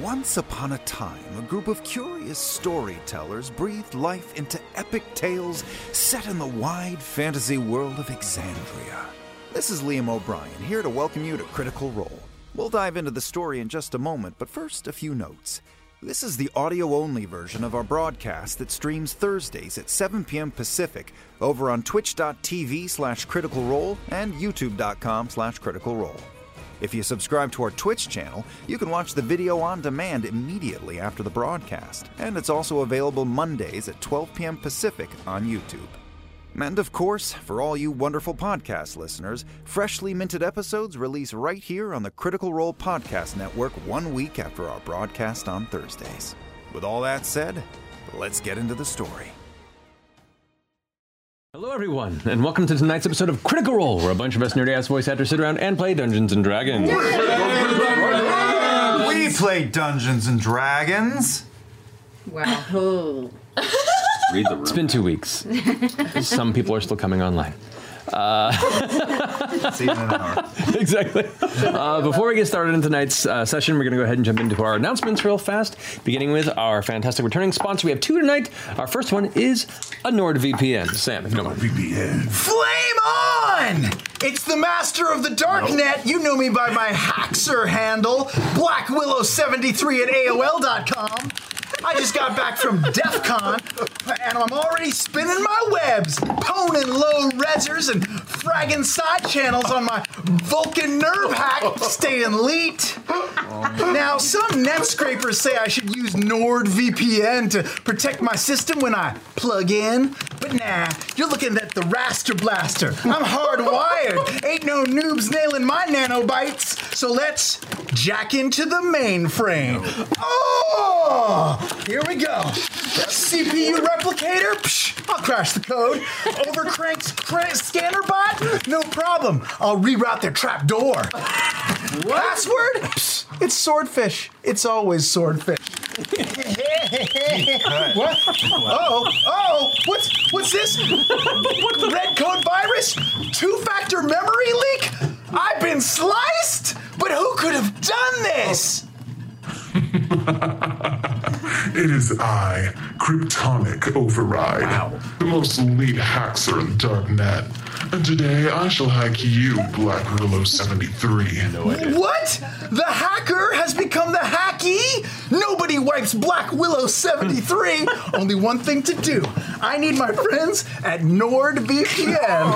Once upon a time, a group of curious storytellers breathed life into epic tales set in the wide fantasy world of Exandria. This is Liam O'Brien, here to welcome you to Critical Role. We'll dive into the story in just a moment, but first, a few notes. This is the audio only version of our broadcast that streams Thursdays at 7 p.m. Pacific over on twitch.tv slash critical role and youtube.com slash critical role. If you subscribe to our Twitch channel, you can watch the video on demand immediately after the broadcast, and it's also available Mondays at 12 p.m. Pacific on YouTube. And of course, for all you wonderful podcast listeners, freshly minted episodes release right here on the Critical Role Podcast Network one week after our broadcast on Thursdays. With all that said, let's get into the story. Hello, everyone, and welcome to tonight's episode of Critical Role, where a bunch of us nerdy ass voice actors sit around and play Dungeons and Dragons. We play Dungeons and Dragons. Wow. Read the room. It's been two weeks. Some people are still coming online. Uh, exactly. Uh, before we get started in tonight's uh, session, we're going to go ahead and jump into our announcements real fast, beginning with our fantastic returning sponsor. We have two tonight. Our first one is a NordVPN. Sam, if you don't mind. VPN. Flame on! It's the master of the dark net. You know me by my haxer handle, Black Willow 73 at AOL.com. I just got back from DEF CON, and I'm already spinning my webs, poning low resers and fragging side channels on my Vulcan nerve hack, staying elite. Now, some net scrapers say I should use NordVPN to protect my system when I plug in, but nah, you're looking at the Raster Blaster. I'm hardwired. Ain't no noobs nailing my nanobites. So let's jack into the mainframe. Oh, here we go. CPU replicator? Psh, I'll crash the code. Overcranks cra- scanner bot? No problem. I'll reroute their trap door. Password? Psh, it's swordfish. It's always swordfish. what? Oh, oh, what's what's this? Red code virus? Two-factor memory leak? I've been sliced? But who could have done this? It is I, Kryptonic Override, the most elite hacker in Darknet. And today I shall hack you, Black Willow 73. What? The hacker has become the hacky? Nobody wipes Black Willow 73. Only one thing to do. I need my friends at NordVPN.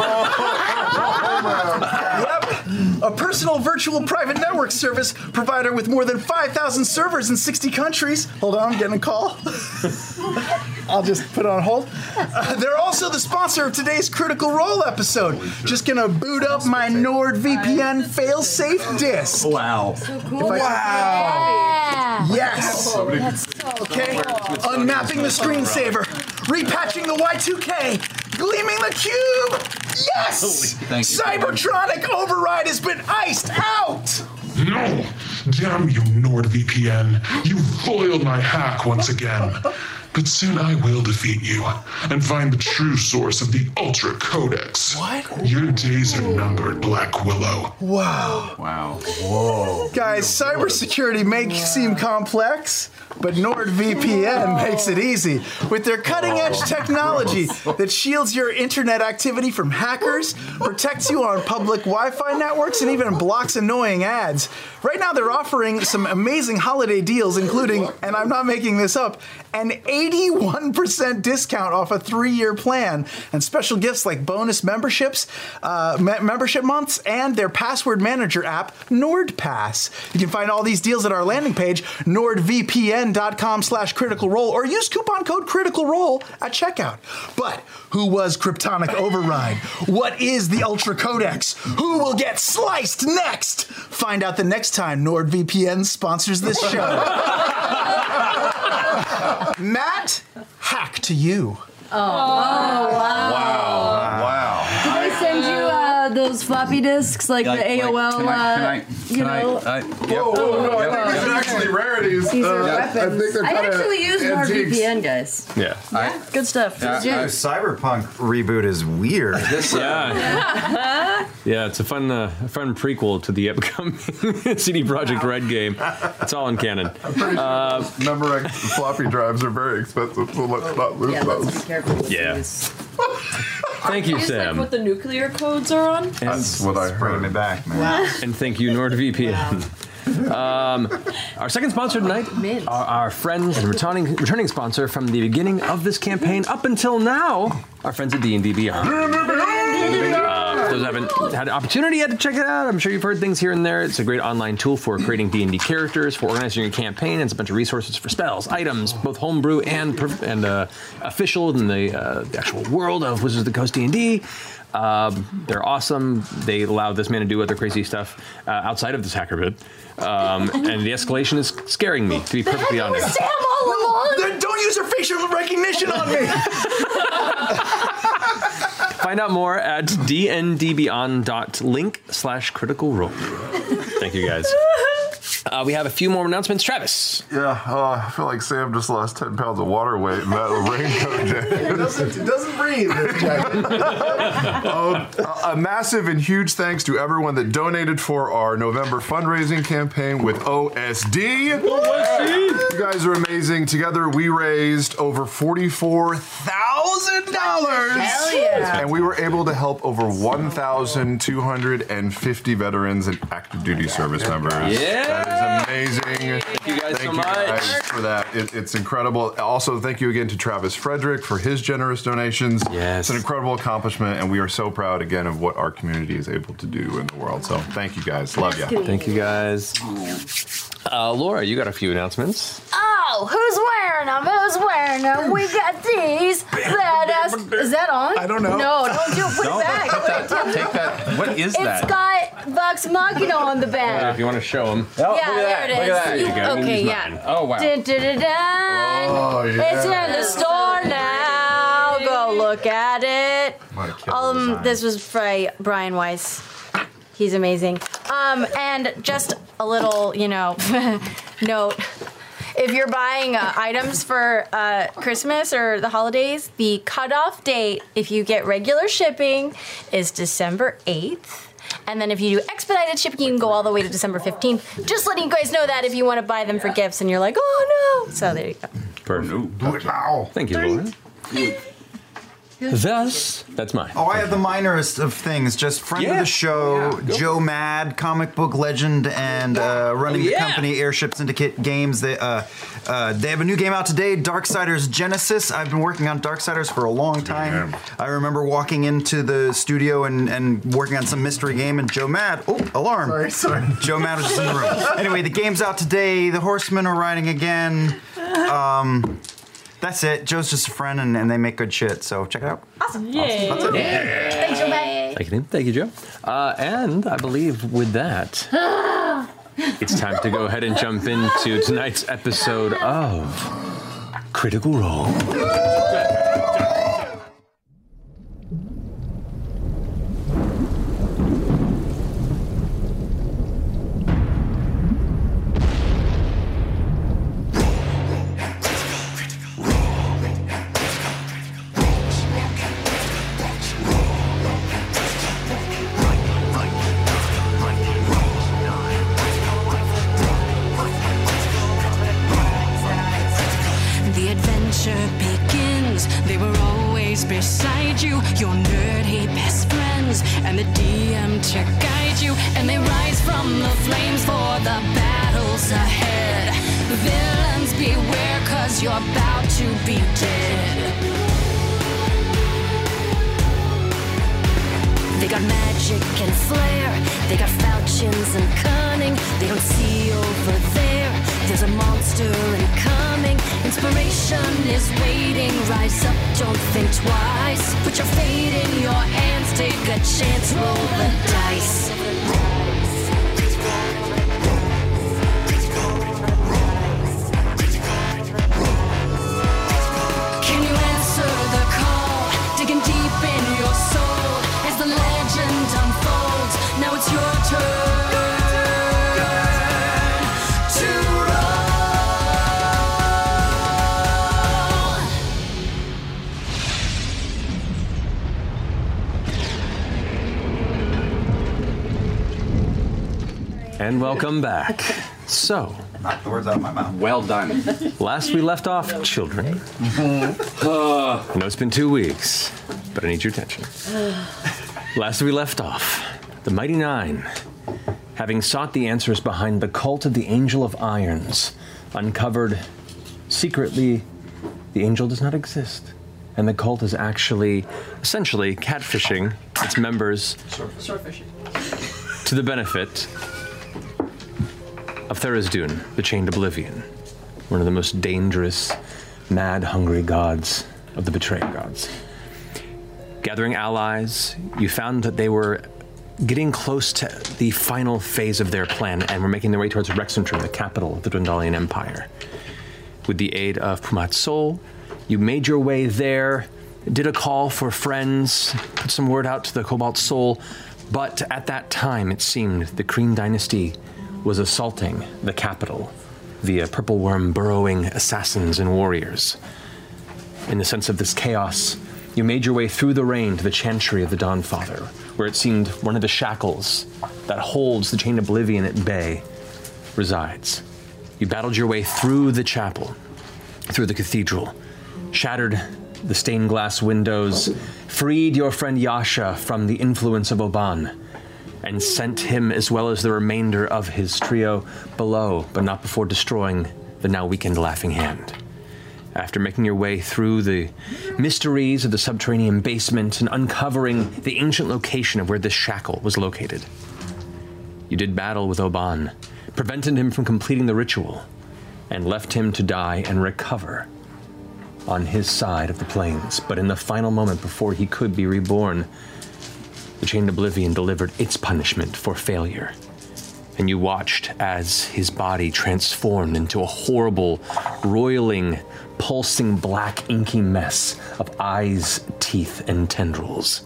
yep. A personal virtual private network service provider with more than 5,000 servers in 60 countries. Hold on, I'm getting a call. I'll just put it on hold. Uh, they're also the sponsor of today's Critical Role episode. Just gonna boot up my NordVPN failsafe disk. Wow. Wow. Yes. Okay. Unmapping the screensaver, repatching the Y2K, gleaming the cube. Yes. Thank you. Cybertronic override has been iced out. No! Damn you, NordVPN! You foiled my hack once again! But soon I will defeat you and find the true source of the Ultra Codex. What? Your days are numbered, Black Willow. Wow. Wow. Guys, cybersecurity may seem complex, but NordVPN makes it easy. With their cutting edge technology that shields your internet activity from hackers, protects you on public Wi Fi networks, and even blocks annoying ads. Right now, they're offering some amazing holiday deals, including, and I'm not making this up, an 80 81% discount off a three year plan and special gifts like bonus memberships, uh, me- membership months, and their password manager app, NordPass. You can find all these deals at our landing page, nordvpn.com slash critical role, or use coupon code critical role at checkout. But who was Kryptonic Override? What is the Ultra Codex? Who will get sliced next? Find out the next time NordVPN sponsors this show. Matt, hack to you. Oh, wow. Oh, Wow. Did they send you uh, those floppy disks like, the AOL? Can I? Can I? uh, Can you I- know, I- yep. Whoa, whoa, Oh, no, I think Yep. these are actually rarities. These are Uh, I weapons. think they're I kinda actually use antiques. NordVPN, guys. Yeah. I, Good stuff. Yeah, Jim. I- Cyberpunk reboot is weird. This, yeah, yeah, it's a fun, uh, a fun prequel to the upcoming CD Project Red game. It's all in canon. Uh, Remember, like, floppy drives are very expensive, so let's not lose Yeah, let's those. be careful. with Yeah. these. thank you, Sam, the nuclear codes are on? That's what I Bringing me heard. back, man. and thank you, NordVPN. Um, our second sponsor tonight Mint. are our friends and returning, returning sponsor from the beginning of this campaign up until now, our friends at D&D Beyond. For Uh, those who haven't had an opportunity yet to check it out, I'm sure you've heard things here and there. It's a great online tool for creating D&D characters, for organizing your campaign, and it's a bunch of resources for spells, items, both homebrew and pro- and uh, official in the, uh, the actual world of Wizards of the Coast D&D. Um, they're awesome. They allow this man to do other crazy stuff uh, outside of this hacker bit. Um, and the escalation is scaring me, to be perfectly honest. Sam all along. Then don't use your facial recognition on me. Find out more at dndbeyond.link slash critical role. Thank you, guys. Uh, we have a few more announcements. Travis. Yeah, uh, I feel like Sam just lost 10 pounds of water weight in that raincoat day. doesn't, doesn't breathe. this jacket. Um, a massive and huge thanks to everyone that donated for our November fundraising campaign with OSD. You guys are amazing. Together, we raised over forty-four thousand dollars, Hell yeah. and we were able to help over one thousand two hundred and fifty veterans and active duty service members. that is amazing. Thank you guys so you guys much. for that. It- it's incredible. Also, thank you again to Travis Frederick for his generous donations. Yes. it's an incredible accomplishment, and we are so proud again of what our community is able to do in the world. So, thank you guys. Love you. Thank you, guys. Uh, Laura, you got a few announcements. Oh, who's wearing them? Who's wearing them? We got these. Badass. Is that on? I don't know. No, don't do it. Put it back. Put it down. take that. What is that? It's got Vox Machina on the Uh, If back. you want to show them. Oh, yeah, there it is. There you go. You- Okay, Use mine. yeah. Oh, wow. Dun, dun, dun, dun. Oh, yeah. It's in the store now. Go look at it. Um, this was by Brian Weiss. He's amazing. Um, and just a little, you know, note. If you're buying uh, items for uh, Christmas or the holidays, the cutoff date, if you get regular shipping, is December 8th. And then if you do expedited shipping, you can go all the way to December 15th. Just letting you guys know that if you want to buy them for gifts and you're like, oh no. So there you go. Thank you, Laura. Thus, that's mine. Oh, I have the minorest of things. Just friend of Yeah. the show, Joe Mad, comic book legend, and uh, running the Yeah. company Airship Syndicate Games. They uh, uh, they have a new game out today, Darksiders Genesis. I've been working on Darksiders for a long time. I remember walking into the studio and, and working on some mystery game, and Joe Mad, oh, alarm. Sorry, sorry. Joe Mad was just in the room. Anyway, the game's out today. The horsemen are riding again. Um, that's it. Joe's just a friend, and, and they make good shit. So check it out. Thanks, bye. Thank you, Tim. Thank you, Joe. Uh, and I believe with that, it's time to go ahead and jump into tonight's episode of Critical Role. The adventure begins. cause you're about to be dead. They got magic and flair, they got falchions and cunning. They don't see over there, there's a monster incoming. Inspiration is waiting, rise up, don't think twice. Put your fate in your hands, take a chance, roll the dice. Can you answer the call? Digging deep in your soul as the legend unfolds. Now it's your turn to roll. And welcome back. So. Knock the words out of my mouth. Well done. Last we left off, children. I know it's been two weeks, but I need your attention. Last we left off, the Mighty Nine, having sought the answers behind the cult of the Angel of Irons, uncovered secretly the angel does not exist. And the cult is actually, essentially, catfishing its members to the benefit of Therizdun, the Chained Oblivion, one of the most dangerous, mad, hungry gods of the betraying gods. Gathering allies, you found that they were getting close to the final phase of their plan and were making their way towards Rexentrum, the capital of the Dwendalian Empire. With the aid of Pumat Sol, you made your way there, did a call for friends, put some word out to the Cobalt Soul, but at that time it seemed the Kreen dynasty was assaulting the capital via purple worm burrowing assassins and warriors. In the sense of this chaos, you made your way through the rain to the chantry of the Dawnfather, where it seemed one of the shackles that holds the chain oblivion at bay resides. You battled your way through the chapel, through the cathedral, shattered the stained glass windows, freed your friend Yasha from the influence of Oban, and sent him as well as the remainder of his trio below, but not before destroying the now weakened Laughing Hand. After making your way through the mysteries of the subterranean basement and uncovering the ancient location of where this shackle was located, you did battle with Oban, prevented him from completing the ritual, and left him to die and recover on his side of the plains. But in the final moment before he could be reborn, the Chained Oblivion delivered its punishment for failure. And you watched as his body transformed into a horrible, roiling, pulsing black, inky mess of eyes, teeth, and tendrils.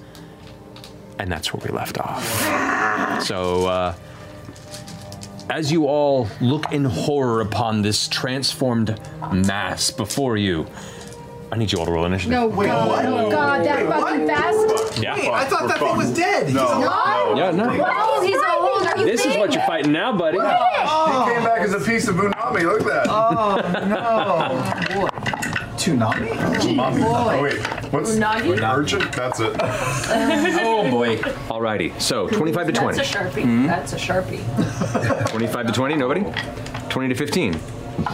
And that's where we left off. So, uh, as you all look in horror upon this transformed mass before you, I need you all to roll initiative. No, wait, God, what? no, Oh, God, that Wait, fucking fast. Yeah. Wait, I thought that thing was dead. He's alive. Yeah, Uh, no. Oh, he's old. Are you This is kidding? what you're fighting now, buddy. He came back as a piece of Unami. Look at that. Oh no. Tsunami? Umami. Oh, wait. What's Unagi? wait, urgent? That's it. oh boy. Alrighty, so 25 to 20. That's a sharpie. Mm-hmm. That's a sharpie. 25 to 20, nobody? 20 to 15.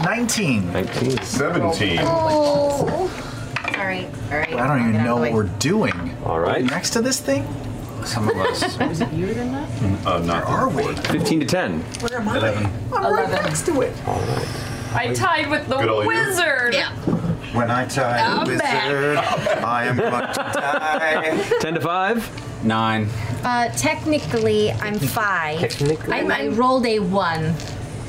19. 19. 17. Oh. All right, all right. I don't even know what we're doing. All right. Next to this thing? Some of us. Is it you than that? Uh, not Are we? 15 to 10. Where am I? I'm right 11. next to it. I tied with the Good old you. wizard. When I tie I'm the back. wizard, I am going to die. 10 to 5. 9. Uh, technically, I'm five. Technically. I'm, I rolled a one.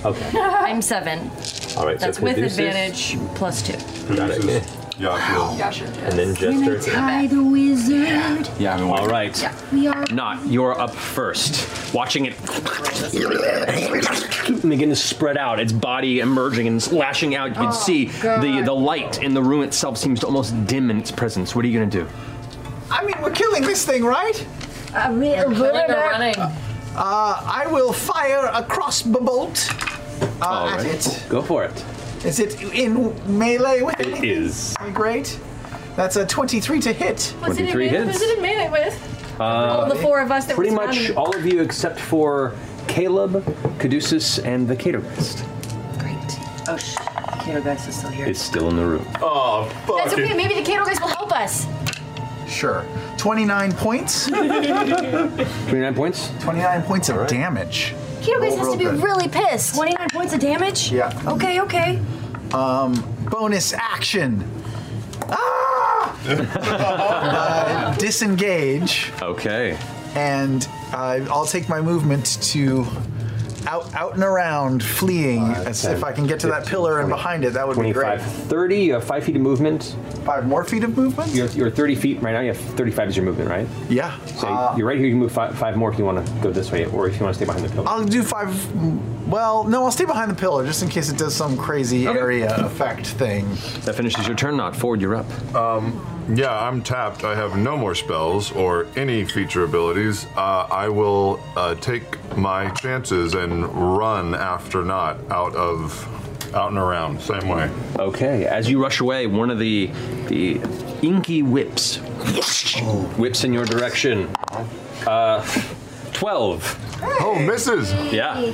Okay. I'm seven. All right, so That's it with produces- advantage plus two. Got it. Yeah, sure. And then Jester. the wizard. Yeah, I mean, All right. We are Not, you're up first. Watching it begin to spread out, its body emerging and lashing out. You can Oh, see the, God. the light in the room itself seems to almost dim in its presence. What are you going to do? I mean, we're killing this thing, right? a real Killing or running. Uh, I will fire a crossbow bolt uh, All at right. it. Go for it. Is it in melee with It anything? is. Great. That's a 23 to hit. Was it, in 23 melee- hits. was it in melee with? Uh, All the four of us that pretty were much all of you except for Caleb, Caduceus, and the Caterist. Great. Oh, sh- Kato Geist is still here. It's still in the room. Oh, fuck. That's okay. Maybe the Kato guys will help us. Sure. 29 points. 29 points? 29 points of damage. Kato guys has Roll to real be good. really pissed. 29 points of damage? Yeah. Okay, okay. Um, bonus action. Ah! Uh, disengage. Okay. And uh, I'll take my movement to out, out and around, fleeing. as if I can get to that pillar and behind it, that would be great. 25, 30, you have 5 uh, feet of movement. 5 more feet of movement? You're, you're 30 feet right now, you have 35 is your movement, right? Yeah. So you're right here, you can move 5, five more if you want to go this way, or if you want to stay behind the pillar. I'll do five. Well, no, I'll stay behind the pillar just in case it does some crazy area effect thing. That finishes your turn, not Ford, you're up. Um, yeah, I'm tapped. I have no more spells or any feature abilities. Uh, I will uh, take my chances and run after not out of out and around same way. Okay, as you rush away, one of the the inky whips whips in your direction. Uh, Twelve. Oh, misses. Yeah.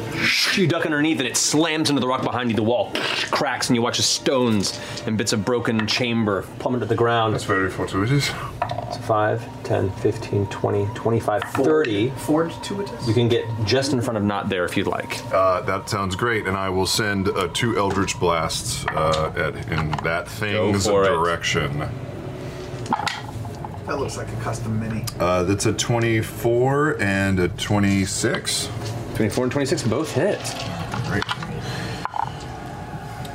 You duck underneath and it slams into the rock behind you. The wall cracks and you watch as stones and bits of broken chamber plummet to the ground. That's very fortuitous. So 5, 10, 15, 20, 25, 30. Fortuitous? You can get just in front of not there if you'd like. Uh, that sounds great, and I will send uh, two Eldritch Blasts uh, at, in that thing's for it. direction. That looks like a custom mini. Uh, that's a 24 and a 26. 24 and 26 both hit. Great.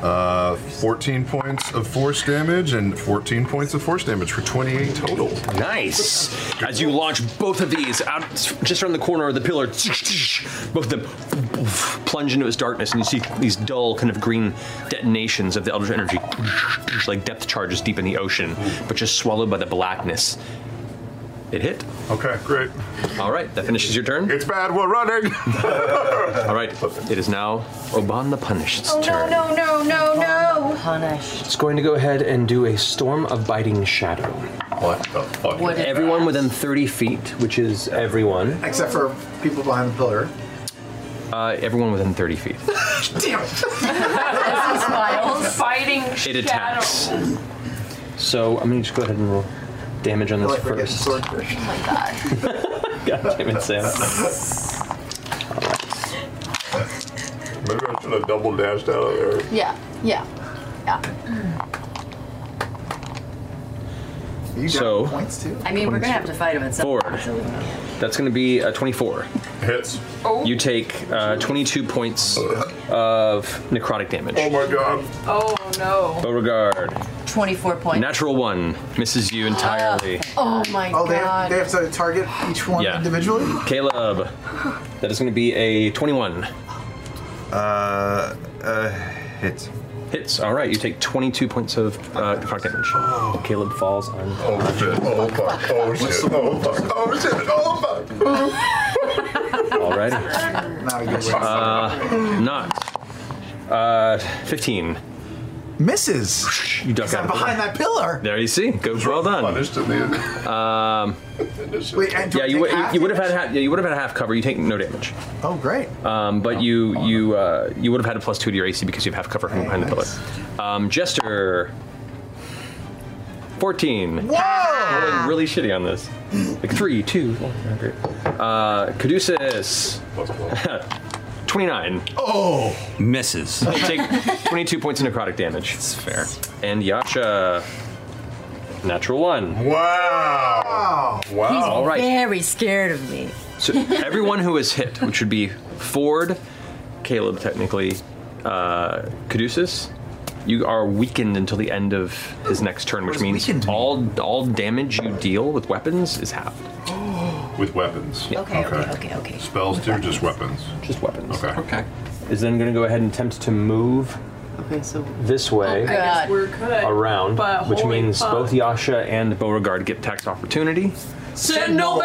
Uh, 14 points of force damage and 14 points of force damage for 28 total. Nice. As you launch both of these out just around the corner of the pillar, both of them plunge into its darkness, and you see these dull, kind of green detonations of the Eldritch energy, like depth charges deep in the ocean, but just swallowed by the blackness. It hit. Okay, great. All right, that finishes your turn. It's bad, we're running. All right, it is now Oban the Punished's Oh, turn. no, no, no, no, no. Punish. It's going to go ahead and do a storm of biting shadow. What the fuck? What is everyone within 30 feet, which is everyone. Except for people behind the pillar. Uh, everyone within 30 feet. Damn. As he smiles. Fighting It attacks. So I'm gonna just go ahead and roll damage on this Like we're getting first. swordfish. Oh my god. God damn it, Sam. Maybe I should have double dashed out of there. Yeah, yeah, yeah. so I mean, we're gonna have to fight him at some Forward. point. so we don't- that's gonna be a 24. Hits. Oh. You take uh, 22 points of necrotic damage. Oh my god. Oh no. Beauregard, 24 points. natural one, misses you Uh, entirely. Oh my Oh, they have, god. they have to target each one Yeah. individually? Caleb, that is gonna be a 21. Uh, uh, hits. Hits. All right, you take 22 points of uh, necrotic damage. Caleb falls on. Oh shit! Oh fuck! Oh shit! Oh fuck! Oh shit! Oh fuck! Alrighty. Uh, not. Uh, 15. Misses. You duck out. of the behind way. that pillar. There you see. Go well done. Um, Wait, and do yeah, I you take would half you would have had half, yeah, you would have had half cover. You take no damage. Oh, great. Oh, Um, but you you uh, you would have had a plus two to your AC because you have half cover from behind the pillar. Um, Jester. 14. Whoa! Rolling really shitty on this. Like three, two. one, not great. Uh, Caduceus. 29. Oh! Misses. You take 22 points of necrotic damage. That's fair. And Yasha, natural one. Wow! Wow! He's All right. very scared of me. So everyone who is hit, which would be Ford, Caleb technically, uh, Caduceus, you are weakened until the end of his next turn, which means all all damage you deal with weapons is halved. With weapons. Okay, okay, okay, okay. Spells too, just weapons. Just weapons. Okay. Okay. Is then going to go ahead and attempt to move Okay, so Oh, this way. I guess we're good. around, but which holy means fuck. both Yasha and Beauregard get tax opportunity. Sentinel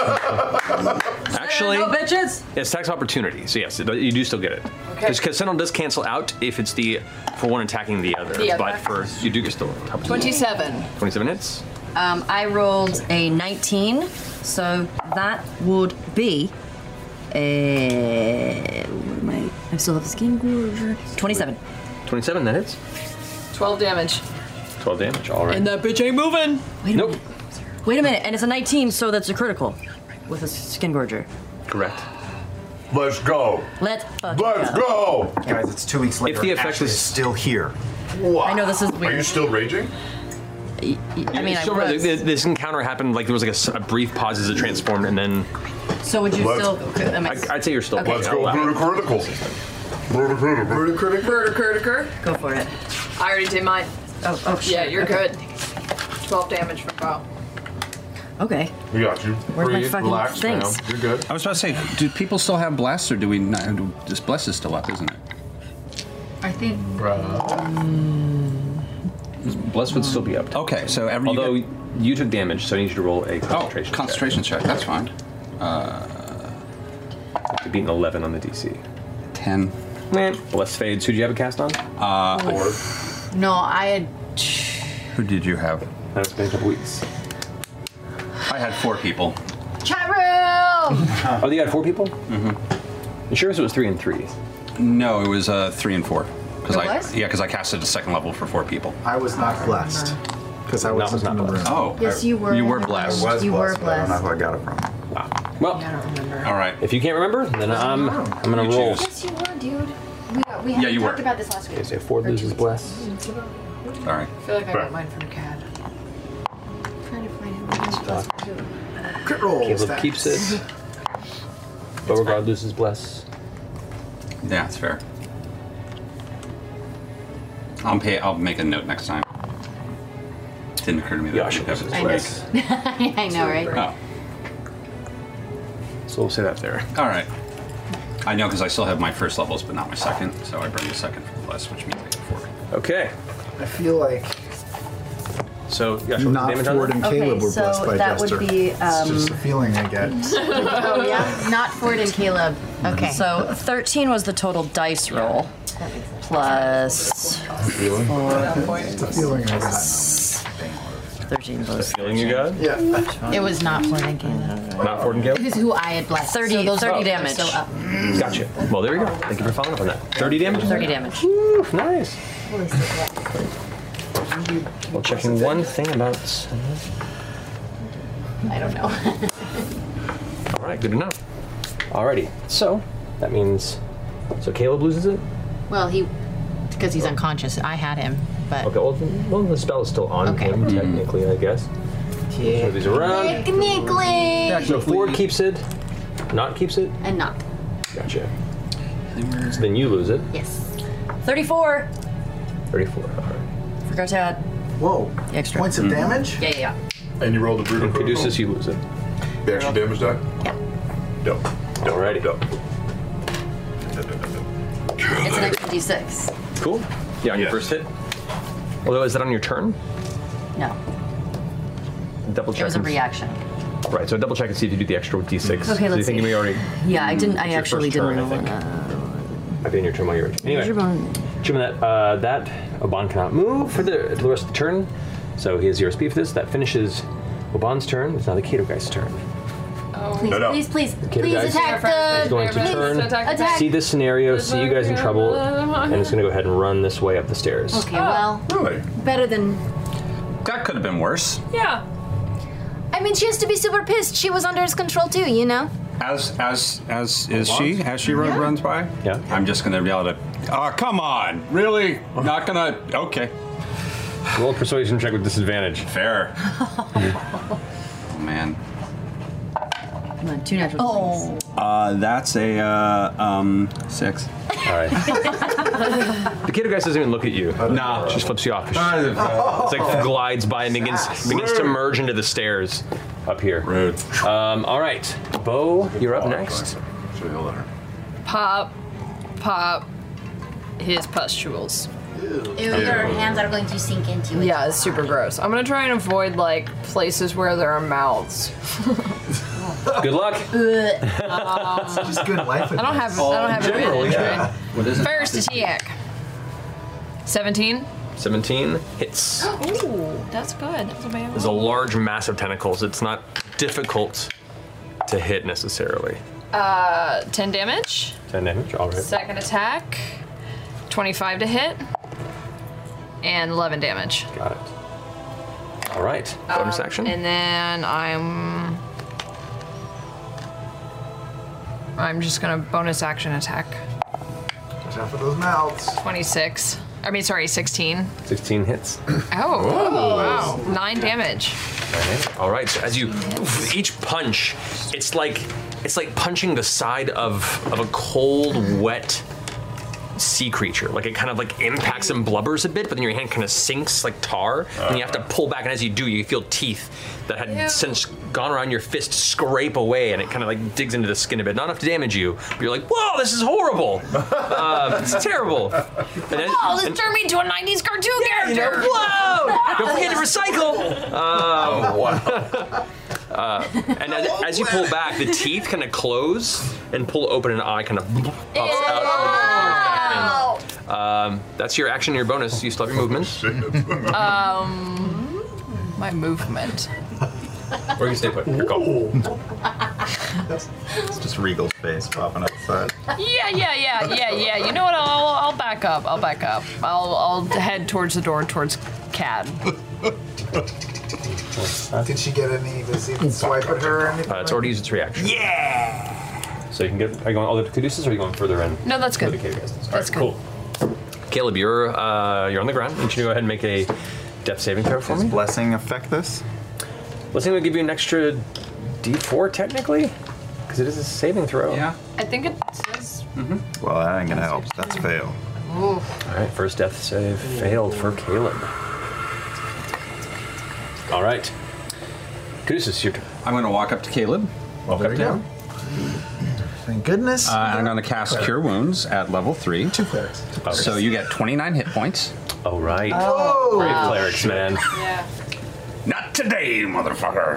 Uh, Actually, No bitches. it's tax opportunity, so yes, it- you do still get it. Because Sentinel does cancel out if it's the for one attacking the other, The other. but for you do get still opportunity. 27. 27 hits. Um, I rolled a 19, so that would be. Uh, what am I? I still have the skin. 27. 27, that hits. 12 damage. 12 damage, all right. And that bitch ain't moving. Wait a Nope. minute. Wait a minute, and it's a 19, so that's a critical with a skin gorger. Correct. Let's go. Let's fucking Let's go. Guys, it's two weeks later, the effect Ashley is- still here. I know this is weird. Are you still raging? I mean, I So, was. th- this encounter happened like there was like a s- a, brief pause as it transformed, and then So would you Let's- still? Okay, that makes- I, would say you're still. Okay. Let's go critical. Murder, critical. Go for it. I already did mine. Oh, oh shit. Yeah, you're Okay. good. 12 damage from bow. Okay. We got you. Where's my fucking things? You're good. I was about to say, do people still have blasts, or do we not? This bless is still up, isn't it? I think. Mm. Bless would still be up. Okay, so every Oh, although you, took damage, so I need you to roll a concentration. concentration check, that's fine. Uh, you beat an 11 on the DC. 10. Bless fades. Who do you have a cast on? Uh, No, I had. Who did you have? That's been a couple weeks. I had four people. Chat room! oh, you had four people? Mm-hmm. You sure it was three and three? No, it was uh, three and four. Because It I was? yeah, because I casted a second level for four people. I was not blessed. Because I was, not in the room. Oh, Yes, I- you were. You were blessed. I was You were blessed, but I don't blessed. know who I got it from. Well, all right. If you can't remember, then I'm Um, Oh. I'm gonna You roll. Yes, you were, dude. We, got, we Yeah, had you talked were. about this last week. so Ford loses bless. All right. I feel like I got Right. mine from Cad. I'm trying to find him. Crit rolls. Caleb keeps it. Beauregard loses bless. Yeah, it's fair. I'll pay. I'll make a note next time. Didn't occur to me that I should have I know. I know, right? Oh. So we'll say that there. All right. I know because I still have my first levels, but not my second. So I bring the second for the list, which means I get four. Okay. I feel like So not damage on Ford that? and Okay, Caleb were so blessed by that would Jester. be, um, it's just a feeling I get. oh yeah, not Ford and Caleb. Okay. So 13 was the total dice roll. Plus Feeling? It's a feeling I got. 13 plus. Feeling you got? Oh. Yeah. It was not Ford and Caleb. Not Ford and Gale? It was who I had blessed. 30 so those 30 are damage. Still up. Gotcha. Well, there you go. Thank you for following up on that. 30 damage? 30 damage. nice. Well, checking one thing about. I don't know. All right, good enough. Alrighty. So that means. So Caleb loses it? well, he. Because he's unconscious. I had him, but. Okay, well, the- well the spell is still on him, technically, I guess. Yeah. So he's around. Technically! So Ford keeps it, not keeps it. And not. Gotcha. So then you lose it. Yes. 34 34. All right. for Gotad. Whoa. Extra. Points of Mm-hmm. damage? Yeah, yeah, yeah. And you rolled a brutal critical. Caduceus, you lose it. The extra damage die? Yeah. Dope. Alrighty. Dope. It's an extra d6. Cool. Yeah, on your first hit. Although, is that on your turn? No, Double check. it was a and- reaction. Right, so double check and see if you do the extra d6. Okay, so you let's think you see. may already. Yeah, I didn't. It's I your actually first turn, didn't I roll think. one. Uh, I'd be in your turn while you're. Anyway. Jim, that, uh, that Oban cannot move for the, the rest of the turn, so he has zero speed for this. That finishes Oban's turn. It's now the Kato guy's turn. Please, Oh. No, no. please, please, The Kato please guy's attack the. is going to please turn, Attack. see this scenario, see you guys in trouble, and it's going to go ahead and run this way up the stairs. Okay, Oh. well. Really? Better than. That could have been worse. Yeah. I mean, she has to be super pissed. She was under his control too, you know? As as as is she as she ru- Yeah. runs by. Yeah. I'm just gonna yell at it. Oh, come on! Really? Not gonna? Okay. Roll a persuasion check with disadvantage. Fair. oh man. come on, two natural. Oh. Uh, that's a uh, um six. All right. The Kato guy doesn't even look at you. Nah. Just flips you off. It's like glides by and begins, begins to merge into the stairs up here. Rude. Um, all right. Bo, you're up next. Pop, pop his pustules. Ew, your hands are going to sink into it. Yeah, it's super gross. I'm gonna try and avoid like places where there are mouths. Good luck. just good life. I don't have. I don't have advantage. Right? What is it? First attack. Seventeen. 17 hits. Ooh, Oh, that's good. That's a bad There's a large mass of tentacles. It's not difficult to hit necessarily. Uh, ten damage. 10 damage, all right. Second attack. Twenty-five to hit. and 11 damage. Got it. All right. Bonus Um, action. And then I'm. I'm just gonna bonus action attack. Watch out for those mouths. 26. I mean, sorry, 16. 16 hits. Oh, Whoa. wow. Nine damage. All right. So as you, oof, each punch, it's like it's like punching the side of of a cold, wet sea creature. Like it kind of like impacts and blubbers a bit, but then your hand kind of sinks like tar, and you have to pull back. And as you do, you feel teeth that had Ew. since gone around your fist scrape away, and it kind of like digs into the skin a bit. Not enough to damage you, but you're like, whoa, this is horrible. uh, it's terrible. And then- Oh, and- this turned me into a 90s cartoon you know, character! whoa! Don't forget to recycle! Um, uh, and as, as you pull back, the teeth kind of close and pull open, an eye kind of pops out. Um, that's your action, your bonus. You still have your movement. Um, my movement. Where you stay put. Good call. It's just Regal's face popping outside. Yeah, yeah, yeah, yeah, yeah. You know what? I'll, I'll back up. I'll back up. I'll, I'll head towards the door, towards Cad. Did she get any? Was he even swipe at her or anything? Uh, it's already used its reaction. Yeah. So you can get. Are you going all the way to Caduceus, or are you going further in? No, that's good. For the cave guys. All That's right, Cool. Caleb, you're uh, you're on the ground. Can you go ahead and make a death saving throw for me? Does blessing affect this? Blessing would give you an extra D4 technically, because it is a saving throw. Yeah. I think it says. Well, that ain't gonna help. That's fail. Ooh. All right, first death save failed for Caleb. All right. Caduceus, your turn. I'm going to walk up to Caleb. Walk there you go. Thank goodness. Uh, I'm going to cast Cleric. Cure Wounds at level three. Two clerics. So you get 29 hit points. All right. Oh. Great Brave Wow. clerics, man. Yeah. Not today, motherfucker.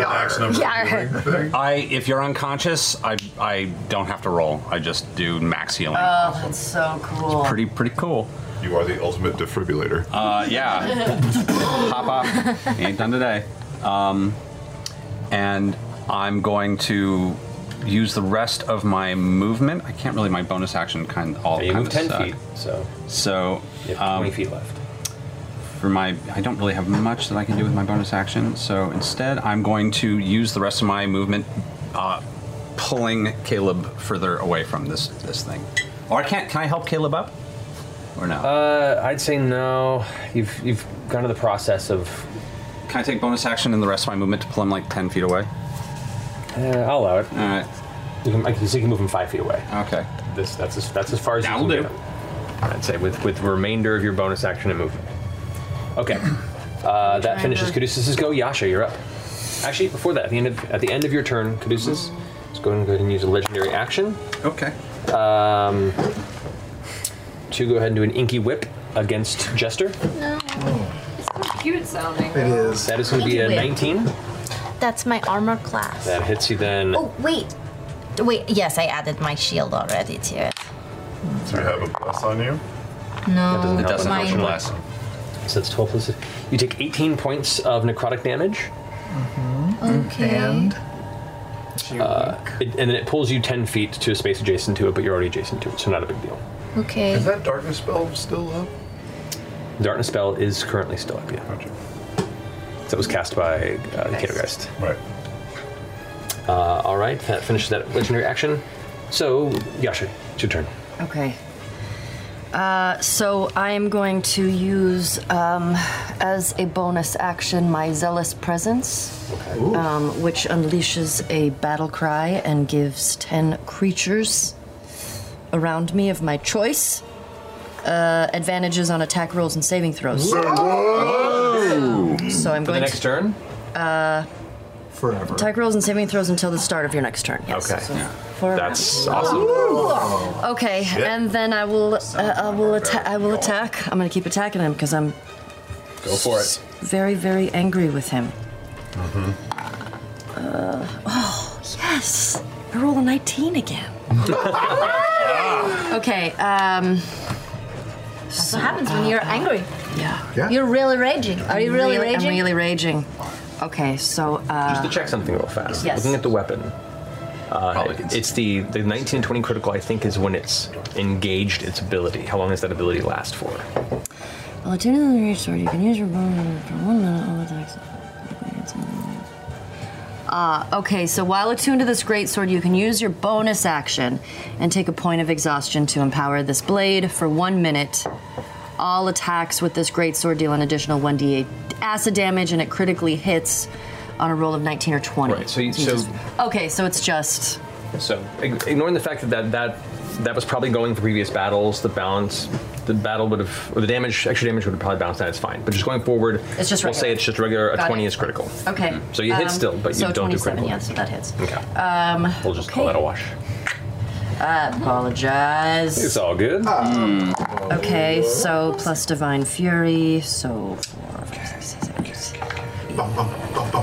Yarr. number Yarr. I, if you're unconscious, I, I don't have to roll. I just do max healing. Oh, that's so cool. pretty, pretty cool. You are the ultimate defibrillator. Uh, yeah. Hop off. Ain't done today. Um, and I'm going to use the rest of my movement. I can't really. My bonus action kind all. you kind move of 10 suck. feet, so So um, you have 20 feet left. For my, I don't really have much that I can do with my bonus action. So instead, I'm going to use the rest of my movement, uh, pulling Caleb further away from this this thing. Or I can't. Can I help Caleb up? Or no? Uh, I'd say no. You've you've gone to the process of. Can I take bonus action and the rest of my movement to pull him like ten feet away? Yeah, I'll allow it. All right. You can, I can, so you can move him five feet away. Okay. This that's as, that's as far as That'll you do. can get him. I'd say with with the remainder of your bonus action and movement. Okay. Uh, that finishes Caduceus's go. Yasha, you're up. Actually, before that, at the end of at the end of your turn, Caduceus, let's go ahead and go ahead and use a legendary action. Okay. Um, to go ahead and do an inky whip against Jester. No. It's so cute sounding. is. That is going to be a Inky whip. 19. That's my armor class. That hits you then. Oh wait, wait. Yes, I added my shield already to it. Do you have a bless on you? No, doesn't help, my- unfortunately. So that's 12 plus. You take 18 points of necrotic damage. Mm-hmm. Okay. And Uh, it, and then it pulls you 10 feet to a space adjacent to it, but you're already adjacent to it, so not a big deal. Okay. Is that darkness spell still up? The darkness spell is currently still up, yeah. That was cast by uh, the Catergeist. Right. Uh, all right, that finishes that legendary action. So, Yasha, it's your turn. Okay. Uh, so I am going to use um, as a bonus action my zealous presence, Ooh. um, which unleashes a battle cry and gives ten creatures around me of my choice uh, advantages on attack rolls and saving throws. So I'm For going the next to turn? uh, Forever. attack rolls and saving throws until the start of your next turn. Yes. Okay. So Yeah. forever. That's awesome. Okay, Shit. and then I will. Uh, I will attack. I will attack. I'm gonna keep attacking him because I'm Go for it. very, very angry with him. Mm-hmm. Uh, oh yes, I roll a 19 again. okay. Um, That's what happens when you're angry. Yeah. You're really raging. Are you really, raging? I'm really raging. Okay, so. Uh, Just to check something real fast. Yes. Looking at the weapon. Uh, it's the the 19 and 20 critical. I think is when it's engaged its ability. How long does that ability last for? Well, the tune of the rage sword, you can use your bone for one minute all attacks. Uh, okay, so while attuned to this greatsword, you can use your bonus action and take a point of exhaustion to empower this blade for one minute. All attacks with this greatsword deal an additional 1d8 acid damage, and it critically hits on a roll of 19 or 20. Right, so you- so- just- okay, so it's just. So, ig- ignoring the fact that that, that that was probably going for previous battles, the balance, the battle would have, or the damage, extra damage would have probably balanced that. It's fine. But just going forward, It's just we'll regular. say it's just regular. A Got 20 it. is critical. Okay. Mm-hmm. So you hit um, still, but you so don't do 27, critical. Yeah, so that hits. Okay. Um, We'll just call that a wash. I apologize. It's all good. Okay, so plus Divine Fury, so four, five, six, seven, eight. Uh,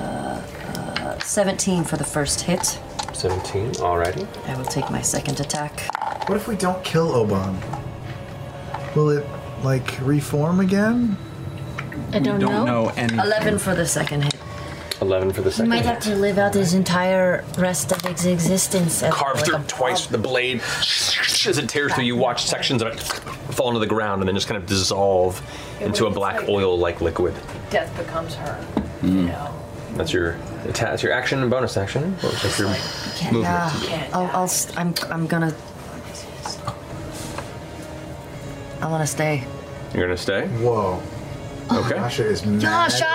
uh, 17 for the first hit. 17. Alrighty. I will take my second attack. What if we don't kill Oban? Will it like reform again? I don't don't know. know anything. 11 for the second hit. 11 for the He second. might have to live out his entire rest of his existence. as Carved like through a- twice with the blade. As it tears through, you watch sections of it fall into the ground and then just kind of dissolve into a black oil like liquid. Death becomes her. That's your attack, that's your action and bonus action. Or just your movement. Yeah, Ah, I'll, I'll, s- I'm, I'm gonna. I wanna stay. You're gonna stay? Whoa. Okay. Yasha is mad. Yasha!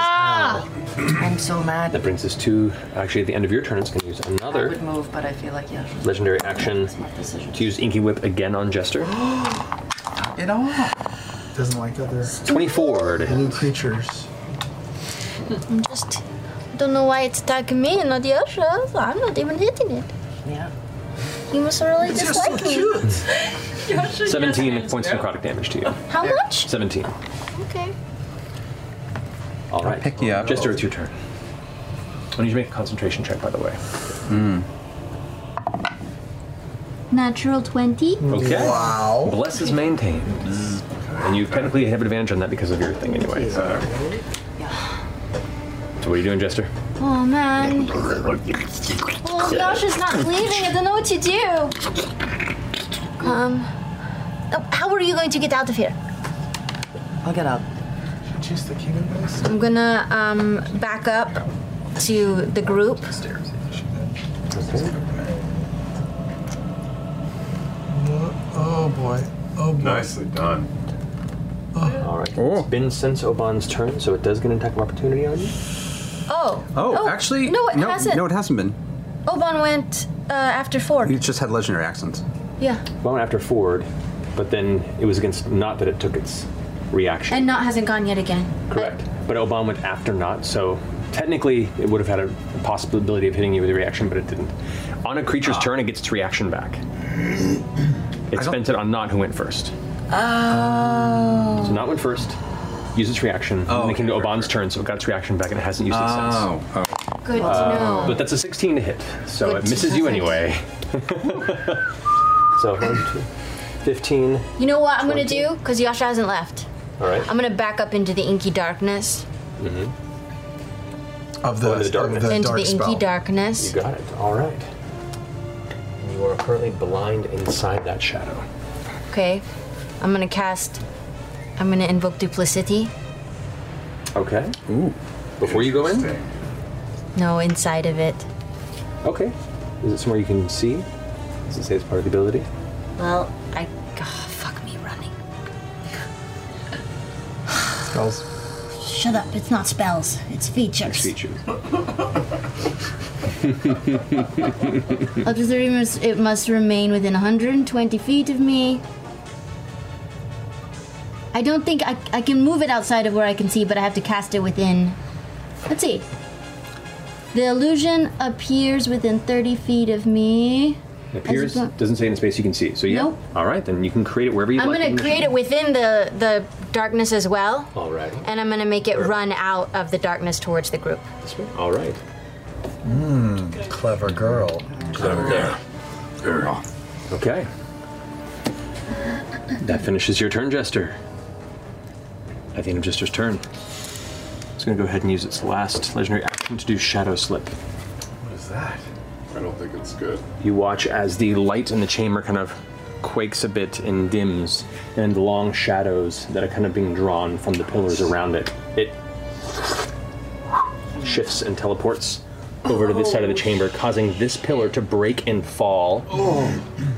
I'm so mad. That brings us to actually at the end of your turn. It's going to use I another would move, but I feel like Yasha. legendary action to use Inky Whip again on Jester. It all Oh, doesn't like other 24 blue creatures. I'm just don't know why it's attacking me and not the others. I'm not even hitting it. Yeah. You must really It's just dislike so me. Yasha, 17 points of necrotic damage to you. How much? 17. Okay. All right. Pick you up. Jester, it's your turn. I need you to make a concentration check, by the way. Hmm. Natural 20. Okay. Bless is maintained. And you technically have advantage on that because of your thing anyway. So, So what are you doing, Jester? Oh man. Oh, Well, Yasha's not leaving. I don't know what to do. Um. oh, How are you going to get out of here? I'll get out. Just the king of us. I'm gonna um, back up to the group. Oh boy. Oh boy. Nicely done. All right. It's been since Oban's turn, so it does get an attack of opportunity on you. Oh. Oh, actually, No, it hasn't. No, it hasn't been. Oban went uh, after four. You just had legendary accents. Yeah. Well, after Ford, but then it was against Not that it took its reaction. And not hasn't gone yet again. Correct. But Oban went after Not, so technically it would have had a possibility of hitting you with a reaction, but it didn't. On a Ah. creature's turn, it gets its reaction back. It spent it on Not, who went first. Oh. So Not went first, used its reaction, Oh. and then it came to Oban's turn, so it got its reaction back and it hasn't used it since. Oh, Good Uh, to know. But that's a 16 to hit, so Good it misses you to- anyway. so one, two, 15. You know what I'm gonna do? Cause Yasha hasn't left. All right. I'm gonna back up into the inky darkness. Mm-hmm. Mm-hmm. Of the, darkness. into the inky darkness. You got it. All right. And you are currently blind inside that shadow. Okay. I'm gonna cast. I'm gonna invoke duplicity. Okay. Ooh. Before you go in? No, inside of it. Okay. Is it somewhere you can see? Does it say it's part of the ability? Well, I. Oh, fuck me running. Spells. Shut up. It's not spells, it's features. features. Up to 30 minutes, it must remain within 120 feet of me. I don't think I, I can move it outside of where I can see, but I have to cast it within. Let's see. The illusion appears within 30 feet of me. It As appears, it go- doesn't say in space you can see. So yeah. Nope. All right, then you can create it wherever you I'm like. gonna create it within the, the darkness as well, All right. and I'm gonna make it run out of the darkness towards the group. This way. All right. Mmm. Clever girl. Clever there. Okay. That finishes your turn, Jester. At the end of Jester's turn, it's going to go ahead and use its last legendary action to do Shadow Slip. is that? I don't think it's good. You watch as the light in the chamber kind of quakes a bit and dims, and the long shadows that are kind of being drawn from the pillars around it. It shifts and teleports over to this side of the chamber, causing this pillar to break and fall.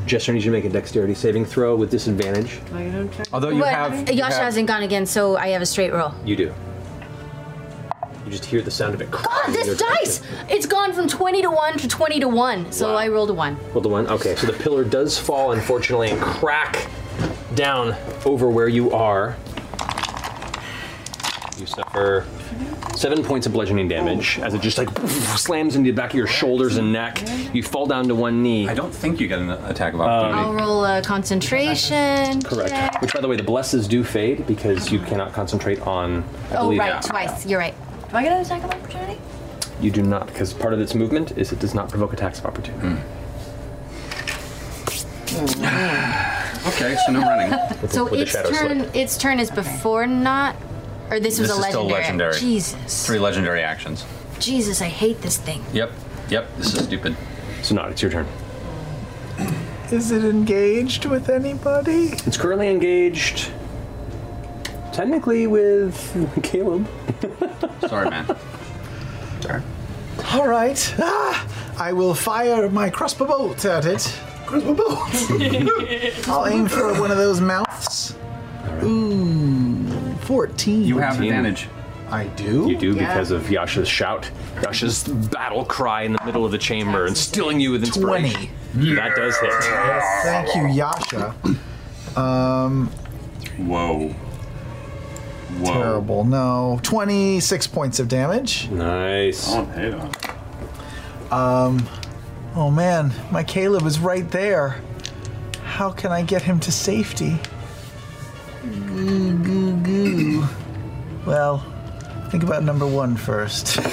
Jester needs you to make a dexterity saving throw with disadvantage. Although you But have- Yasha you have- hasn't gone again, so I have a straight roll. You do. You just hear the sound of it. God, this dice! It's gone from 20 to 1 to 20 to 1, so I rolled a 1. Well, the one. Okay, so the pillar does fall, unfortunately, and crack down over where you are. You suffer seven points of bludgeoning damage as it just like slams into the back of your shoulders and neck. You fall down to one knee. I don't think you get an attack of I'll roll a concentration. check. Correct. Which, by the way, the blesses do fade because you cannot concentrate on. I Oh, believe, right, twice. You're right. Do I get an attack of opportunity? You do not, because part of its movement is it does not provoke attacks of opportunity. Okay, so no running. So its turn, its turn is before not, or this was this a is still legendary. legendary. Jesus, Three legendary actions. Jesus, I hate this thing. Yep. Yep. This is stupid. So not. It's your turn. Is it engaged with anybody? It's currently engaged. Technically with Caleb. Sorry, man. All right. Ah, I will fire my crossbow bolt at it. Crossbow bolt. I'll aim for one of those mouths. Ooh, 14. You have advantage. I do. You do Yeah. because of Yasha's shout, Yasha's battle cry in the middle of the chamber, and stilling you with inspiration. That does hit. Thank you, Yasha. Um, Whoa. Whoa. Terrible. No. 26 points of damage. Nice. Oh, hit on. Um, oh man, my Caleb is right there. How can I get him to safety? Goo, goo, goo. Well, think about number one first. um,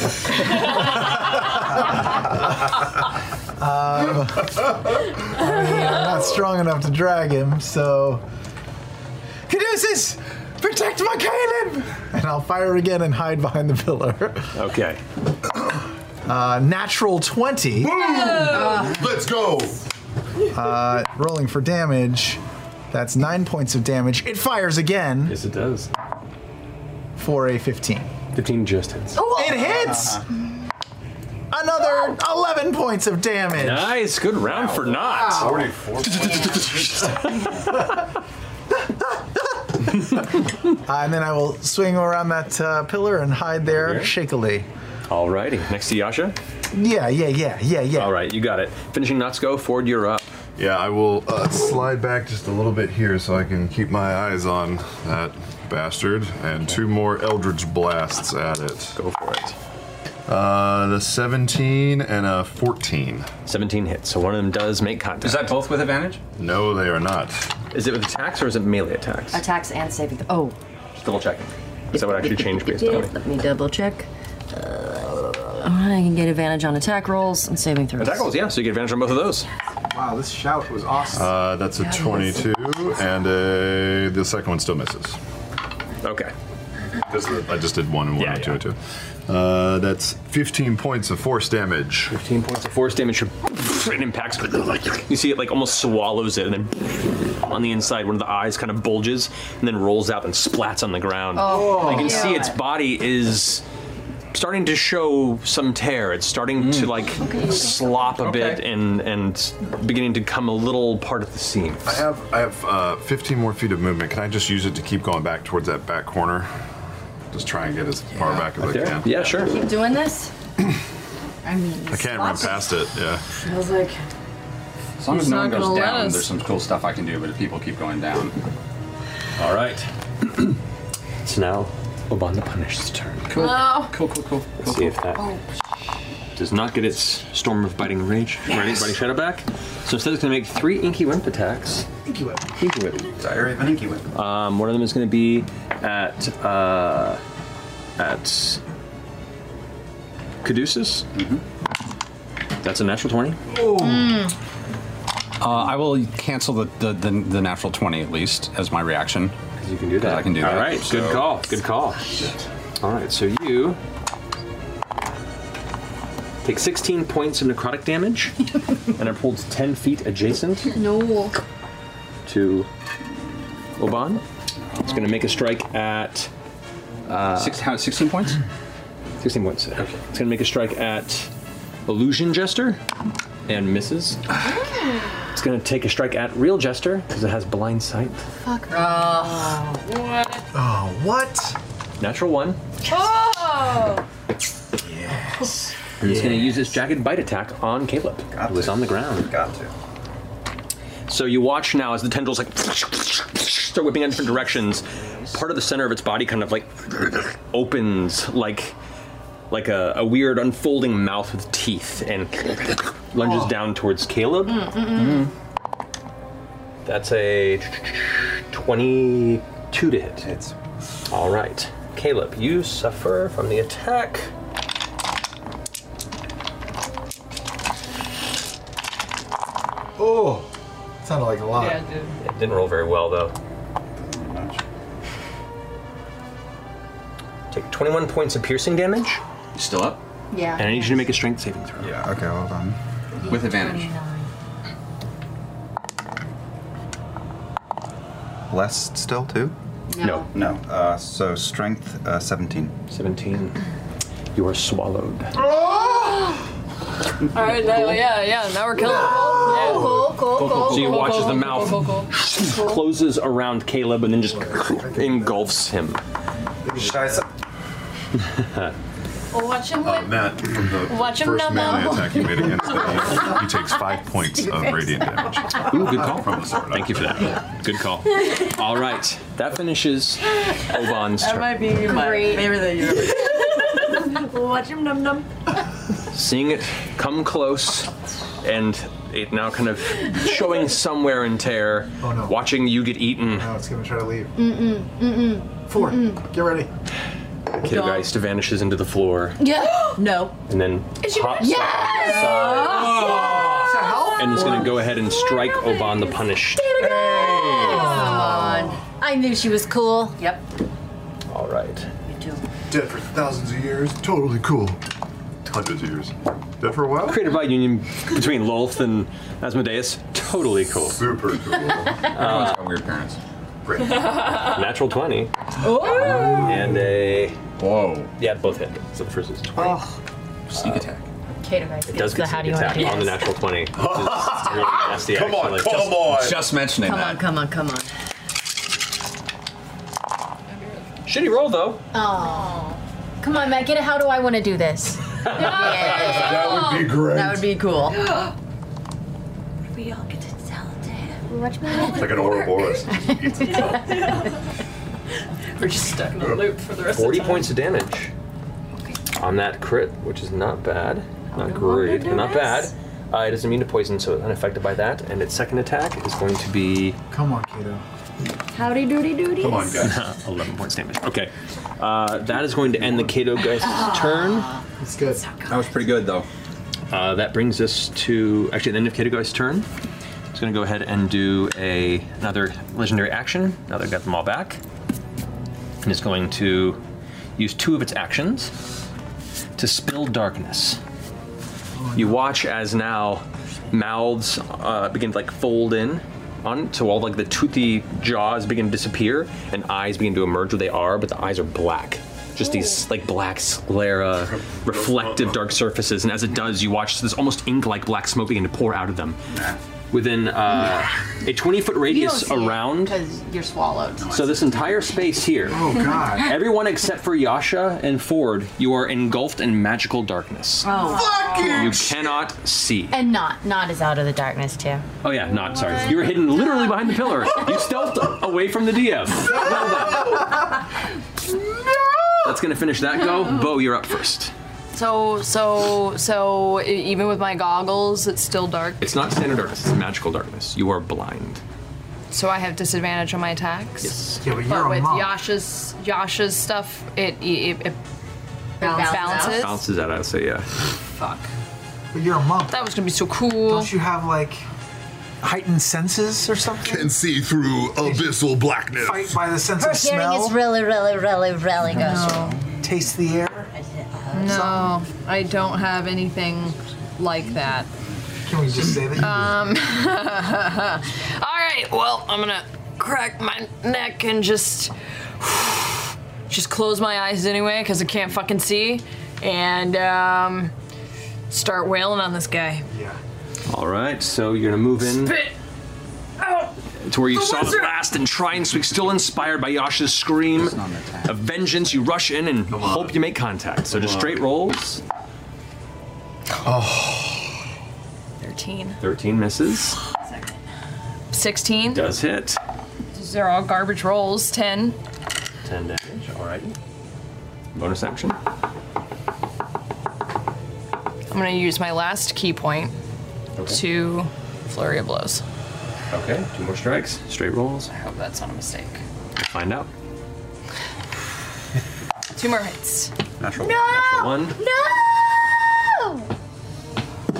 I mean, I'm not strong enough to drag him, so. Caduceus! Protect my Caleb! And I'll fire again and hide behind the pillar. Okay. Uh, natural 20. Oh. Boom! Let's go! Uh, rolling for damage. That's nine points of damage. It fires again. Yes, it does. For a 15. 15 just hits. Oh, it hits! Another 11 points of damage. Nice. Good round for not. Wow. Uh, and then I will swing around that uh, pillar and hide there shakily. Alrighty. Next to Yasha. Yeah, yeah, yeah, yeah, yeah. All right, you got it. Finishing Natsuko, Ford, you're up. Yeah, I will uh, slide back just a little bit here so I can keep my eyes on that bastard and two more Eldritch blasts at it. Go for it. Uh, the 17 and a 14. 17 hits, so one of them does make contact. Is that both with advantage? No, they are not. Is it with attacks or is it melee attacks? Attacks and saving. Th- oh, Just double checking. Because that would actually change based on let me double check. Uh, I can get advantage on attack rolls and saving throws. Attack rolls, yeah, so you get advantage on both of those. Wow, this shout was awesome. Uh, that's a 22, and a, the second one still misses. Okay. I just did one and one, and two, and two. Uh, that's 15 points of force damage. 15 points of force damage. It impacts. You see it like almost swallows it, and then on the inside, one of the eyes kind of bulges and then rolls out and splats on the ground. Oh, you can see God. its body is starting to show some tear. It's starting Mm. to like slop a bit and and beginning to come a little part of the seam. I have I have uh, 15 more feet of movement. Can I just use it to keep going back towards that back corner? Just try and get as far back as I there? can. Yeah, sure. Keep doing this. I mean, I can't run past it. Yeah. I was like, As long as He's no not one goes gonna let down, us. there's some cool stuff I can do. But if people keep going down, all right. So now, Oban the Punished's turn. Cool. Uh, Oh. No. Cool, cool, cool. Let's see if that does not get its Storm of Biting Rage, Yes. yes. Biting Shadow back. So instead, it's going to make three Inky Wimp attacks. Inky Wimp. Inky Wimp. Diary of an Inky Wimp. Um, one of them is going to be at uh, at Caduceus. That's a natural twenty. oh, Uh, I will cancel the, the, the, the natural 20 at least as my reaction. Because you can do that. I can do that. All right. so- Good call. Good call. All right. So you Take 16 points of necrotic damage and are pulled 10 feet adjacent No. to Oban. It's going to make a strike at. Uh, Six, how, 16 points? 16 points. Okay. It's going to make a strike at Illusion Jester and misses. It's going to take a strike at Real Jester because it has blind sight. Fuck. Oh. What? Oh, what? Natural one. Oh! Yes. And it's going to use its jagged bite attack on Caleb, who is on the ground. Got to. So you watch now as the tendrils like start whipping in different directions. Part of the center of its body kind of like opens like like a, a weird unfolding mouth with teeth and lunges down towards Caleb. That's a 22 to hit. Hits. All right. Caleb, you suffer from the attack. Oh, sounded like a lot. Yeah, It didn't roll very well, though. Take 21 points of piercing damage. You still up? Yeah. And I need you to make a strength saving throw. Yeah, okay, hold on. With advantage. Less still, too? No. No. Uh, so strength uh, 17. 17. You are swallowed. All right, now, yeah, yeah. Now we're killing. Yeah. Cool, cool, cool, cool, So you cool, watch as cool, the cool, mouth- cool, Closes around Caleb and then just engulfs him. Well, watch him Uh, Matt, from the Watch him first now, melee though. attack you made against him, he takes five points of radiant damage. Ooh, good call. Thank you for that. Good call. All right. That finishes Oban's That turn. might be my Great. favorite that you Watch him num num. seeing it come close and it now kind of showing some wear and tear, watching you get eaten. Oh, No, it's gonna try to leave. Mm-mm. Mm-mm. Four. Get ready. Kiddergeist vanishes into the floor Yeah. no. and then pops Yes! up and is going to go ahead and strike Oban the Punished. Come on. Oh. I knew she was cool. Yep. All right. Dead for thousands of years. Totally cool. Hundreds of years. Dead for a while? Created by union between Lolth and Asmodeus. Totally cool. Super cool. Everyone's got weird parents. Great. Natural 20. And a. Whoa. Yeah, both hit. So the first is 20. Sneak attack. Kato guys. It does get sneak attack on the natural 20. which is really nasty, Come on, actually. come Just- on. Just mentioning come that. on, come on, come on. Shitty roll, though. Oh. Come on, Matt. Get it. How do I want to do this? That would be great. That would be cool. we all get to tell it to him. Watch me. It's like an Ouroboros. We're just stuck in a loop for the rest 40 of points of damage on that crit, which is not bad. Not great, but not bad. Uh, it is immune to poison, so unaffected by that. And its second attack is going to be. Come on, kiddo. Howdy doody doody. 11 points damage. Okay. Uh, that is going to end the Kato Geist's turn. It's good. That was pretty good, though. Uh, that brings us to actually the end of Kato Geist's turn. It's going to go ahead and do a another legendary action. Now that I've got them all back, and it's going to use two of its actions to spill darkness. You watch as now mouths uh, begin to like fold in on so all like the toothy jaws begin to disappear and eyes begin to emerge where they are, but the eyes are black. Just these like black sclera, reflective dark surfaces, and as it does, you watch this almost ink-like black smoke begin to pour out of them. Within uh, a 20-foot radius around Because you're swallowed. so this entire space here, Oh, God. Everyone except for Yasha and Ford, you are engulfed in magical darkness. Oh. You cannot see. And not, not is out of the darkness too. Oh yeah, not sorry. You were hidden literally behind the pillar. You stealthed away from the DM. Well done. That's gonna finish that go. Bo, you're up first. So, so, so, e- even with my goggles, it's still dark. It's not standard darkness. It's magical darkness. You are blind. So I have disadvantage on my attacks. Yes. Yeah, but with Yasha's Yasha's stuff, it it, it balances. Bounces at us. So yeah. Fuck. But you're a monk. That was gonna be so cool. Don't you have like heightened senses or something? Can see through abyssal blackness. Fight by the sense Her of hearing smell. is really, really, really, really good. Taste the air. No, I don't have anything like that. Can we just say that? Um, all right, well, I'm gonna crack my neck and just just close my eyes anyway because I can't fucking see, and um, start wailing on this guy. All right, so you're gonna move in Spit out. to where you the saw wizard. the last and try and speak. Still inspired by Yasha's scream of vengeance, you rush in and hope you make contact. So just on. straight rolls. Oh. Thirteen. 13 misses. Sixteen. Does hit. These are all garbage rolls. Ten. 10 damage. All right. Bonus action. I'm gonna use my last key point to flurry of blows. Okay. Two more strikes. Straight rolls. I hope oh, that's not a mistake. Find out. Two more hits. Natural, No! natural one. No!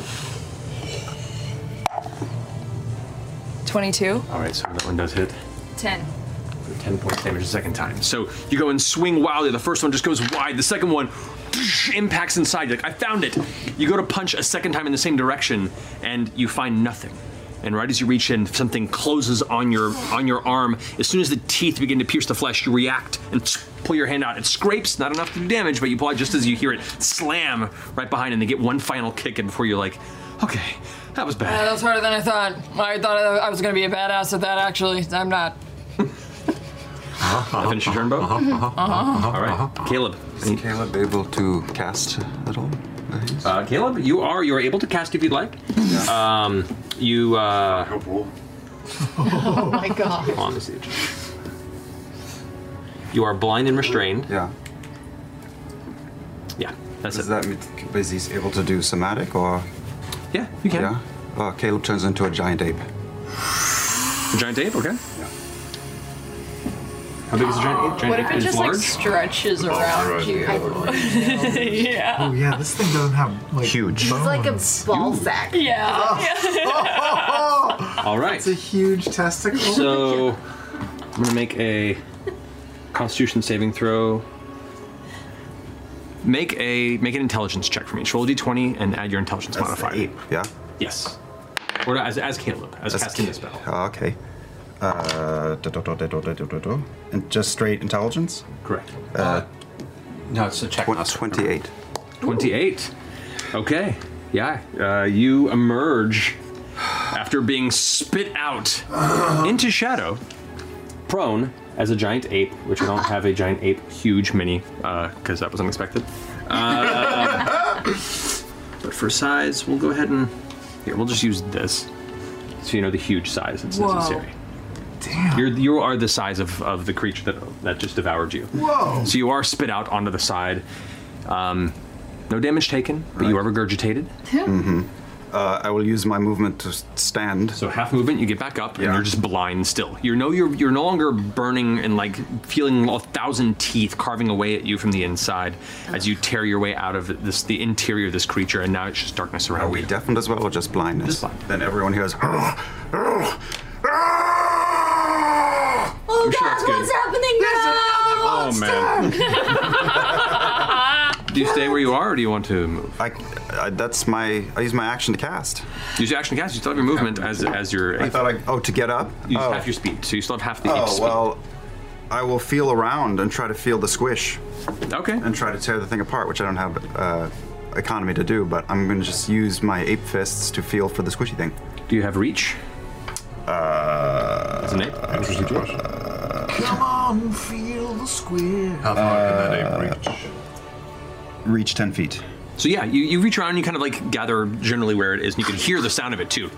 22, All right, so that one does hit. 10. for 10 points damage the second time. So you go and swing wildly. The first one just goes wide. The second one impacts inside. You're like, I found it. You go to punch a second time in the same direction, and you find nothing. And right as you reach in, something closes on your on your arm. As soon as the teeth begin to pierce the flesh, you react and pull your hand out. It scrapes, not enough to do damage, but you pull out just as you hear it slam right behind, and they get one final kick. And before you're like, okay, that was bad. that was harder than I thought. I thought I was gonna be a badass at that, actually. I'm not. I finish your turn, Bo. Mm-hmm. Uh-huh. All right, Caleb. Is Caleb able to cast at all? Uh, Caleb, you are you are able to cast if you'd like. Um, you. Uh, Oh my god. Hold on, let's see. You are blind and restrained. Yeah. Yeah, that's Does it. That mean, is he able to do somatic or? Yeah, you can. Yeah. Uh, Caleb turns into a giant ape. Giant ape, okay. How big is a giant ape? Giant What ape if it is just large. like stretches around right, you? yeah. Oh yeah, this thing doesn't have like huge. It's like a ball sack. Yeah. All right. It's a huge testicle. So I'm gonna make a Constitution saving throw. Make a make an intelligence check for me. Roll a d20 and add your intelligence modifier. Yeah. Yes. Or as as Caleb as casting the spell. Uh, okay. Uh, da- da- da- da- da- da- da- da- da. and just straight intelligence. Correct. Uh, no, it's a check. Twenty-eight. 28. Okay. Yeah. Uh, you emerge after being spit out into shadow, prone as a giant ape, which I don't have a giant ape huge mini because that was unexpected. Uh, but for size, we'll go ahead and here we'll just use this, so you know the huge size that's Whoa. necessary. Damn. You're, you are the size of, of the creature that that just devoured you. Whoa. So you are spit out onto the side. Um, no damage taken, but you are regurgitated. Mm-hmm. Uh, I will use my movement to s- stand. So half movement, you get back up, and you're just blind still. You know you're you're no longer burning and like feeling a thousand teeth carving away at you from the inside as you tear your way out of this the interior of this creature, and now it's just darkness around you. Deafened as well, or just blindness? Just blind. Then everyone hears. Ah! I'm sure it's What's good. happening now? Oh, man. Do you stay where you are, or do you want to move? I, I, that's my. I use my action to cast. Use your action to cast. You still have your movement as as your. I thought I. Oh, to get up. You oh. have half your speed, so you still have half the Oh, ape's speed. well, I will feel around and try to feel the squish. Okay. And try to tear the thing apart, which I don't have uh, economy to do, but I'm going to just use my ape fists to feel for the squishy thing. Do you have reach? Uh. As an ape? Come on, feel the square. reach? Uh, Reach 10 feet. So yeah, you, you reach around and you kind of like gather generally where it is, and you can hear the sound of it too.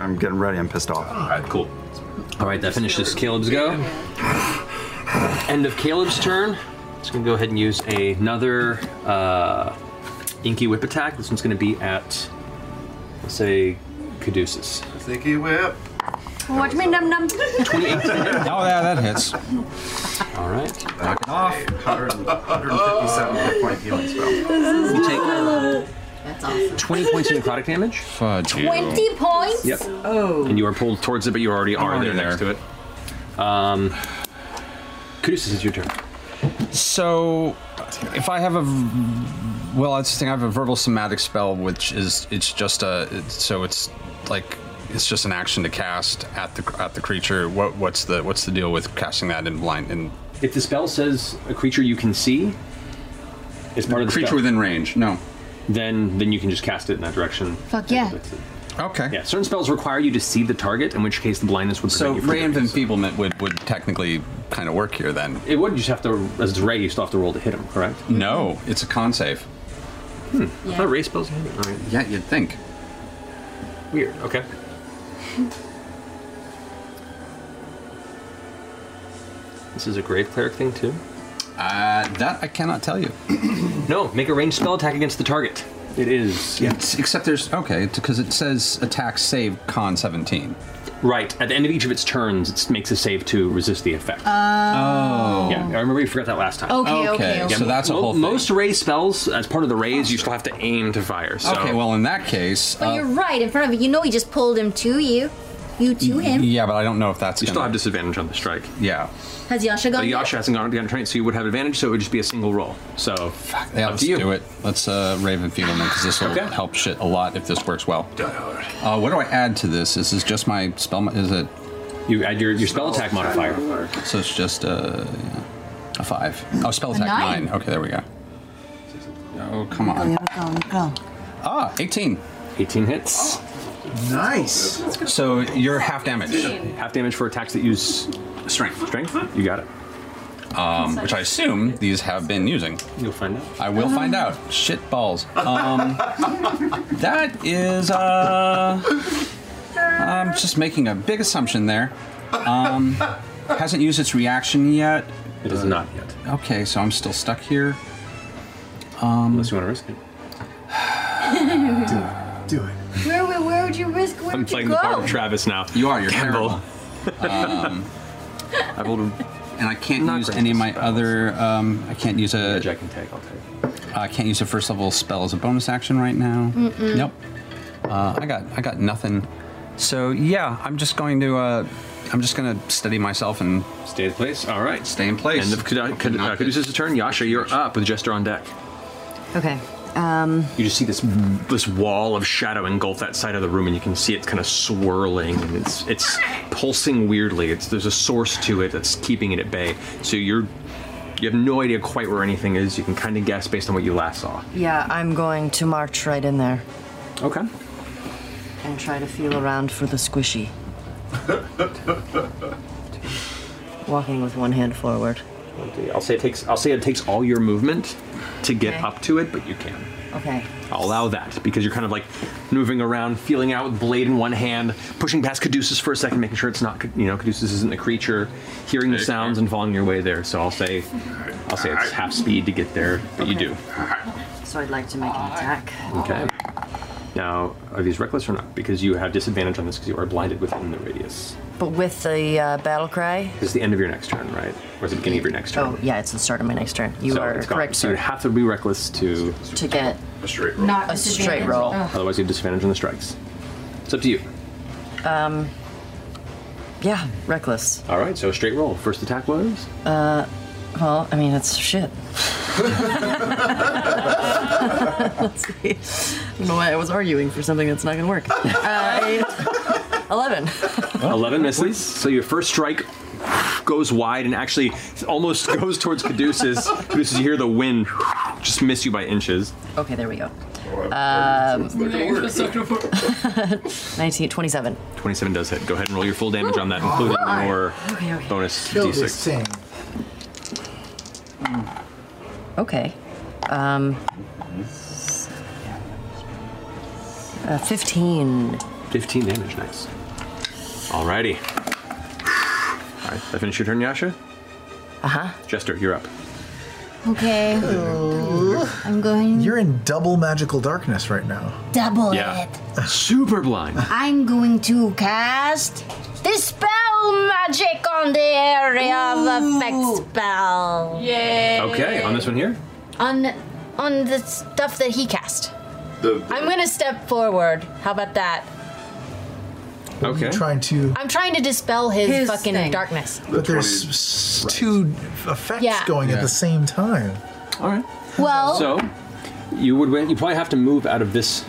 I'm getting ready. I'm pissed off. All right, cool. All right, that finishes Caleb's go. End of Caleb's turn. Just gonna go ahead and use another uh, Inky Whip attack. This one's gonna be at, let's say, Caduceus. Sneaky whip. Watch me num num. Oh yeah, that hits. All right. off. 157 hit point healing spell. You take That's awesome. 20 points of necrotic damage. Fudge. 20 points? Yep. Oh. And you are pulled towards it, but you already are already there, next to it. Um, Caduceus, it's your turn. So, if I have a, v- well, I just think I have a verbal somatic spell, which is it's just a, it's, so it's like it's just an action to cast at the at the creature. What what's the what's the deal with casting that in blind? And if the spell says a creature you can see is part of the creature spell, within range, no, then then you can just cast it in that direction. Fuck yeah. Okay. Yeah. Certain spells require you to see the target, in which case the blindness would so prevent you from. ray of enfeeblement would would technically kind of work here then. It would. You just have to, as it's ray, you still have to roll to hit him, correct? No, it's a con save. Hmm. I thought ray spells. you hit. All right. Yeah, you'd think. Weird. Okay. This is a grave cleric thing too. Uh, that I cannot tell you. no, make a ranged spell attack against the target. It is. Yeah. It's, except there's okay because it says attack save con 17. Right. At the end of each of its turns, it makes a save to resist the effect. Oh. Yeah, I remember you forgot that last time. Okay, okay, Okay, okay. so that's a mo- whole thing. Most ray spells, as part of the rays, you still have to aim to fire. So. Okay, well in that case, uh, But you're right in front of you. You know he just pulled him to you. You to him. yeah, but I don't know if that's you still have disadvantage on the strike. Yeah, Has Yasha but gone? yet? Yasha hasn't gone down train, so you would have advantage. So it would just be a single roll. So fuck, yeah, let's do it. Let's uh, Raven Feebleman because this will help shit a lot if this works well. Uh, what do I add to this? Is this just my spell? Mo- is it? You add your, your spell attack modifier. So it's just uh, yeah, a five. Oh, spell A attack nine. nine. Okay, there we go. Oh come on. Go, go, go. Ah, 18. 18 hits. Nice. So you're half damage. Half damage for attacks that use strength. Strength. You got it. Um, which I assume these have been using. You'll find out. I will find out. Shit balls. Um, that is. Uh, I'm just making a big assumption there. Um, hasn't used its reaction yet. It is not yet. Okay, so I'm still stuck here. Um, Unless you want to risk it. Do it. Where, where, where would you risk? Where I'm would playing you the go? part of Travis now. You are. You're Campbell. Um, I rolled a- and I can't use any of my other. Um, I can't use a. I can take. I'll take. I can't use a first level spell as a bonus action right now. Mm-mm. Nope. Uh, I got. I got nothing. So yeah, I'm just going to. Uh, I'm just going to steady myself and stay in place. All right, stay in place. End of Kad- Kad- uh, Caduceus' turn. Yasha, you're up with Jester on deck. Okay. Um, You just see this this wall of shadow engulf that side of the room, and you can see it's kind of swirling and it's it's pulsing weirdly. It's there's a source to it that's keeping it at bay. So you're you have no idea quite where anything is. You can kind of guess based on what you last saw. yeah, I'm going to march right in there. Okay. And try to feel around for the squishy. Walking with one hand forward. I'll say it takes I'll say it takes all your movement to get Okay. up to it, but you can. Okay. I'll allow that because you're kind of like moving around, feeling out with blade in one hand, pushing past Caduceus for a second, making sure it's not you know Caduceus isn't a creature, hearing the sounds and following your way there. So I'll say, I'll say it's half speed to get there, but you do. So I'd like to make an attack. Okay. Now, are these reckless or not? Because you have disadvantage on this because you are blinded within the radius. But with the uh, battle cry. It's the end of your next turn, right? Or is it the beginning of your next turn? Oh, yeah, it's the start of my next turn. You So are it's gone. correct, So you sir. have to be reckless to To get a straight Not a straight roll. Otherwise, you have disadvantage on the strikes. It's up to you. Um, yeah, reckless. All right, so straight roll. First attack was Uh, well, I mean, it's shit. Let's see. I don't know why I was arguing for something that's not going to work. Uh, eight- 11. 11 misses. So your first strike goes wide and actually almost goes towards Caduceus. Caduceus, you hear the wind just miss you by inches. Okay, there we go. Um, work. 19, 27. 27 does hit. Go ahead and roll your full damage on that, including Alright. your Okay, okay. bonus Kill d6. this thing. Hmm. Okay. Um, uh, 15. 15 damage, nice. Alrighty. Alright, that finish your turn, Yasha? Uh Uh-huh. huh. Jester, you're up. Okay. I'm going. You're in double magical darkness right now. Double Yeah. it. Super blind. I'm going to cast. Dispel magic on the area of effect spell. Yay! Okay, on this one here? On on the stuff that he cast. The, I'm gonna step forward. How about that? What are you trying to? I'm trying to dispel his, His fucking thing. darkness. But there's s- two effects going at Yeah. the same time. All right. Well, So you would win. You probably have to move out of this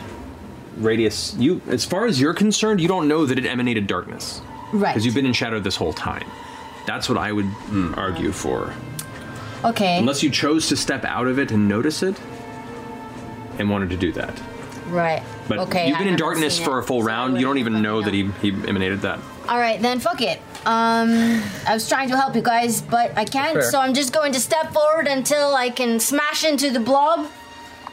radius. You, as far as you're concerned, you don't know that it emanated darkness, Right. Because you've been in shadow this whole time. That's what I would mm, argue for, okay. unless you chose to step out of it and notice it, and wanted to do that. Right. But okay. you've I been in haven't darkness seen for it. a full round. You don't even know that he, he emanated that. All right, then fuck it. Um, I was trying to help you guys, but I can't, Fair. so I'm just going to step forward until I can smash into the blob,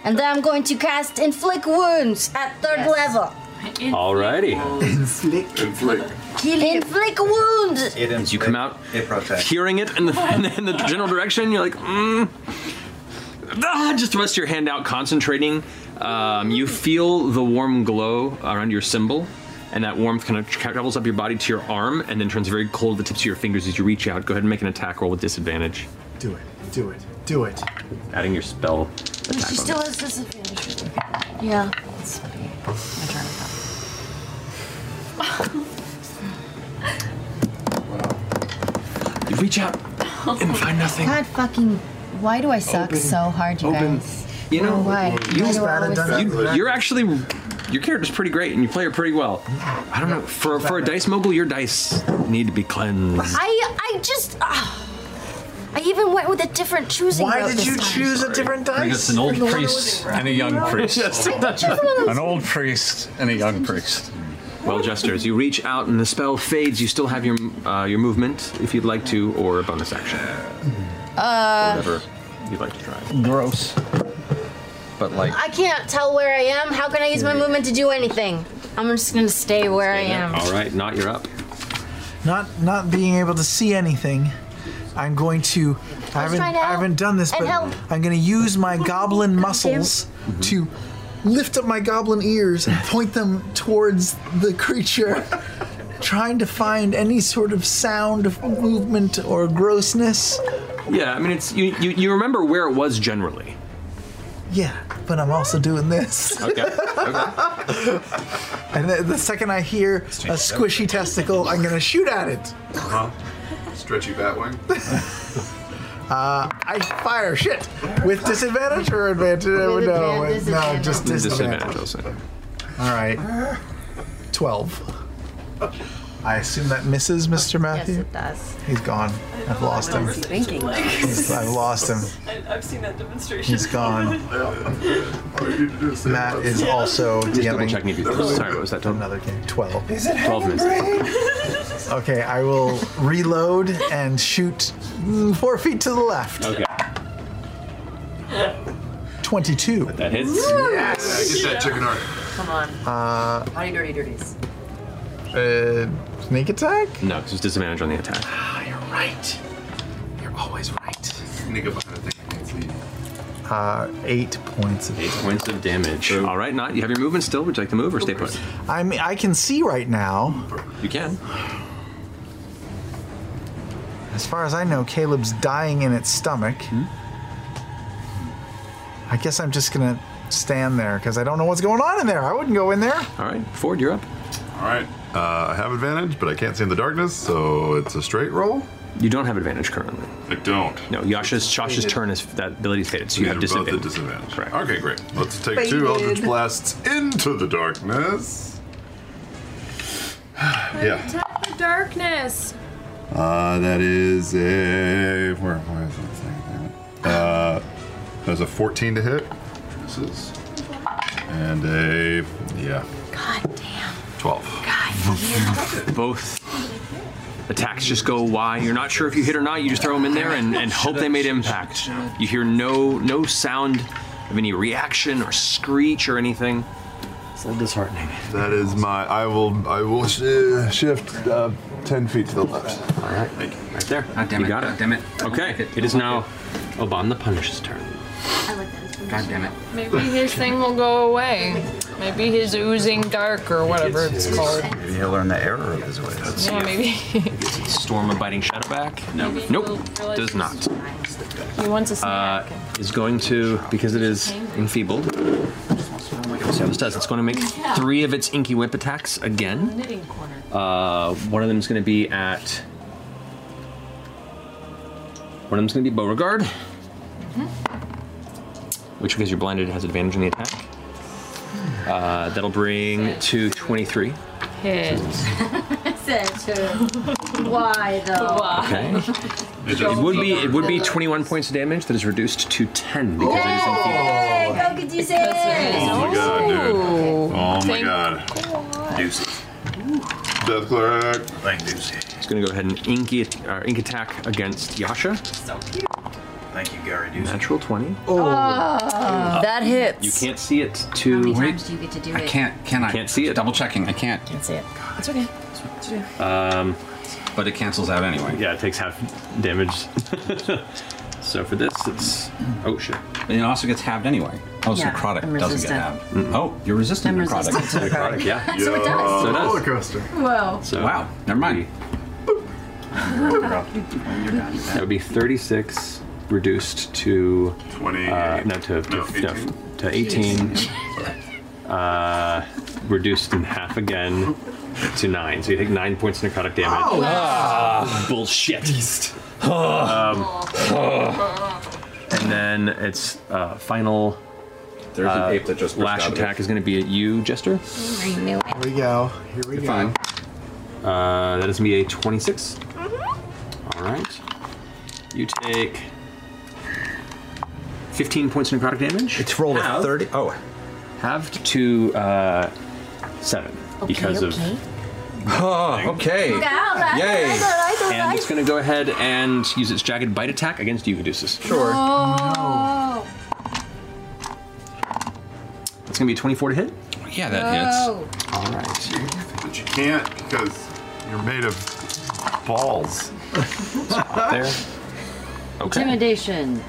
and then I'm going to cast Inflict Wounds at third level. Alrighty. Inflict. Inflict. Inflict Wounds! you come out hearing it in the, in the- in the general direction, you're like, mm. Ah, just thrust your hand out, concentrating. Um, you feel the warm glow around your symbol, and that warmth kind of travels up your body to your arm and then turns very cold at the tips of your fingers as you reach out. Go ahead and make an attack roll with disadvantage, Do it. Do it. Do it. adding your spell attack. She bonus. still has disadvantage. Yeah. You reach out and find nothing. God fucking, why do I suck Open. so hard, you Open. guys? You know, Oh, why? You, Why do I always suck? are actually your character's pretty great, and you play her pretty well. I don't know for for a dice mogul, your dice need to be cleansed. I, I just. ah. I even went with a different choosing Why route did this you time. choose a different dice? Because an old priest and a young priest. an old priest and a young priest. Well, jesters, you reach out and the spell fades. You still have your uh, your movement if you'd like to, or a bonus action, Uh, whatever you'd like to try. Gross. But like, I can't tell where I am. How can I use my movement to do anything? I'm just gonna stay where I am. all right, not you're up. Not not being able to see anything. I'm going to. I haven't, trying to I haven't done this, and but help. I'm going to use my goblin muscles to lift up my goblin ears and point them towards the creature, trying to find any sort of sound of movement or grossness. Yeah, I mean it's you, you. You remember where it was generally. Yeah, but I'm also doing this. Okay. and the, the second I hear a squishy testicle, I'm going to shoot at it. Uh-huh. Stretchy batwing. Uh, I fire shit with disadvantage or advantage? Oh, no, With advan- wait, no, disadvantage. just disadvantage. also. All right, twelve. I assume that misses, Mr. Matthew. Yes, it does. He's gone. I've lost him. Thinking. I've lost him. I, I've seen that demonstration. He's gone. Matt is also Just double DMing. checking if you. Sorry, what was that total? Another game. Twelve. Is it Twelve hanging Okay, I will reload and shoot mm, four feet to the left. Okay. Twenty-two. That hits. Yes. Get that chicken heart. Come on. Uh, Howdy, dirty dirties. uh, sneak attack. No, because it's disadvantage on the attack. Right. You're always right. Nigga behind the thing. I can't see. Uh, eight points of eight points of damage. All right, not you have your movement still. Would you like to move or stay put? I mean, I can see right now. You can. As far as I know, Caleb's dying in its stomach. I guess I'm just gonna stand there because I don't know what's going on in there. I wouldn't go in there. All right, Ford, you're up. All right. Uh, I have advantage, but I can't see in the darkness, so it's a straight roll. You don't have advantage currently. I don't. No, Yasha's Josh's turn is that ability's faded, so you have These are both disadvantage. at disadvantage. Okay, great. Let's take Faded. two Eldritch Blasts into the darkness. yeah. Attack the darkness. Uh, that is a. Where, where is that thing? Damn it. Uh, that was a 14 to hit. This is. And a. Yeah. God damn. 12. Both attacks just go why. You're not sure if you hit or not. You just throw them in there and, and hope they made impact. You hear no no sound of any reaction or screech or anything. It's a little disheartening. That is my. I will. I will sh- uh, shift uh, ten feet to the left. All right, right there. God damn you it, got God Ah, it. damn it. Okay, it is now Oban the Punish's turn. I like that. God damn it. Maybe his thing will go away. Maybe his oozing dark or whatever it's called. Maybe he'll learn the error of his ways. Yeah, maybe Storm of Biting Shadowback? No. Nope. Does not. he wants a snack. Uh, is going to, because it is enfeebled, see how this does. It's going to make three of its Inky Whip attacks again. Knitting corner. Uh, one of them is going to be at. One of them is going to be Beauregard, Hmm? which because you're blinded has advantage on the attack. Uh, that'll bring to 23. Hit. Said to. Why though? Okay. it would be it would be 21 points of damage that is reduced to 10 because it is infused. Yay! Go Caduceus! Oh my god, dude. Oh my Thank- god. Deucey. Death cleric. Thank Deucey. He's gonna go ahead and inky, uh, ink attack against Yasha. So cute. Thank you, Gary Deucey. Natural 20. Oh, Ah, that hits. You can't see it to. do you get to do I can't. Can I? Can't see it. Double checking. I can't. Can't see it. It's okay. Um, but it cancels out anyway. Yeah, it takes half damage. so for this, it's oh shit. And it also gets halved anyway. Oh, so Yeah, necrotic I'm doesn't get resistant. halved. Oh, you're resistant I'm to necrotic. resistant to necrotic. Necrotic, yeah. So it does. So it does. Roller coaster. Whoa. wow. Never mind. That would be 36 reduced to 20. Uh, no, to, to, no, to 18. uh, reduced in half again to 9. So you take 9 points of necrotic damage. Ouch. Ah, bullshit. um, and then it's uh, final. uh, There's an ape that just burst lash out of it. attack is going to be at you, Jester. I knew it. Here we go. Here we go. Uh, that is me a 26. All right. You take 15 points of necrotic damage. It's rolled a 30. Oh. Halved to uh, 7 because okay. of. Oh, okay. Okay, all right, Yay. all right, all right, all And right. it's going to go ahead and use its jagged bite attack against you, Caduceus. Oh. It's going to be 24 to hit. Yeah, hits. All right. But you can't because you're made of balls. there. Intimidation.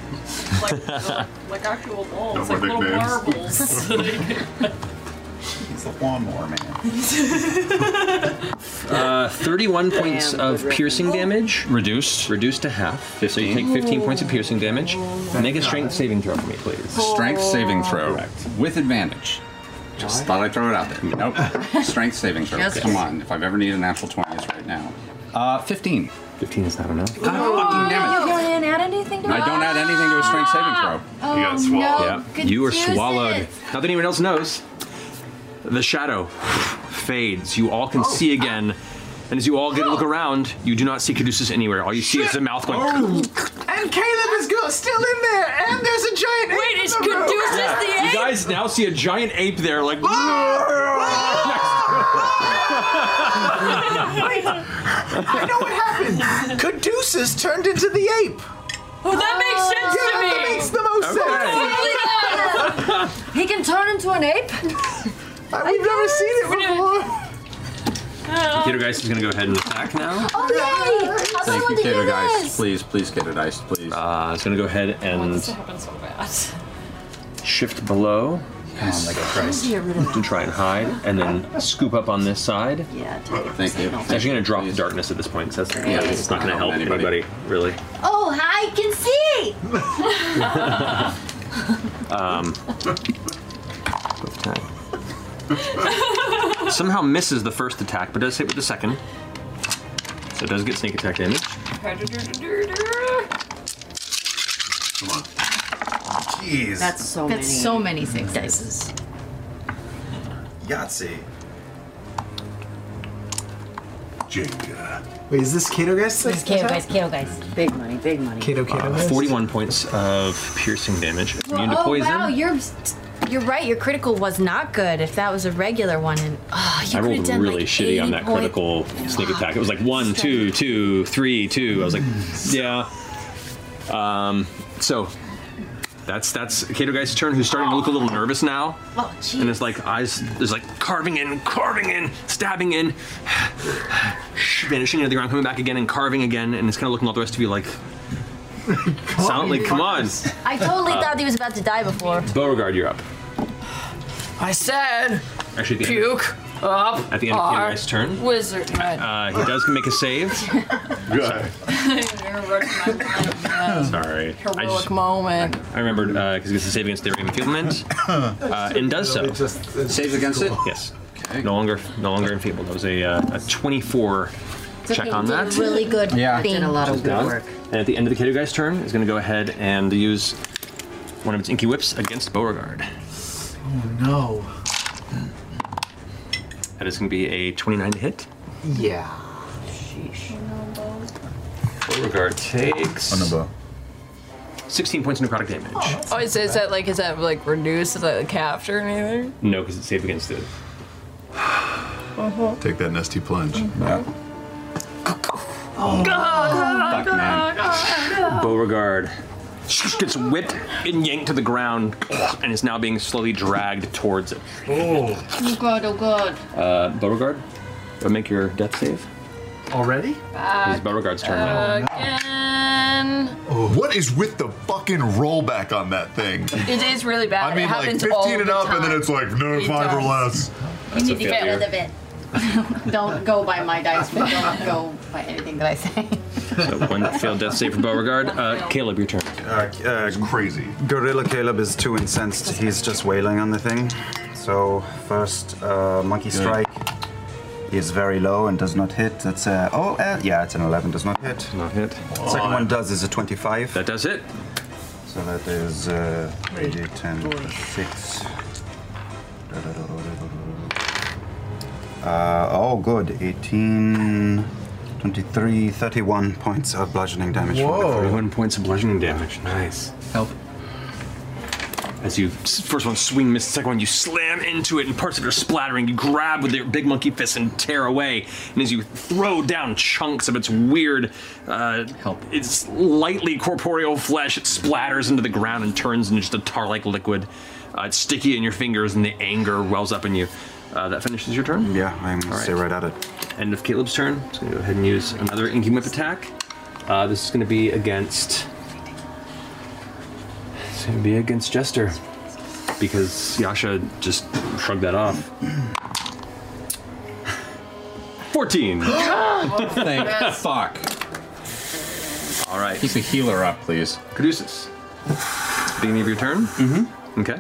Like actual balls. No like more little marbles. nicknames. He's a lawnmower Uh, 31 points Damn, of good piercing damage. Reduced. Reduced to half. So you take 15 points of piercing damage. Make a strength saving throw for me, please. Strength saving throw with advantage. Just thought I'd throw it out there. Mm. Nope. Strength saving throw. Yes. Come on. If I've ever needed a natural 20, it's right now. Uh, 15. 15 is not enough. fucking damn it. You didn't add anything to I don't add anything to a strength saving throw. Oh, You got swallowed. no. Yep. You are Good juices. swallowed. Not that anyone else knows. The shadow fades. You all can see again. And as you all get a look around, you do not see Caduceus anywhere. All you see is the mouth Oh. going. And Caleb is go- still in there, and there's a giant. Wait, is Caduceus Ah! You guys now see a giant ape there, like. Wait, I know what happened. Caduceus turned into the ape. Well, Oh, that Oh. makes sense yeah, to me. Oh, That makes the most sense. he can turn into an ape. Uh, We've never seen it before. Gator Geist is going to go ahead and attack now. Oh, yay! I Thank want to you, do Gator this! Please, please, Gator Geist, please. Uh, it's going to go ahead and happened so fast. shift below. Yes. Oh my god, Christ. Get rid of it. To try and hide, and then scoop up on this side. Yeah, Thank you. It's actually going to drop the darkness at this point, so that's Yeah, yeah, it's not going to help anybody. anybody, really. Oh, I can see! um, somehow misses the first attack, but does hit with the second. So it does get sneak attack damage. Come on. Jeez. That's so That's many. so many sixes. Yahtzee. Wait, is this Kato guys? It's Kato guys, Kato guys. Big money, big money. Uh, 41 points of piercing damage. Immune to oh poison. wow, you're you're right. Your critical was not good. If that was a regular one, and oh, you I could rolled have done really like shitty on 80 that point- critical sneak attack. It was like one, two, two, three, two. I was like, Mm. yeah. Um, so that's that's Kato Guy's turn, who's starting to look a little nervous now. Oh, jeez. and it's like eyes is like carving in, carving in, stabbing in, vanishing into the ground, coming back again, and carving again, and it's kind of looking all the rest of you like, sound like, come on. I totally Uh, thought he was about to die before. Beauregard, you're up. I said, Actually, at the end, puke up. at the end of Kato our Guy's turn, Wizard. uh, he does make a save. Good. Sorry. Heroic I, just, moment. I remembered because it's a save against their enfeeblement. Uh, and Uh, does so. Saves against it? Yes. No longer, no longer enfeebled. That was a, uh, a 24 It's check okay, on you did that. really good Yeah. thing. Did a lot of Which is done. good work. And at the end of the Kato guy's turn, is going to go ahead and use one of its inky whips against Beauregard. Oh no. That is going to be a 29 to hit. Yeah. Beauregard takes. On the bow. 16 points of necrotic damage. Oh, is, is that like is that like reduced? Is that like halved or anything? No, because it's safe against it. Take that nasty plunge. Oh, fuck, man. Beauregard gets whipped and yanked to the ground and is now being slowly dragged towards it. Oh. Oh god, oh god. Uh, Beauregard, uh, make your death save. Already? It's Beauregard's turn now. Again. What is with the fucking rollback on that thing? It is really bad. I mean, it like happens 15 all and the up, time. and then it's like, no, It five or does. less. That's You a need to get failure. rid of it. Don't go by my dice. but Don't go by anything that I say. So one failed death save for Beauregard. Uh, Caleb, your turn. Uh, uh, crazy. Gorilla Caleb is too incensed. He's just wailing on the thing. So first, uh, monkey Good. strike. He is very low and does not hit. That's a oh uh, yeah, it's an 11. Does not hit. Not hit. Second one does is a 25. That does hit. So that is uh, 8, 10, plus 6. Uh, oh, good. 18, 23, 31 points of bludgeoning damage. from the Whoa. three. 31 points of bludgeoning damage. Nice. Help. As you s- first one swing, miss the second one, you slam into it, and parts of it are splattering. You grab with your big monkey fist and tear away. And as you throw down chunks of its weird, uh, Help. its lightly corporeal flesh, it splatters into the ground and turns into just a tar-like liquid. Uh, it's sticky in your fingers, and the anger wells up in you. Uh, that finishes your turn. Yeah, I'm gonna stay right at it. End of Caleb's turn. Just gonna go ahead and use another inking whip attack. Uh, this is gonna be against. It's gonna be against Jester because Yasha just shrugged that off. Fourteen. Thank Yes. fuck. All right. Keep the healer up, please. Caduceus. Beginning of your turn. Mm-hmm. Okay.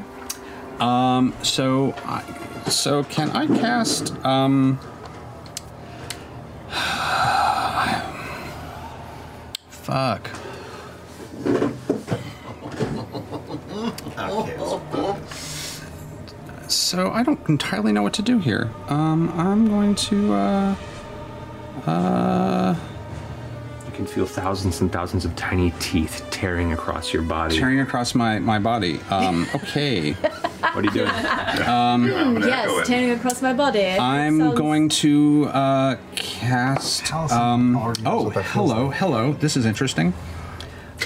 Um. So, I, so can I cast? Um. Fuck. So I don't entirely know what to do here. Um. I'm going to. Uh. Uh. You can feel thousands and thousands of tiny teeth tearing across your body. Tearing across my my body. Um. Okay. What are you doing? Um. Mm, yes, tearing across my body. I'm Sounds- going to uh, cast. Um, oh, hello, hello. This is interesting.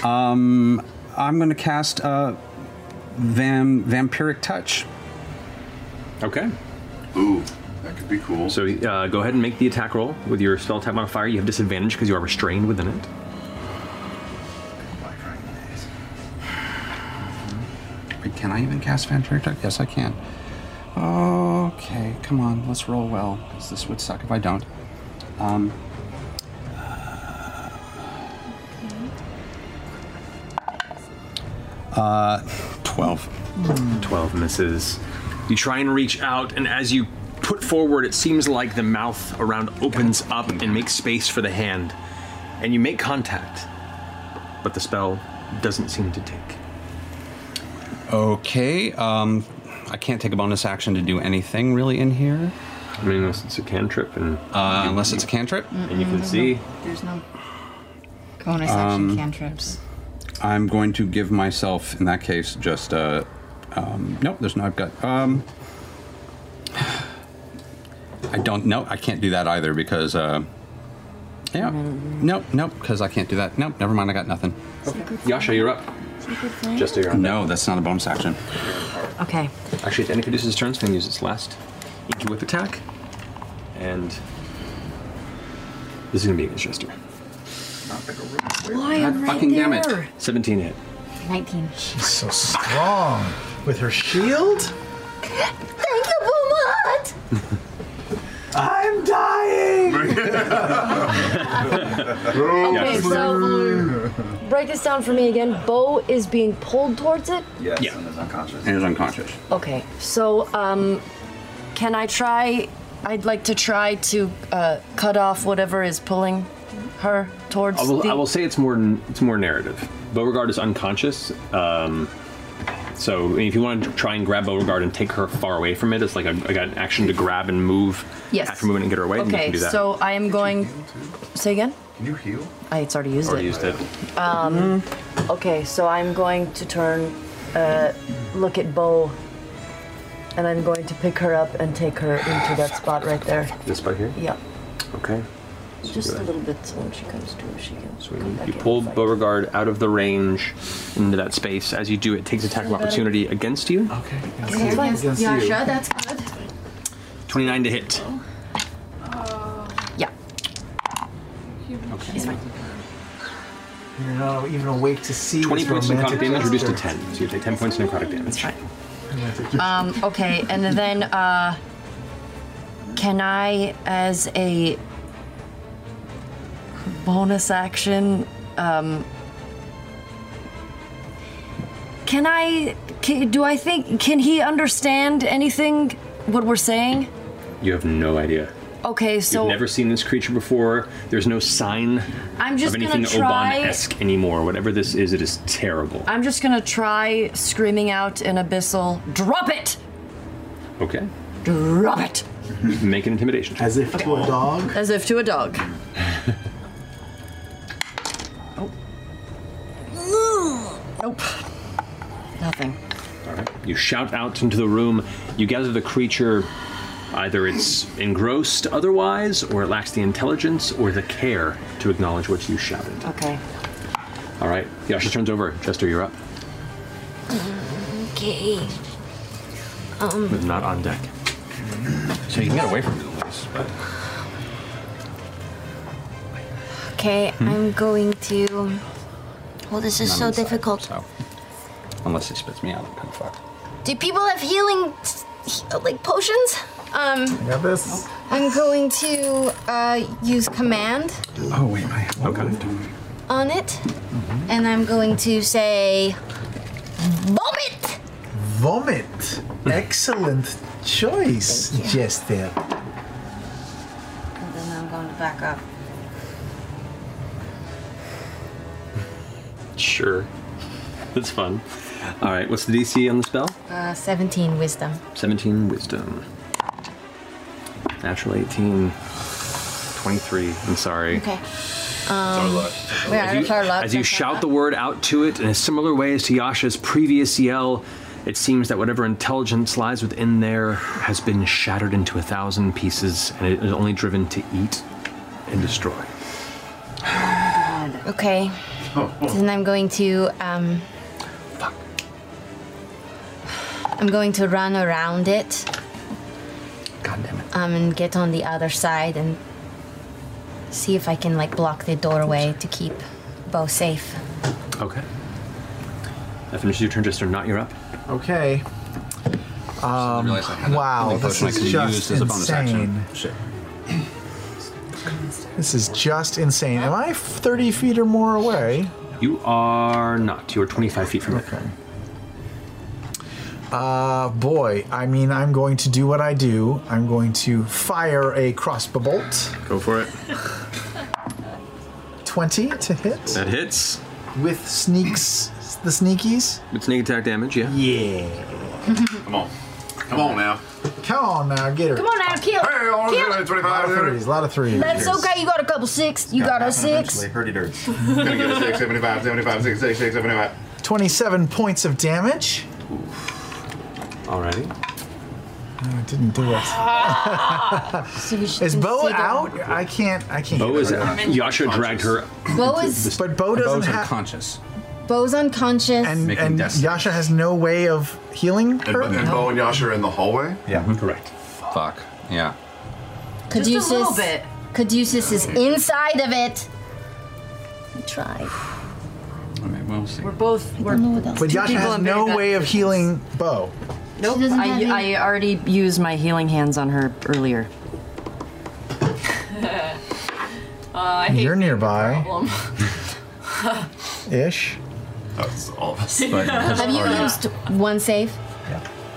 Um, I'm going to cast uh, vam- Vampiric Touch. Okay. Ooh, that could be cool. So uh, go ahead and make the attack roll with your spell type modifier. You have disadvantage because you are restrained within it. Wait, can I even cast Vampiric Touch? Yes, I can. Okay, come on, let's roll well, because this would suck if I don't. Um, Uh, 12. 12 misses. You try and reach out, and as you put forward, it seems like the mouth around opens up and makes space for the hand. And you make contact, but the spell doesn't seem to take. okay, um, I can't take a bonus action to do anything really in here. I mean, unless it's a cantrip, and uh, unless it's a cantrip, and you can see. There's Mm, no bonus action Um, cantrips. I'm going to give myself, in that case, just uh, um, nope. There's no. I've got. Um, I don't. No, I can't do that either because. Uh, yeah. Nope. Nope. Because I can't do that. Nope. Never mind. I got nothing. Yasha, you're up. Jester, you're up. No, that's not a bonus action. Okay. Actually, it's Anacaduceus' turn. It's going to use its last Inky Whip attack. And this is going to be against Jester. Why I'm right there. 17 hit. 19. She's so strong with her shield. Thank you, Beaumont! I'm dying. Okay, so break this down for me again. Bo is being pulled towards it. Yes. Yeah. And is unconscious. Okay, so um, can I try I'd like to try to uh, cut off whatever is pulling her towards I will, the. I will say it's more it's more narrative. Beauregard is unconscious, um, so if you want to try and grab Beauregard and take her far away from it, it's like a, I got an action to grab and move Yes. after moving and get her away. then you okay, can do that. so I am going. Say again. can you heal? I, it's already used Already it. used it. Um, Mm-hmm. Okay, so I'm going to turn, uh, look at Bo, and I'm going to pick her up and take her into that spot right there. This part here. Yeah, Okay. So just do a that. little bit so when she comes to, she can. come back You in. pull Beauregard out of the range into that space. As you do, it takes attack of opportunity against you. Okay. Okay, against Against Yasha, you. that's good. 29 to hit. Yeah. He's fine. You're not even awake to see. 20 this points of necrotic romantic damage reduced to gesture. 10. So you take 10 points of necrotic damage. Um, okay, and then uh, can I, as a bonus action, um, can I? Can, do I think? Can he understand anything? What we're saying? You have no idea. Okay, so You've never seen this creature before. There's no sign I'm just of gonna anything try- Oban-esque anymore. Whatever this is, it is terrible. I'm just gonna try screaming out in abyssal. Drop it! Okay. Drop it! Make an intimidation. As if to a dog. As if to a dog. Nope. Nothing. All right. You shout out into the room. You gather the creature. Either it's engrossed otherwise, or it lacks the intelligence or the care to acknowledge what you shouted. Okay. All right. Yasha turns over. Chester, you're up, Okay. Um, but not on deck. So you can get away from it at least. But okay, Hmm. I'm going to. Well, this is I'm so inside, difficult. so. Unless he spits me out, I'm kind of fucked. Do people have healing, he- like potions? Um, I'm going to uh, use command Oh wait, I have on it, and I'm going to say, vomit. Vomit. Excellent choice, Jester. And then I'm going to back up. Sure. That's fun. All right. What's the DC on the spell? Uh, 17 wisdom. 17 wisdom. Natural 18. 23. I'm sorry. Okay. Um, Yeah, as that's you, our luck. as you that's our shout luck. the word out to it in a similar way as to Yasha's previous yell, it seems that whatever intelligence lies within there has been shattered into a thousand pieces and it is only driven to eat and destroy. Okay. Then I'm going to um. I'm going to run around it. God damn it. Um, and get on the other side and see if I can like block the doorway to keep Bo safe. Okay. That finishes your turn, Jester. Not your up. Okay. Um, wow, this is just insane. Shit. This is just insane. Am I 30 feet or more away? You are not. You are 25 feet from it. Uh, boy, I mean, I'm going to do what I do. I'm going to fire a crossbow bolt. Go for it. 20 to hit That hits. with sneaks, the sneakies. It's sneak attack damage, yeah? Yeah. Come on. Come on now. Come on now, get her. Come on now, kill! kill. A lot of threes, a lot of threes. That's okay. You got a couple six. You got a six. Hurdy dirty. Gonna get a 6, 75, 75, 66, 75. 27 points of damage. Alrighty. No, I didn't do Ah. it. is Bo out? I can't. I can't. Bo is Yasha dragged her. Bo is But Bo doesn't have. conscious. Bo's unconscious. And, and Yasha has no way of healing And, her. and Bo and Yasha are in the hallway? Yeah, correct. Fuck. Yeah. Caduceus, Just a little bit. Caduceus is inside of it. Try. Okay, well, we'll see. We're both. We're But Yasha has no way of healing Bo. Nope. I, I already used my healing hands on her earlier. uh, I hate You're nearby, problem. ish. That's all of us. Have you used one save?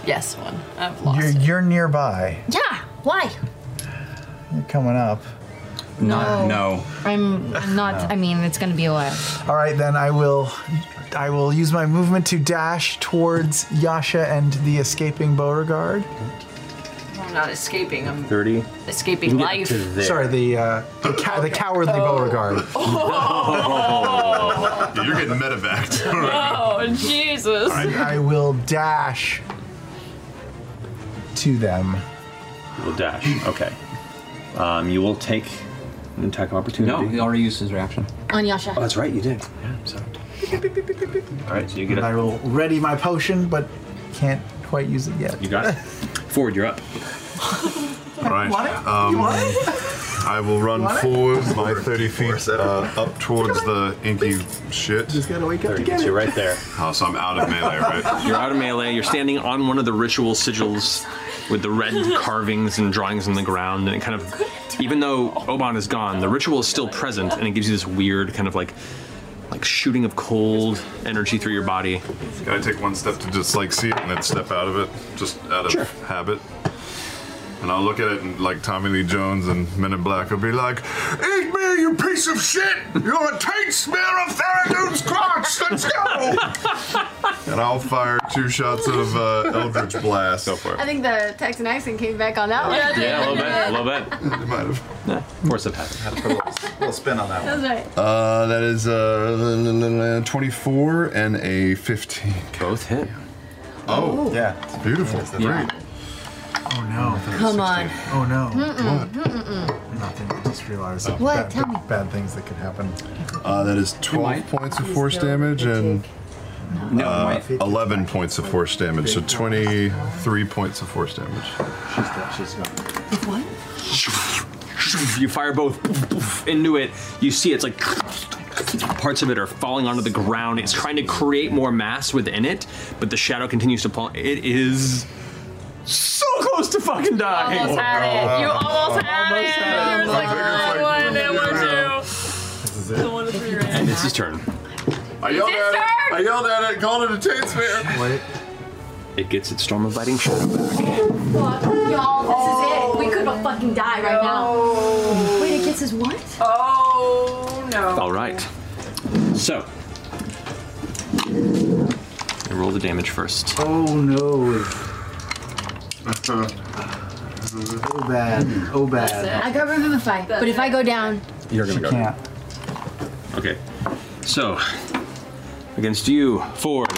yes, one. I've You're, you're nearby. Yeah. Why? You're coming up. Not- no. I'm I'm not. I mean, it's gonna be a while. All right, then I will. I will use my movement to dash towards Yasha and the escaping Beauregard. I'm not escaping. I'm Thirty. escaping life. Sorry, the uh, the, cow- the cowardly Oh. Beauregard. You're getting medevaced. Oh, Jesus. I will dash to them. You will dash. Okay. Um, you will take an attack of opportunity. No, he already used his reaction. On Yasha. Oh, that's right, you did. Yeah, so. All right, so you get I will ready my potion, but can't quite use it yet. You got it. Forward, you're up. All right. Want it? Um, you want it? I will run Want it? forward my 30 feet uh, up towards the inky shit. Just gotta wake up to get it. right there. Oh, so I'm out of melee, right? You're out of melee. You're standing on one of the ritual sigils with the red carvings and drawings on the ground, and it kind of, even though Oban is gone, the ritual is still present, and it gives you this weird kind of like, like shooting of cold energy through your body. Can I take one step to just like see it and then step out of it, just out of habit? And I'll look at it and like Tommy Lee Jones and Men in Black will be like, "Eat me, you piece of shit! You're a taint smear of Farragut's crotch. Let's go!" and I'll fire two shots of uh, Eldritch Blast. Go for I think the Texan accent came back on that one. bit, a little bit. might have. of course it happened. Had to put a little, little spin on that That's one. right. Uh, that is uh, 24 and a 15. Both hit. Oh, Oh. yeah. It's beautiful. Yeah. Great. Oh no. Come on. Oh no. Mm-mm, Nothing. I just realized Oh. What? Bad, Tell me. bad things that could happen. Uh, that is 12 points of force damage and uh, 11 points of force damage. So 23 points of force damage. She's dead. She's gone. What? You fire both poof, poof, into it. You see it's like parts of it are falling onto the ground. It's trying to create more mass within it, but the shadow continues to pull. It is so close to fucking dying. Almost had it. You almost had it. There's like one, one, and one, two. The one, three, right? And it's his turn. I yelled at it. I yelled at it. Called it a taint smear. Wait. It gets its storm of biting shadow back. Fuck, y'all, this is Oh, it. We could fucking die right now. Wait, it gets his what? Oh no. All right. So, I roll the damage first. Oh no. oh bad. Oh bad. I got revivify, but if I go down, You're gonna She go. can't. Okay. So, against you, Ford,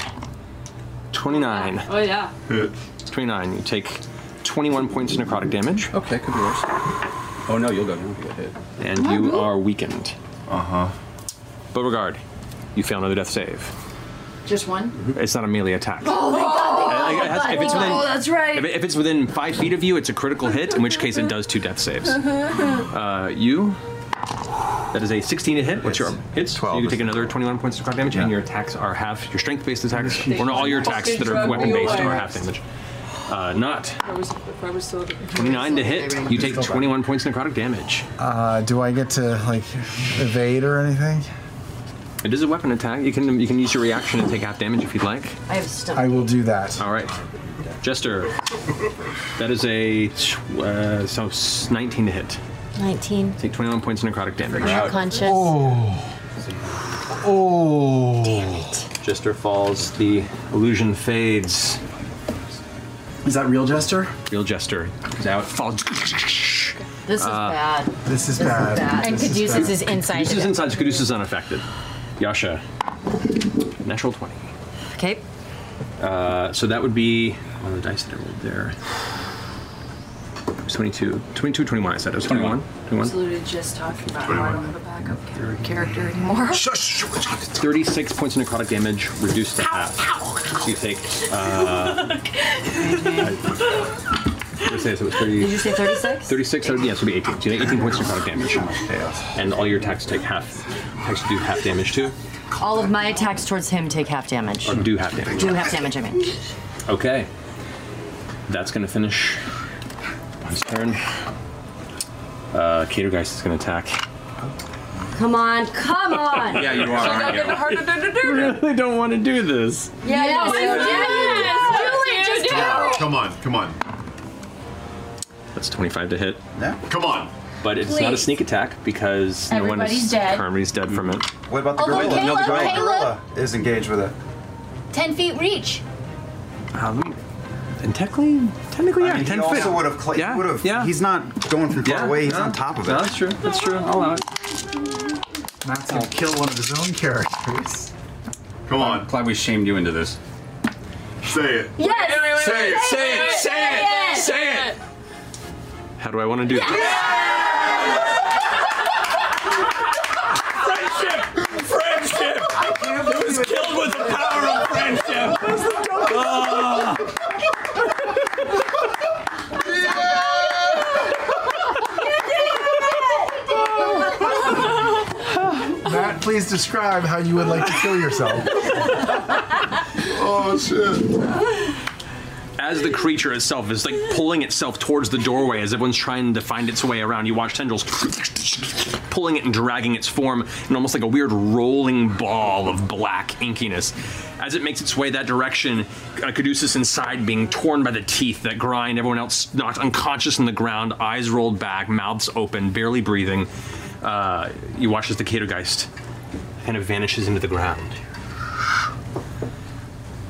29. Oh yeah. It's 29. You take 21 points of necrotic damage. Okay, could be worse. Oh no, you'll go down if you get hit. And you are weakened. Uh huh. Beauregard, you fail another death save. Just one. It's not a melee attack. Oh my I- I- god! I- Thank if it's god. within- Oh, that's right. If, it- if it's within five feet of you, it's a critical hit, in which case it does two death saves. Uh, you. That is a 16 to hit. What's your hits? 12. you can take another 21 points of crowd damage, and your attacks are half. Your strength-based attacks, or no, all your attacks that are weapon-based are half damage. Uh, not I was, if I was still 29 to hit. You take 21 points necrotic damage. Uh, do I get to like evade or anything? It is a weapon attack. You can you can use your reaction and take half damage if you'd like. I have stuff. I will do that. All right, Jester. That is a tw- uh, so s- 19 to hit. 19. Take 21 points necrotic damage. Unconscious. Oh. Damn it. Jester falls. The illusion fades. Is that real Jester? Real Jester is out. Falls. This is Uh, bad. This is bad. And This is Caduceus bad. is inside. Caduceus is inside. so Caduceus is unaffected. Yasha. Natural 20. Okay. Uh, so that would be one of the dice that I rolled there. It was 22, 22, 21. I said it was 21. 21. Absolutely just talking about how I don't have a backup char- character anymore. Shush. 36 points of necrotic damage, reduced to half. So you take. Uh, what did I say? So it was 30, Did you say 36? 36, so, yeah, so it'd be 18. So you take 18 points of necrotic damage. And all your attacks take half. Attacks do half damage too. All of my attacks towards him take half damage. Or do half damage. Do half damage, I mean. Okay. That's going to finish his turn. Uh, Catergeist is going to attack. Come on, come on! Yeah, you are, aren't you? really don't want to do this. Yeah, Yes, no, you it's do. not. Yes, you do. Come on, come on. That's 25 to hit. Come on. But it's not a Please. sneak attack because no one Everybody's is dead. Everybody's dead from it. What about the Although gorilla? no, the Caleb- giant Caleb- gorilla is engaged with it. Ten feet reach. Um, and technically, technically, I yeah, mean, he 10 also feet. would have. Cl- yeah, would have. Yeah. He's not going from far away. He's on top of it. No, that's true. That's true. I'll allow it. Mm-hmm. Matt's gonna kill one of his own characters. Come on. Glad we shamed you into this. Say it. Yes! Say it, say it, say it, say it! How do I want to do this? Friendship! Friendship! It was killed with the power of friendship! Ah. Matt, please describe how you would like to kill yourself. oh shit. As the creature itself is like pulling itself towards the doorway as everyone's trying to find its way around, you watch tendrils pulling it and dragging its form in almost like a weird rolling ball of black inkiness. As it makes its way that direction, uh, Caduceus inside being torn by the teeth that grind, everyone else knocked unconscious in the ground, eyes rolled back, mouths open, barely breathing. Uh, you watch as the Catergeist kind of vanishes into the ground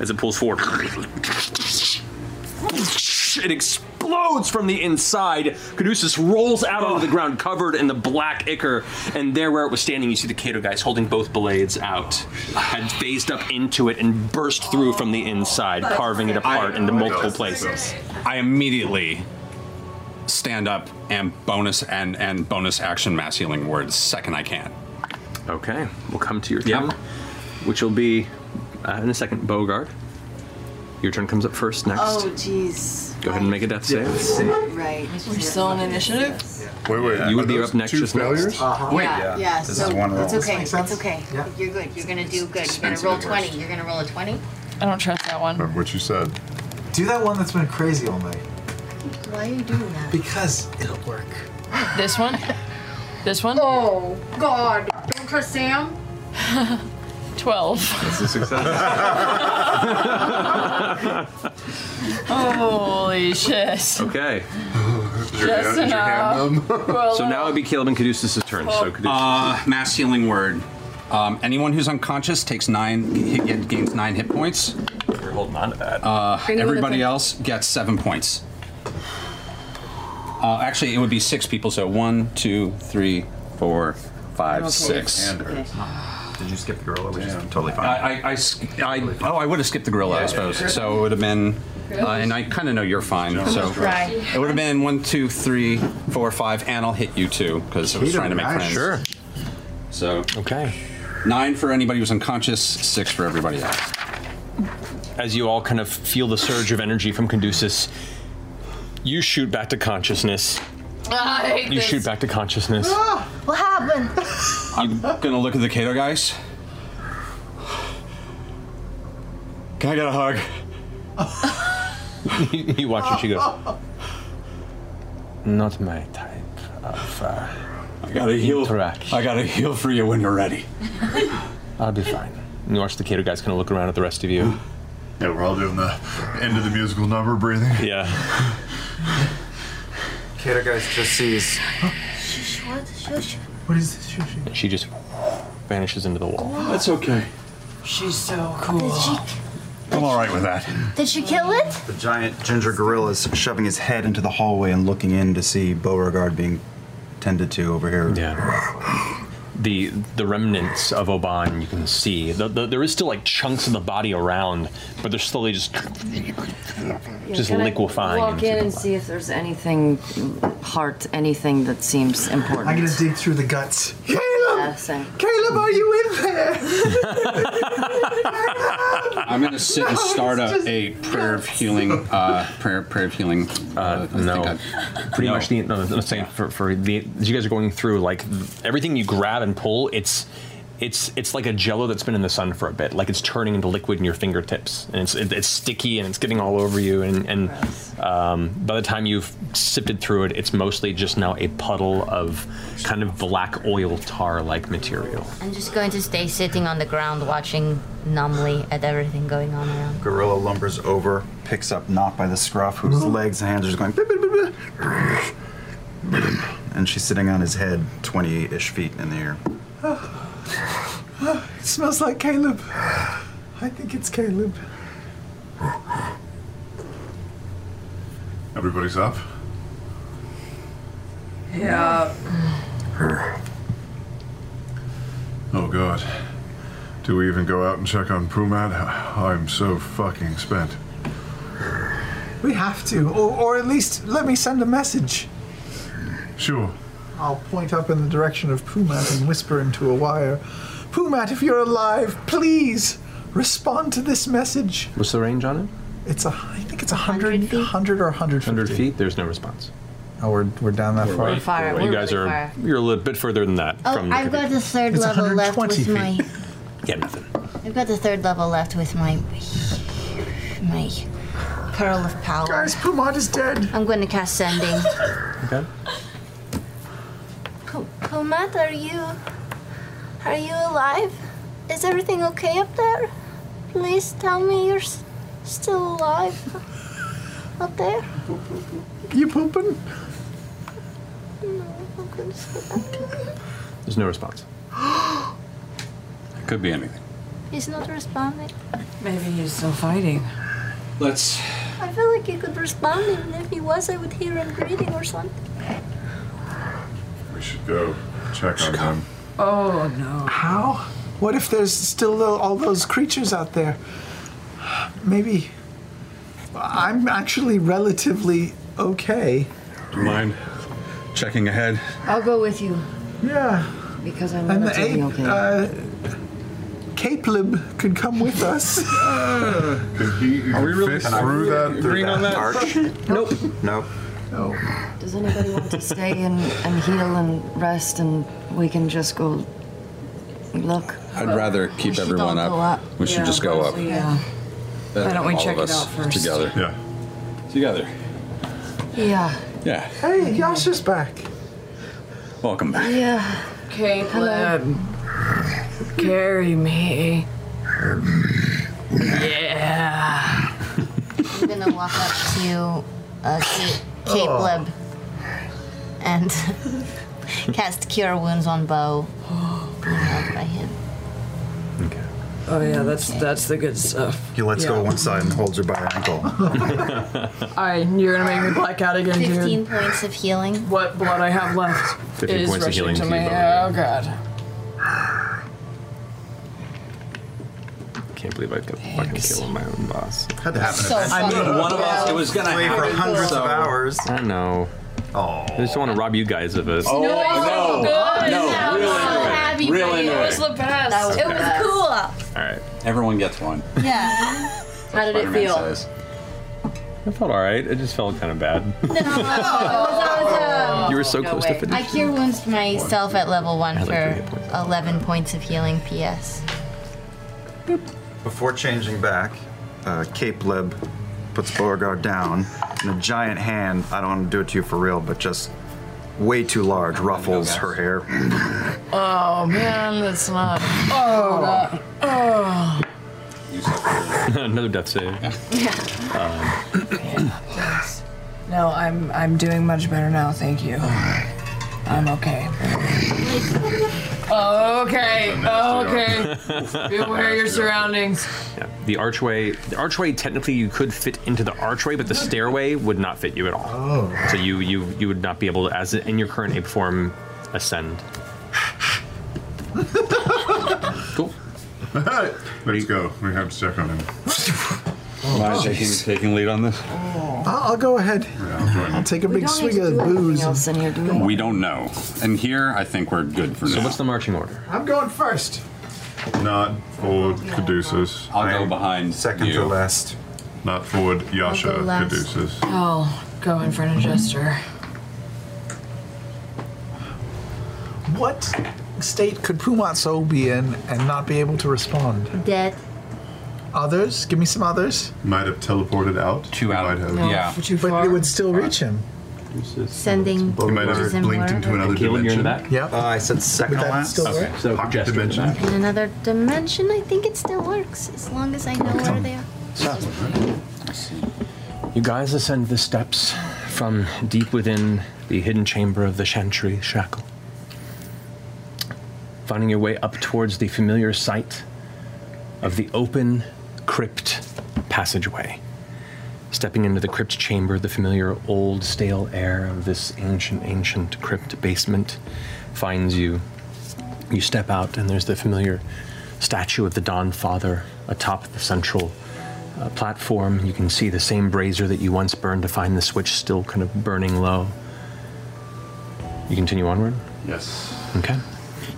as it pulls forward. It explodes from the inside. Caduceus rolls out onto the ground, covered in the black ichor, and there where it was standing, you see the Cato guys holding both blades out, had phased up into it and burst through from the inside, carving it apart into multiple places. I immediately stand up and bonus and and bonus action mass healing words second I can. Okay, we'll come to your turn, which will be uh, in a second. Bogart, your turn comes up first. Next, Oh, jeez. go ahead and make a death save. Right. We're still on initiative? Wait, wait. You would be up next. Two failures. yeah. yeah. so It's okay. It's okay. Yeah. You're good. You're gonna do good. You're gonna Expensive roll at twenty. worst. You're gonna roll a twenty. I don't trust that one. Remember what you said. Do that one that's been crazy all night. Why are you doing that? Because it'll work. This one? This one? Oh, God. Don't trust Sam. 12. That's a Holy shit. Okay. Just enough. Well, so now it'd be Caleb and Caduceus' turn. Oh. So Caduceus. Uh, mass healing word. Um, anyone who's unconscious takes nine, he get- gains nine hit points. You're holding on to that. Uh, Anyone everybody okay? else gets seven points. Uh, actually, it would be six people. So one, two, three, four, five, Okay. six. And her. Did you skip the gorilla, which is totally fine? I, I, I, sk- I oh, I would have skipped the gorilla, I suppose. So it would have been, uh, and I kind of know you're fine. So Right. it would have been one, two, three, four, five, and I'll hit you too because I was Hit him, trying to make guys. friends. Sure. So okay, nine for anybody who's unconscious, six for everybody else. as you all kind of feel the surge of energy from Conducis, you shoot back to consciousness. I hate You this. shoot back to consciousness. what happened? I'm gonna look at the Kato guys. Can I get a hug? you watch and she goes, "Not my type of." Uh, I gotta heal. Interaction. I gotta heal for you when you're ready. I'll be fine. And you watch the Kato guys kind of look around at the rest of you. Yeah, we're all doing the end of the musical number breathing. Yeah. Kato guys just sees. What? Shush. What is this? Shush. And she just vanishes into the wall. That's okay. She's so cool. I'm all right with that. Did she kill it? The giant ginger gorilla is shoving his head into the hallway and looking in to see Beauregard being tended to over here. Yeah. The the remnants of Oban you can see. The, the, there is still like chunks of the body around, but they're slowly just just can I liquefying. Walk in and see if there's anything, heart, anything that seems important. I'm gonna dig through the guts. Caleb! Yeah, same. Caleb, are you in there? I'm gonna sit and start up a prayer of healing. Uh, prayer, prayer of healing. Uh, I no. think I- pretty No. much the no, no, I'm saying for, for the as you guys are going through like everything you grab and pull it's it's it's like a jello that's been in the sun for a bit like it's turning into liquid in your fingertips and it's it, it's sticky and it's getting all over you and and um, by the time you've sifted through it it's mostly just now a puddle of kind of black oil tar like material I'm just going to stay sitting on the ground watching numbly at everything going on around. Gorilla lumbers over, Mm-hmm. picks up Knot by the scruff, whose legs and hands are just going. "Bip, bip, bip, bip." and she's sitting on his head 20 ish feet in the air. Oh, it smells like Caleb. I think it's Caleb. Everybody's up. Yeah. Oh god. Do we even go out and check on Pumat? I'm so fucking spent. We have to, or, or at least let me send a message. Sure. I'll point up in the direction of Pumat and whisper into a wire. Pumat, if you're alive, please respond to this message. What's the range on it? It's a, I think it's a hundred, hundred or hundred. 100 feet. There's no response. Oh, we're, we're down that far? Far, You we're guys really are far. you're a little bit further than that. Oh, from the I've got the third It's level left 120 with feet. my. yeah, nothing. I've got the third level left with my my pearl of power. Guys, Pumat is dead. I'm going to cast sending. Okay. Pu- Pumat, are you are you alive? Is everything okay up there? Please tell me you're s- still alive up there. You pooping? There's no response. It could be anything. He's not responding. Maybe he's still fighting. Let's. I feel like he could respond, even if he was, I would hear him breathing or something. We should go check on them. Oh no. How? What if there's still tho- all those creatures out there? Maybe. I'm actually relatively okay. Do you mind checking ahead? I'll go with you. Yeah. Because I'm And the relatively okay. ape, uh, Capelib could come with us. Could he even fit through that? Green on that? Nope. Nope. Does anybody want to stay and, and heal and rest and we can just go look? I'd rather keep should everyone all up. go up. We should Yeah, just go up. yeah. Then Why don't we all check of it us out first? Together. Yeah. Together. Yeah. Yeah. Hey, Yasha's back. Welcome back. Yeah. Caleb, carry me. Yeah. I'm gonna walk up to uh, Ca- Caleb Oh. and cast Cure Wounds on Bo. Being held by him. Oh yeah, that's that's the good stuff. He lets Yeah. go one side and holds her by her ankle. All right, you're gonna make me black out again, dude. 15 points of healing. What blood I have left 15 is points of rushing healing to to me. you, Oh god. Can't believe I could fucking kill my own boss. Had to happen So eventually. I mean, one of us- it was gonna Play for happen, hundreds of so- hours. I know. Oh. I just don't want to rob you guys of it. Oh, No, no, no, no, real into it. happy Real for you. into It was it. the best. That was it the best. was All right. Everyone gets one. Yeah. How did it Spider-Man feel? says. It felt all right. It just felt kind of bad. No, it was awesome. You were so close to I finishing. Cure Wounds myself at level 1 Had like three for hit 11 points of healing PS. Before changing back, uh, Cape Lib puts Beauregard down, and a giant hand, I don't want to do it to you for real, but just way too large, ruffles her hair. Oh man, that's not. Oh. God. Oh. Another death save. Um, No, I'm I'm doing much better now. Thank you. I'm okay. Okay. Okay. Beware your surroundings. yeah. The archway. The archway. Technically, you could fit into the archway, but the stairway would not fit you at all. Oh. So you you you would not be able to, as in your current ape form, ascend. cool. Let's go. We have to check on him. Am I taking, taking lead on this? I'll, I'll go ahead. I'll take a big swig of the booze. We don't know. And here, I think we're good for now. So what's the marching order? I'm going first. Not forward Caduceus. I'll go behind. Second you. to last. Not forward Yasha I'll go last. Caduceus. I'll go in front of Jester. What state could Pumat Soul be in and not be able to respond? Dead. Others? Give me some others. Might have teleported out. Two out. Might have. No, Yeah. for But it would still reach him. Sending. You might have Does it blinked work? into another Caleb, you're in dimension. the Yep. I said second Would that last. still Okay, work? so pocket dimension. In another dimension, I think it still works as long as I know where they are. You guys ascend the steps from deep within the hidden chamber of the Chantry Shackle. Finding your way up towards the familiar sight of the open crypt passageway. Stepping into the crypt chamber, the familiar old stale air of this ancient, ancient crypt basement finds you. You step out, and there's the familiar statue of the Dawn Father atop the central uh, platform. You can see the same brazier that you once burned to find the switch still kind of burning low. You continue onward? Yes. Okay.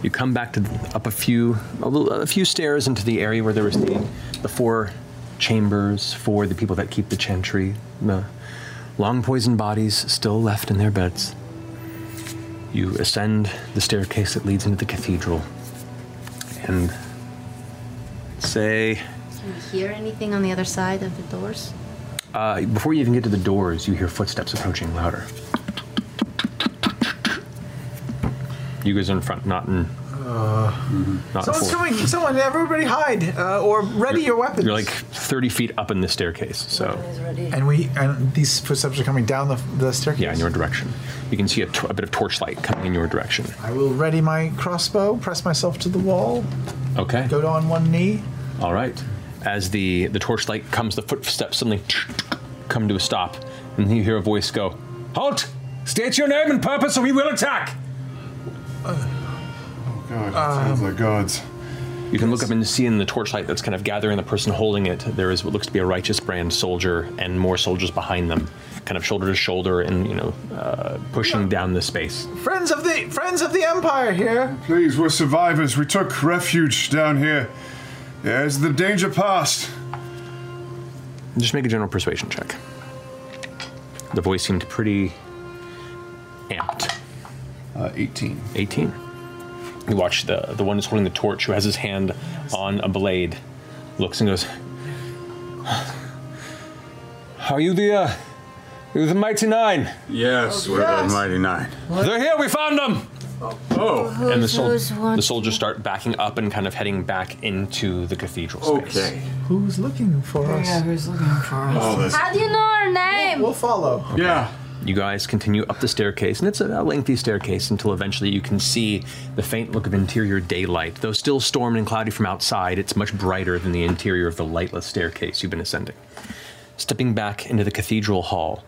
You come back to up a few a, little, a few stairs into the area where there was the the four chambers for the people that keep the chantry. The long poisoned bodies still left in their beds. You ascend the staircase that leads into the cathedral, and say Can we hear anything on the other side of the doors? uh, before you even get to the doors, you hear footsteps approaching louder. You guys are in front, not in. not Someone's forward. coming! Someone! Everybody hide uh, or ready your weapons. You're like 30 feet up in the staircase, so. And we and these footsteps are coming down the, the staircase. Yeah, in your direction. You can see a, t- a bit of torchlight coming in your direction. I will ready my crossbow. Press myself to the wall. Okay. Go on one knee. All right. As the, the torchlight comes, the footsteps suddenly come to a stop, and you hear a voice go, Halt! State your name and purpose, or we will attack! Oh god, that sounds like gods. You can look up and see in the torchlight that's kind of gathering the person holding it. There is what looks to be a righteous brand soldier and more soldiers behind them, kind of shoulder to shoulder and you know uh, pushing down the space. Friends of the friends of the Empire here. Please, we're survivors. We took refuge down here. As the danger passed. Just make a general persuasion check. The voice seemed pretty amped. Uh, 18. 18. You watch the, the one who's holding the torch, who has his hand on a blade, looks and goes, Are you the, uh, you the Mighty Nine? Yes, we're the Mighty Nine. They're here, we found them! Oh. and the, sol- Who's- who's the soldiers start backing up and kind of heading back into the cathedral space. Okay. Who's looking for us? Yeah, who's looking for us? Oh, that's- How do you know our name? We'll, follow. Yeah. You guys continue up the staircase, and it's a lengthy staircase until eventually you can see the faint look of interior daylight. Though still stormed and cloudy from outside, it's much brighter than the interior of the lightless staircase you've been ascending. Stepping back into the cathedral hall,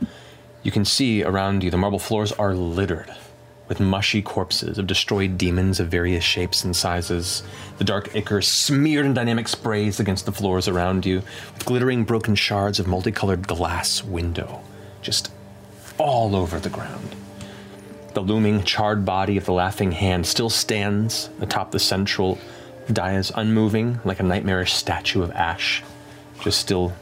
you can see around you the marble floors are littered with mushy corpses of destroyed demons of various shapes and sizes, the dark ichor smeared in dynamic sprays against the floors around you, with glittering broken shards of multicolored glass window just all over the ground. The looming, charred body of the laughing hand still stands atop the central dais, unmoving like a nightmarish statue of ash, just still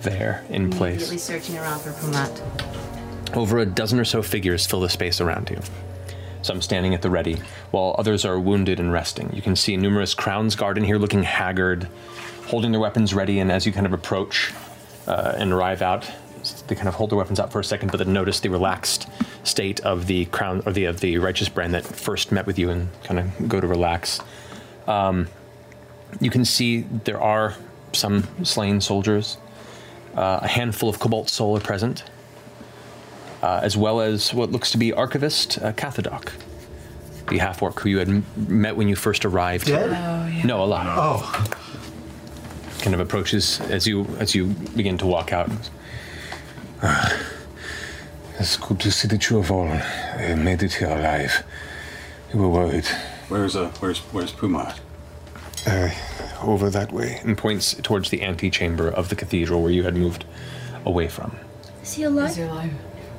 there in Mm, place. Immediately searching around for Pumat. Over a dozen or so figures fill the space around you. Some standing at the ready, while others are wounded and resting. You can see numerous crowns guard in here looking haggard, holding their weapons ready, and as you kind of approach uh, and arrive out, they kind of hold their weapons out for a second, but then notice the relaxed state of the crown or the of the righteous brand that first met with you and kind of go to relax. Um, you can see there are some slain soldiers. Uh, a handful of Cobalt Soul are present, uh, as well as what looks to be Archivist uh, Cathodoc, the half orc who you had m- met when you first arrived. Dead? No, alive. Oh. Kind of approaches as you as you begin to walk out. Ah, it's good to see that you have all uh, made it here alive. You were worried. Where's uh, where's where's Pumat? Uh, over that way. And points towards the antechamber of the cathedral where you had moved away from. Is he alive?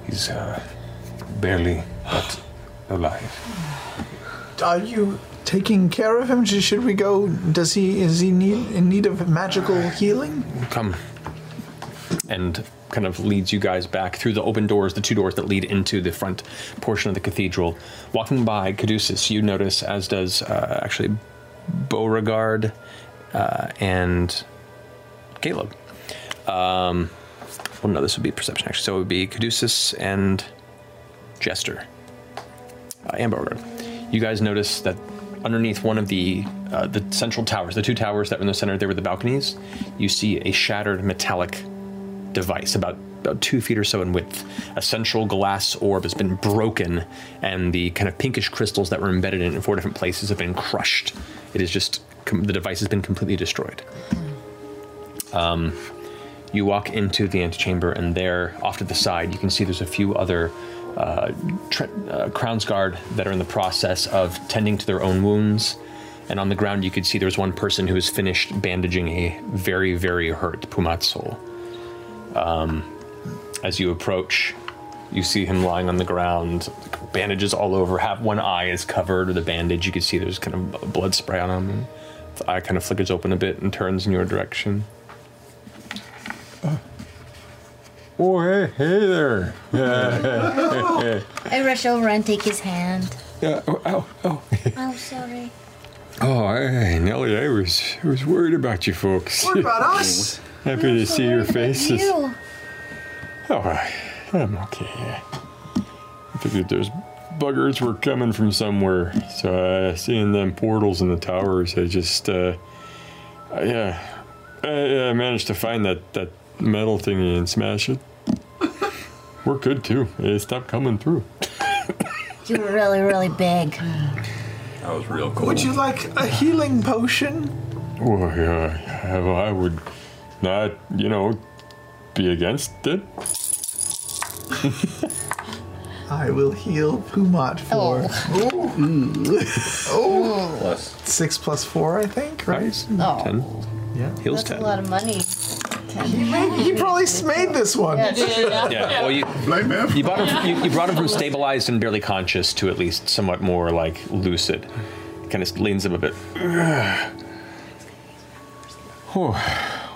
He's uh, barely, but alive. Are you taking care of him? Sh- Should we go? Does he is he need in need of magical healing? Come. And kind of leads you guys back through the open doors, the two doors that lead into the front portion of the cathedral. Walking by Caduceus, you notice, as does uh, actually Beauregard uh, and Caleb. Um, well, no, this would be perception, actually. So it would be Caduceus and Jester uh, and Beauregard. You guys notice that underneath one of the uh, the central towers, the two towers that were in the center, they were the balconies. You see a shattered metallic device about about two feet or so in width. A central glass orb has been broken, and the kind of pinkish crystals that were embedded in it in four different places have been crushed. It is just com- the device has been completely destroyed. Um, you walk into the antechamber, and there, off to the side, you can see there's a few other uh, tr uh, Crown's Guard that are in the process of tending to their own wounds. And on the ground, you could see there's one person who is finished bandaging a very, very hurt Pumatsul. Um, as you approach, you see him lying on the ground, bandages all over. Half one eye is covered with a bandage. You can see there's kind of blood spray on him. The eye kind of flickers open a bit and turns in your direction. Oh, hey, hey there. Yeah. I rush over and take his hand. yeah. Oh, ow, ow. I'm sorry. oh, hey, Nellie, I was, I was worried about you folks. Worried about us? Happy to see your faces. You. All right, I'm okay. I figured those buggers were coming from somewhere. So uh, seeing them portals in the towers, I just, uh, I, yeah, I, I managed to find that that metal thingy and smash it. we're good too. It stopped coming through. You were really, really big. That was real Would you like a healing potion? Well, uh, well, I would not, you know, be against it. I will heal Pumat for Oh, six plus four, I think, right? Oh. Ten. Yeah. Heals that's a lot of money. He, made, he probably made this one. Yeah, yeah, Yeah. Well, you You brought him. You, you brought him from stabilized and barely conscious to at least somewhat more like lucid. Kind of leans him a bit. Oh,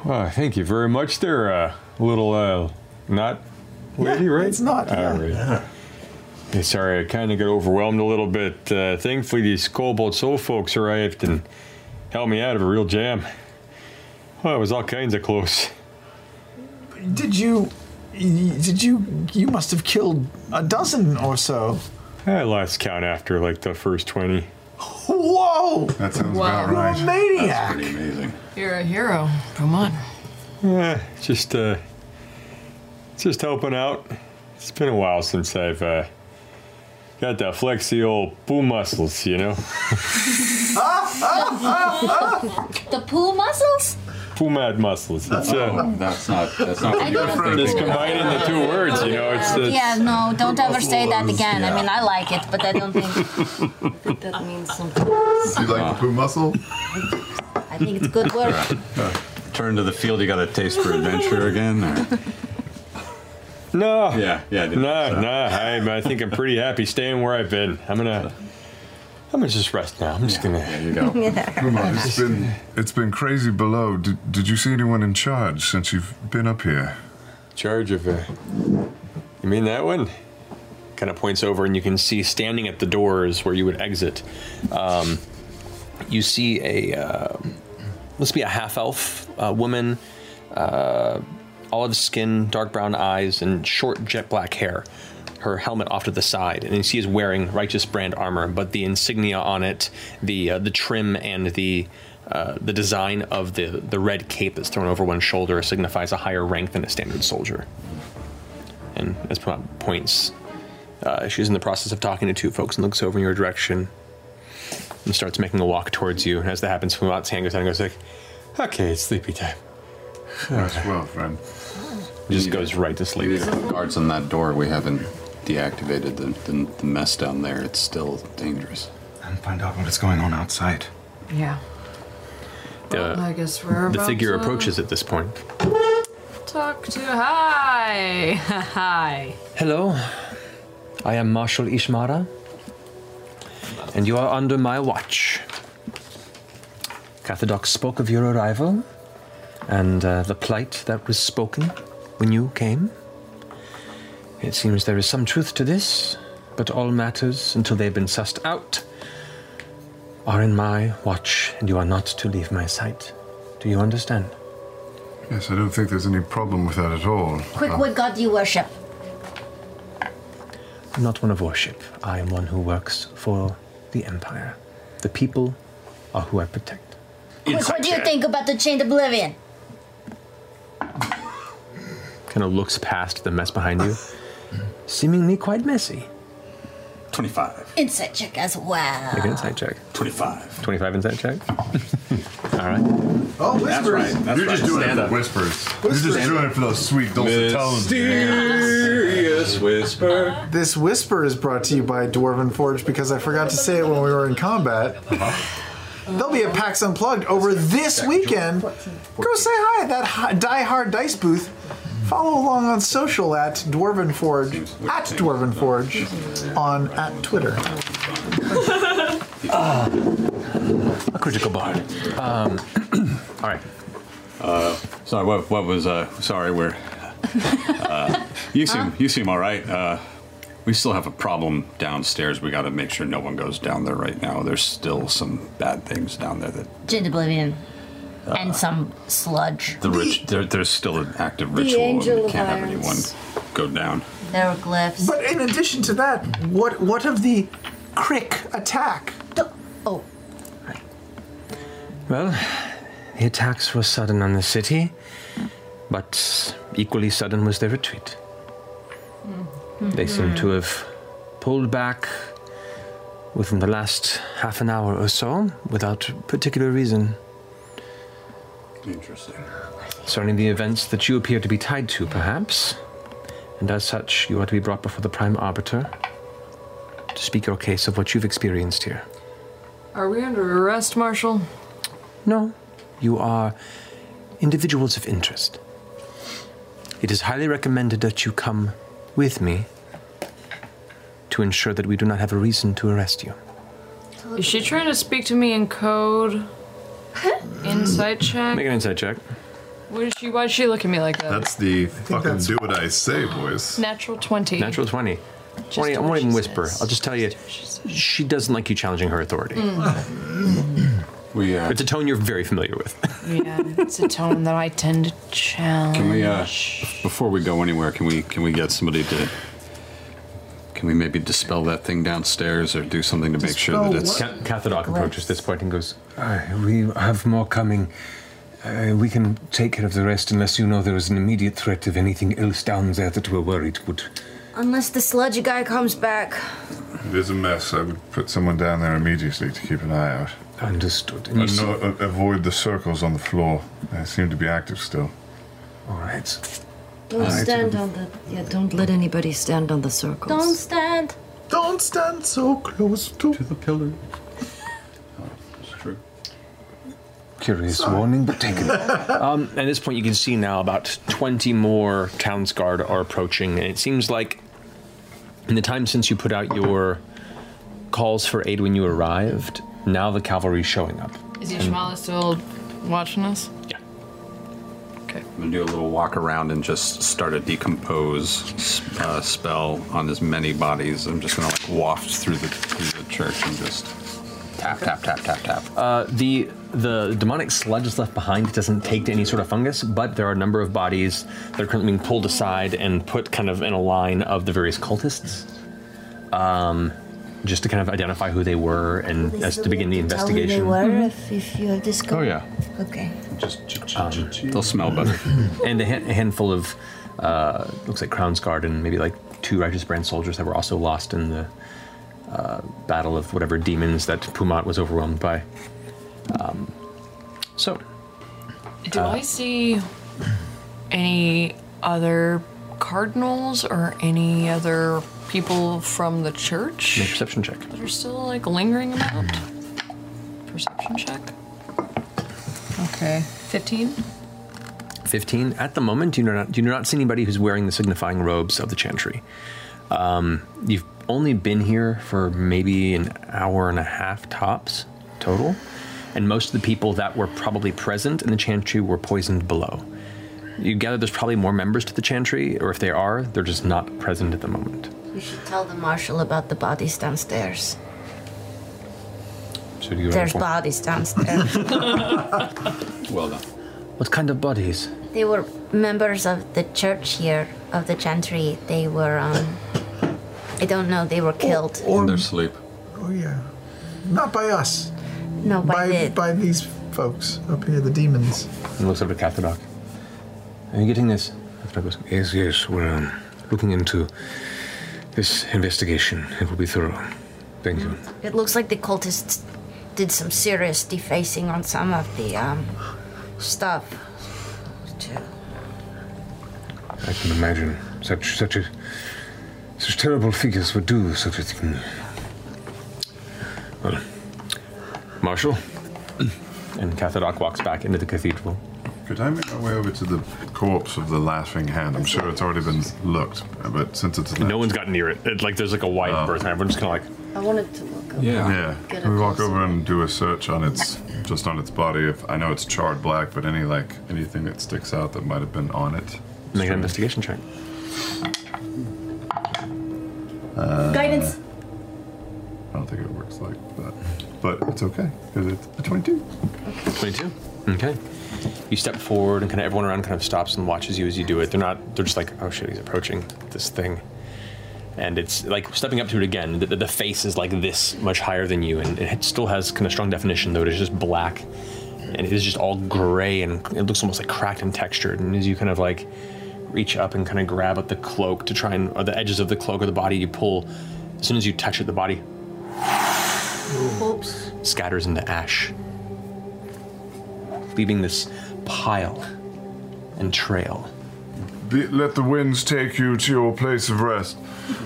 well, thank you very much there, uh, little, uh, not lady, right? It's not. All right. Yeah, sorry, I kind of got overwhelmed a little bit. Uh, thankfully, these Cobalt Soul folks arrived and helped me out of a real jam. Well, it was all kinds of close. Did you? Did you? You must have killed a dozen or so. I lost count after like the first 20. Whoa! That sounds Wow. about right. You're a maniac. amazing. You're a hero. Come on. Yeah, just uh, just helping out. It's been a while since I've uh, got to flex the old poo muscles, you know. the pool muscles? Pumad muscles. It's, uh, that's not. That's not what I you were don't- thinking. Just combining the two words, you know. It's, it's Yeah, Uh, no, don't ever say that again. I mean, I like it, but I don't think that means something. You like the poo muscle? I think it's good work. Turn to the field. You got a taste for adventure again. No. Yeah, yeah. Nah, nah. I, I think I'm pretty happy staying where I've been. I'm gonna. I'm gonna just rest now. I'm just gonna. Yeah, you go. Come on, it's been it's been crazy below. Did, did you see anyone in charge since you've been up here? Charge of uh, You mean that one? Kind of points over, and you can see standing at the doors where you would exit. Um, you see a uh, must be a half elf uh, woman, uh, olive skin, dark brown eyes, and short jet black hair. Her helmet off to the side, and she is wearing righteous brand armor, but the insignia on it, the uh, the trim and the uh, the design of the the red cape that's thrown over one shoulder signifies a higher rank than a standard soldier. And as Pamela points, uh, she's in the process of talking to two folks and looks over in your direction and starts making a walk towards you. And as that happens, Pamat's hand goes down and goes like, okay, it's sleepy time. That's well, friend. Just goes right to sleep. Guards on that door. We haven't deactivated the, the, the mess down there. It's still dangerous. And find out what is going on outside. Yeah. The, I guess we're the about figure to- approaches at this point. Talk to hi. Hi. Hello, I am Marshal Ishmara, and you are under my watch. Cathodox spoke of your arrival and uh, the plight that was spoken when you came. It seems there is some truth to this, but all matters, until they've been sussed out, are in my watch, and you are not to leave my sight. Do you understand? Yes, I don't think there's any problem with that at all. Um, Quick, what god do you worship? I'm not one of worship. I am one who works for the Empire. The people are who I protect. Quick, what do you think about the chained oblivion? kind of looks past the mess behind you, seemingly quite messy. 25. Insight check as well. Make an insight check. 25. 25 insight check. All right. Oh, whispers. That's right. That's You're just right. doing Stand it for up. whispers. You're just Stand doing it for those sweet dulcet tones. Mysterious whisper. This whisper is brought to you by Dwarven Forge because I forgot to say it when we were in combat. There'll be a PAX Unplugged over this weekend. Go say hi at that hi- Die Hard Dice booth. Follow along on social at Dwarven Forge, at Dwarven Forge, on at Twitter. Ah. A critical bard. Um, all right. Uh, sorry, what, what was, uh, sorry, we're, uh, you seem, you seem all right. Uh, we still have a problem downstairs. We got to make sure no one goes down there right now. There's still some bad things down there that Gin oblivion. Uh, and some sludge. the rich, there, there's still an active The ritual and angel we of can't have anyone violence. go down. Hieroglyphs. But in addition to that, what what of the crick attack? Well, the attacks were sudden on the city, but equally sudden was their retreat. They seem to have pulled back within the last half an hour or so without particular reason. Interesting. Concerning the events that you appear to be tied to, perhaps, and as such, you are to be brought before the Prime Arbiter to speak your case of what you've experienced here. Are we under arrest, Marshal? No. You are individuals of interest. It is highly recommended that you come with me to ensure that we do not have a reason to arrest you. Is she trying to speak to me in code? Insight check. Make an insight check. What is she? Why is she looking at me like that? That's the fucking do what I say, boys. Natural twenty. Natural 20. 20 I won't even whisper. I'll just tell you, she doesn't like you challenging her authority. We, uh, it's a tone you're very familiar with. Hmm. yeah, it's a tone that I tend to challenge. Can we, uh, before we go anywhere, can we can we get somebody to? Can we maybe dispel that thing downstairs or do something to make sure that it's? Ca- Cathodoc approaches this point and goes, Uh, we have more coming. Uh, we can take care of the rest unless you know there is an immediate threat of anything else down there that we're worried would. Unless the sludgy guy comes back. It is a mess. I would put someone down there immediately to keep an eye out. Understood. And no, a- avoid the circles on the floor. They seem to be active still. All right. Don't Alright. stand on the. Yeah, don't let anybody stand on the circle. Don't stand. Don't stand so close to, the pillar. true. Curious warning, but taken. um, at this point, you can see now about 20 more Townsguard are approaching, and it seems like in the time since you put out your calls for aid when you arrived, now the cavalry's showing up. Is Ishmael still watching us? Okay, I'm gonna do a little walk around and just start a decompose uh, spell on as many bodies. I'm just gonna like waft through the through the church and just tap tap tap tap tap. Uh, the the demonic sludge that's left behind doesn't take to any sort of fungus, but there are a number of bodies that are currently being pulled aside and put kind of in a line of the various cultists, um, just to kind of identify who they were and as to begin the investigation. Mm-hmm. Tell who they were if, if you have discovered. Oh, Okay. Um, Oh, they'll smell better. and a han- a handful of uh, looks like Crown's Guard and maybe like two Righteous Brand soldiers that were also lost in the uh, battle of whatever demons that Pumat was overwhelmed by. Um, so, Do Uh, I see any other cardinals or any other people from the church make a perception check. that are still like lingering about? Perception check. Okay. Fifteen. 15. At the moment, you do not, you do not see anybody who's wearing the signifying robes of the Chantry. Um, you've only been here for maybe an hour and a half tops total, and most of the people that were probably present in the Chantry were poisoned below. You gather there's probably more members to the Chantry, or if they are, they're just not present at the moment. You should tell the marshal about the bodies downstairs. So do you There's bodies downstairs. Well done. What kind of bodies? they were members of the church here, of the gentry. They were, um, I don't know, they were killed. In their sleep. Oh yeah, not by us. No, by by, these folks up here, the demons. And looks up at Cathodoc. Are you getting this? That's my question. Yes, yes, we're um, looking into this investigation. It will be thorough. Thank you. It looks like the cultists did some serious defacing on some of the um, stuff. Too. I can imagine such such a such terrible figures would do such a thing. Well, Marshal? and Cathadoc walks back into the cathedral. Could I make my way over to the corpse of the Laughing Hand? I'm sure it's already been looked, but since it's Oh. No one's got near it. it. Like there's like a wide berth, and everyone's kind of like. I wanted to look. up. yeah. Get Can we a walk closer over and do a search on its, just on its body? If I know it's charred black, but any like anything that sticks out that might have been on it. Make an investigation check. Uh, Guidance. I don't think it works like that, but it's okay because it's a 22. 22. Okay. You step forward, and kind of everyone around kind of stops and watches you as you do it. They're not. They're just like, oh shit, he's approaching this thing. And it's like stepping up to it again. The, the face is like this much higher than you, and it still has kind of strong definition, though it is just black, and it is just all gray, and it looks almost like cracked and textured. And as you kind of like reach up and kind of grab at the cloak to try and, or the edges of the cloak or the body, you pull. As soon as you touch it, the body Oops. scatters into ash, leaving this pile and trail. Be, let the winds take you to your place of rest.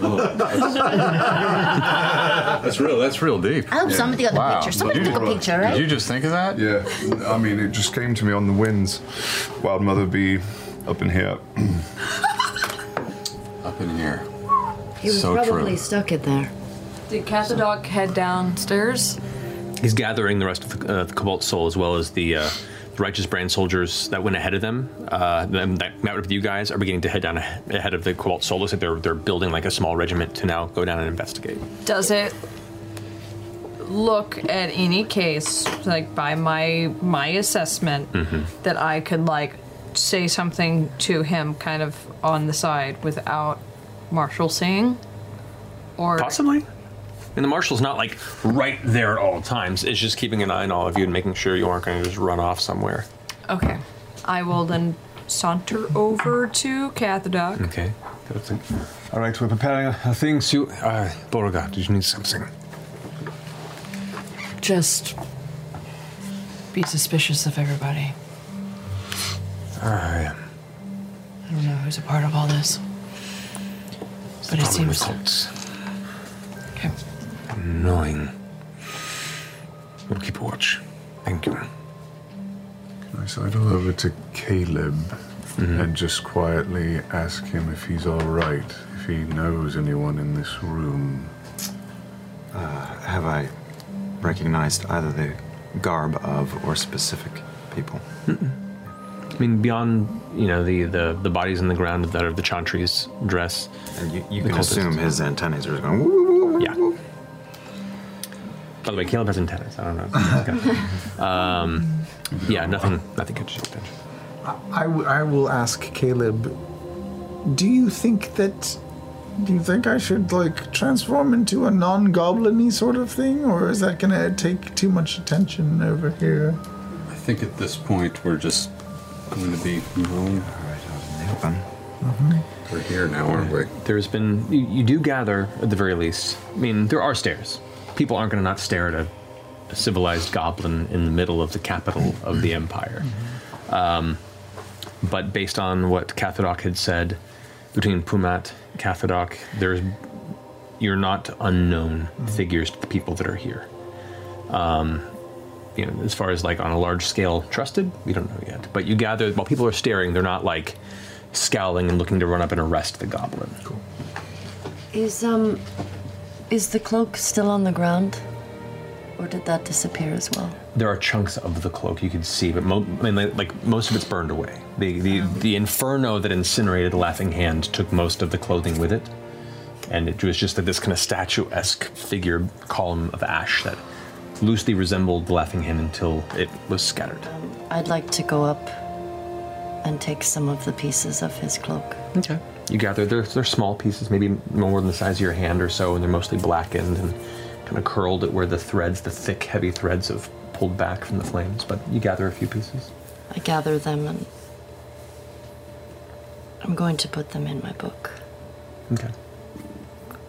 That's real. That's real deep. I hope somebody got a picture. Somebody took a picture, right? just think of that? Yeah. I mean, it just came to me on the winds. Wild mother bee, up in here. up in here. He was So true. probably stuck in there. Did Cathadoc head downstairs? He's gathering the rest of the, uh, the Cobalt Soul as well as the, uh, the Righteous Brand soldiers that went ahead of them. Uh, them that met with you guys are beginning to head down ahe- ahead of the Cobalt Soul. Looks like they're they're building like a small regiment to now go down and investigate. Does it look at any case, like by my my assessment, Mhm. that I could like say something to him kind of on the side without Marshall seeing? Or Possibly. And the marshal's not like right there at all times. It's just keeping an eye on all of you and making sure you aren't going to just run off somewhere. Okay. I will then saunter over to Cathadoc. Okay. All right, we're preparing our things. You, uh, Beauregard, did you need something? Just be suspicious of everybody. Ah, yeah. I don't know who's a part of all this. It's But the it problem with seems- cults. Okay. Knowing. We'll keep a watch. Thank you. So I go over to Caleb Mm-hmm. and just quietly ask him if he's all right, if he knows anyone in this room. Uh, have I recognized either the garb of or specific people? I mean, beyond you know the the, the bodies in the ground that are the Chantry's dress. And you, you can assume his antennae are going. Yeah. By the way, Caleb has antennas. I don't know. um, yeah, nothing. Nothing catches your attention. I, w- I will ask Caleb. Do you think that? Do you think I should like transform into a non-goblin-y sort of thing, or is that gonna take too much attention over here? I think at this point we're just going to be rolling. All right, Mm-hmm. We're here now, aren't we? There's been. You, you do gather at the very least. I mean, there are stairs. People aren't going to not stare at a, a civilized goblin in the middle of the capital of the empire. Um, but based on what Cathadoc had said, between Pumat, Cathadoc, there's you're not unknown figures to the people that are here. Um, you know, as far as like on a large scale trusted, we don't know yet. But you gather while people are staring, they're not like scowling and looking to run up and arrest the goblin. Cool. Is um, is the cloak still on the ground, or did that disappear as well? There are chunks of the cloak you can see, but mo- I mean, like, like most of it's burned away. The, the the inferno that incinerated Laughing Hand took most of the clothing with it, and it was just that this kind of statuesque figure column of ash that loosely resembled the Laughing Hand until it was scattered. I'd like to go up and take some of the pieces of his cloak. Okay. You gather they're, they're small pieces, maybe no more than the size of your hand or so, and they're mostly blackened and kind of curled at where the threads, the thick, heavy threads, have pulled back from the flames. But you gather a few pieces. I gather them and I'm going to put them in my book. Okay.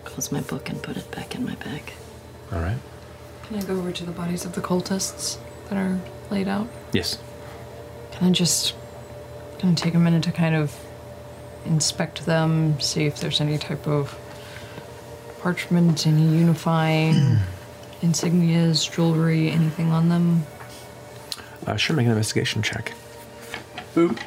Close my book and put it back in my bag. All right. Can I go over to the bodies of the cultists that are laid out? Yes. Can I just gonna take a minute to kind of inspect them, see if there's any type of parchment, any unifying insignias, jewelry, anything on them? Uh, sure, make an investigation check. Boop.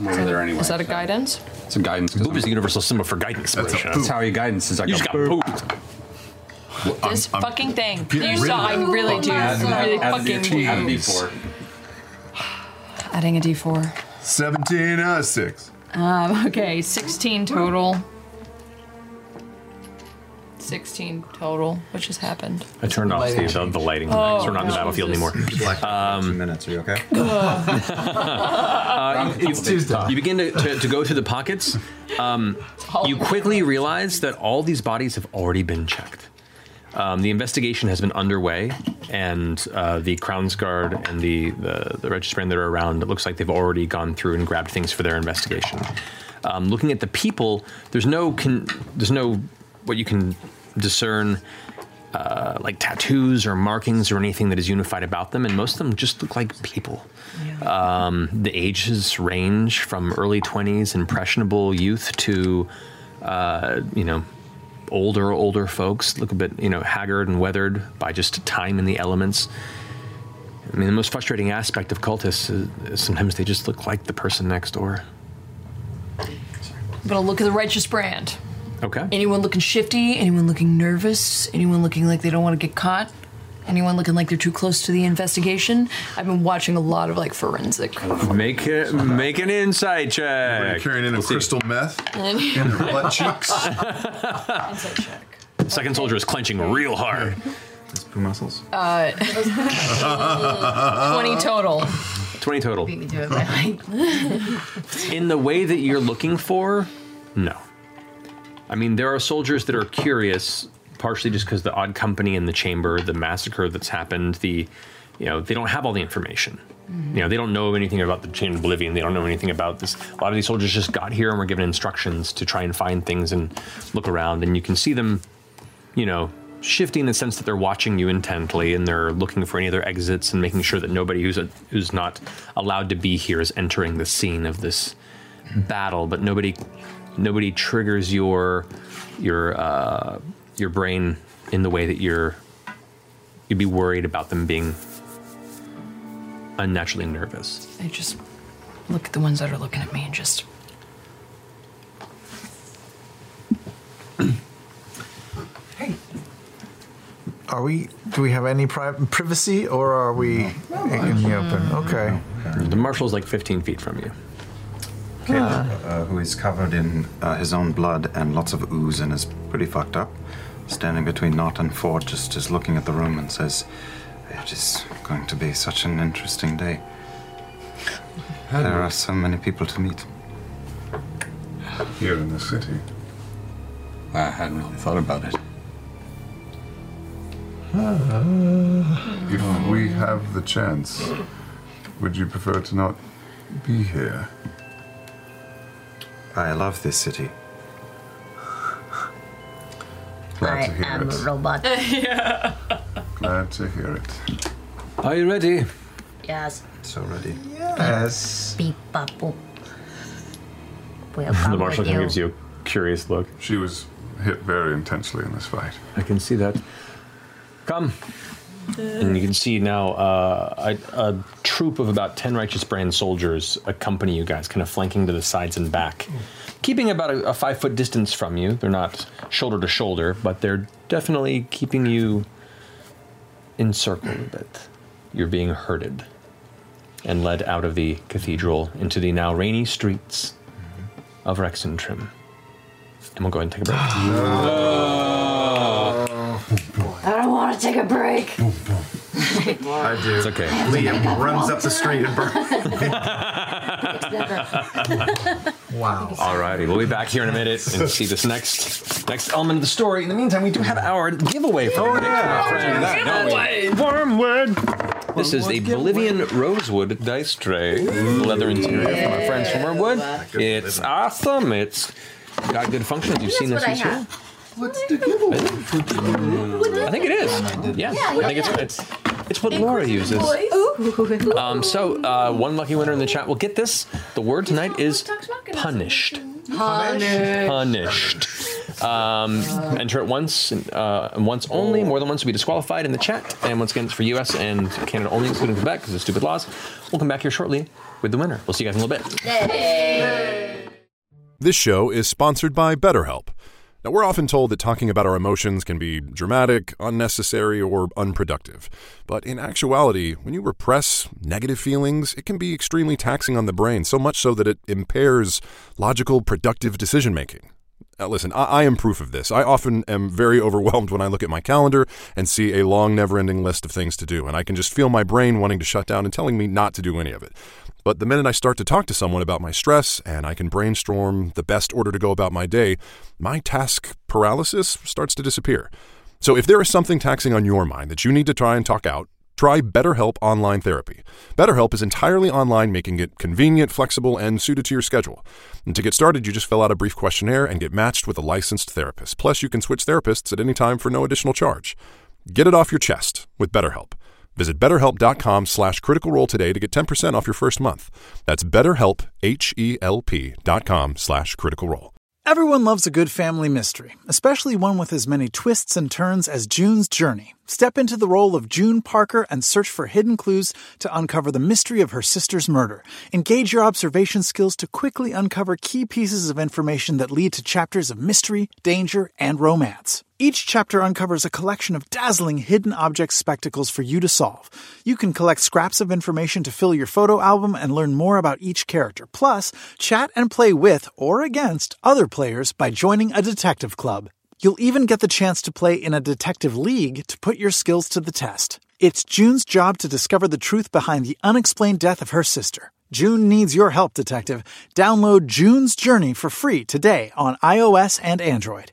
Over there anyway. Is that a guidance? It's a guidance. Boop is the universal symbol for guidance. That's, Marisha. that's how you guidance is like You a just got boop. This fucking thing. getting You rid saw. of I that really fucking do. thing. Really Add- add a fucking D4. Add a do. D4. Adding a D4. 17, uh, 6. Um, okay, 16 total. 16 total, which has happened. I turned off the, the, the lighting, Oh, so we're not in the no. battlefield anymore. Um, two minutes, are you okay? Uh, you, It's you- you begin to, to, to go through the pockets. Um, Oh. you quickly realize that all these bodies have already been checked. Um, the investigation has been underway, and uh, the Crown's Guard and the, the, the Registrant that are around, it looks like they've already gone through and grabbed things for their investigation. Um, looking at the people, there's no, con- there's no what you can discern uh, like tattoos or markings or anything that is unified about them, and most of them just look like people. Um, the ages range from early 20s, impressionable youth, to, uh, you know, older, older folks. Look a bit, you know, haggard and weathered by just time in the elements. I mean, the most frustrating aspect of cultists is, is sometimes they just look like the person next door. I'm gonna look at the righteous brand. Okay. Anyone looking shifty? Anyone looking nervous? Anyone looking like they don't want to get caught? Anyone looking like they're too close to the investigation? I've been watching a lot of like forensic. Make it, make an insight check. Carrying in a crystal meth. In her butt Uh, cheeks. Second soldier is clenching real hard. His poo muscles. Uh, 20 total. 20 total. Beat me to it by like. In the way that you're looking for, no. I mean, there are soldiers that are curious, partially just because the odd company in the chamber, the massacre that's happened, the, you know, they don't have all the information. You know, they don't know anything about the Chain of Oblivion. They don't know anything about this. A lot of these soldiers just got here and were given instructions to try and find things and look around. And you can see them, you know, shifting in the sense that they're watching you intently and they're looking for any other exits and making sure that nobody who's who's not allowed to be here is entering the scene of this battle. But nobody, nobody triggers your your uh, your brain in the way that you're you'd be worried about them being unnaturally nervous. I just look at the ones that are looking at me and just. Are we? Do we have any pri- privacy, or are we in the open? Okay. The marshal's like 15 feet from you. Ah. Caleb, uh, who is covered in uh, his own blood and lots of ooze and is pretty fucked up, standing between Knot and Ford, just is looking at the room and says, "It is going to be such an interesting day. There are so many people to meet." Here in the city. I hadn't really thought about it. If we have the chance, would you prefer to not be here? I love this city. Glad to hear it. robot. yeah. Glad to hear it. Are you ready? Yes. So ready. Yes. Beep, bop, boop. We'll The come marshal with can you. give you a curious look. She was hit very intensely in this fight. I can see that. Come. And you can see now uh, a, a troop of about 10 Righteous Brand soldiers accompany you guys, kind of flanking to the sides and back, keeping about a, a five foot distance from you. They're not shoulder to shoulder, but they're definitely keeping you encircled a bit. You're being herded and led out of the cathedral into the now rainy streets of Rexentrim. And we'll go ahead and take a break. I don't want to take a break. I do. It's okay. Liam runs up the street and burns. Wow. Alrighty, we'll be back here in a minute and see this next next element of the story. In the meantime, we do have our giveaway for oh, yeah. friend. Giveaway. Wormwood. This is the Bolivian Rosewood dice tray, leather interior from our friends from Wormwood. It's awesome. It's got good functions. You've seen this what I before. have. What's the giveaway? I think it is. Yeah, Yeah, I think yeah. it's it's, it's what Laura uses. Um, so uh, one lucky winner in the chat will get this. The word tonight is punished. Punished. Um, enter it once, uh, and once only. More than once will be disqualified in the chat. And once again, it's for U.S. and Canada only, excluding Quebec because of stupid laws. We'll come back here shortly with the winner. We'll see you guys in a little bit. This show is sponsored by BetterHelp. Now, we're often told that talking about our emotions can be dramatic, unnecessary, or unproductive. But in actuality, when you repress negative feelings, it can be extremely taxing on the brain, so much so that it impairs logical, productive decision making. Now, listen, I-, I am proof of this. I often am very overwhelmed when I look at my calendar and see a long, never ending list of things to do, and I can just feel my brain wanting to shut down and telling me not to do any of it. But the minute I start to talk to someone about my stress and I can brainstorm the best order to go about my day, my task paralysis starts to disappear. So if there is something taxing on your mind that you need to try and talk out, try BetterHelp Online Therapy. BetterHelp is entirely online, making it convenient, flexible, and suited to your schedule. And to get started, you just fill out a brief questionnaire and get matched with a licensed therapist. Plus, you can switch therapists at any time for no additional charge. Get it off your chest with BetterHelp. Visit betterhelp.com slash critical role today to get 10% off your first month. That's betterhelp, H-E-L-P dot com slash critical role. Everyone loves a good family mystery, especially one with as many twists and turns as June's journey. Step into the role of June Parker and search for hidden clues to uncover the mystery of her sister's murder. Engage your observation skills to quickly uncover key pieces of information that lead to chapters of mystery, danger, and romance. Each chapter uncovers a collection of dazzling hidden object spectacles for you to solve. You can collect scraps of information to fill your photo album and learn more about each character. Plus, chat and play with or against other players by joining a detective club. You'll even get the chance to play in a detective league to put your skills to the test. It's June's job to discover the truth behind the unexplained death of her sister. June needs your help, detective. Download June's Journey for free today on iOS and Android.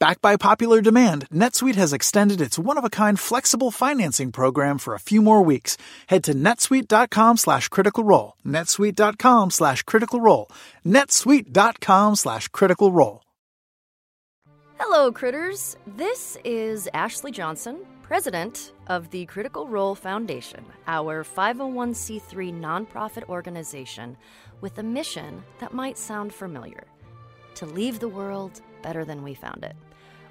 Backed by popular demand, NetSuite has extended its one-of-a-kind flexible financing program for a few more weeks. Head to netsuite.com slash critical role. netsuite.com slash critical role. netsuite.com slash critical role. Hello, critters. This is Ashley Johnson, president of the Critical Role Foundation, our 501c3 nonprofit organization with a mission that might sound familiar to leave the world better than we found it.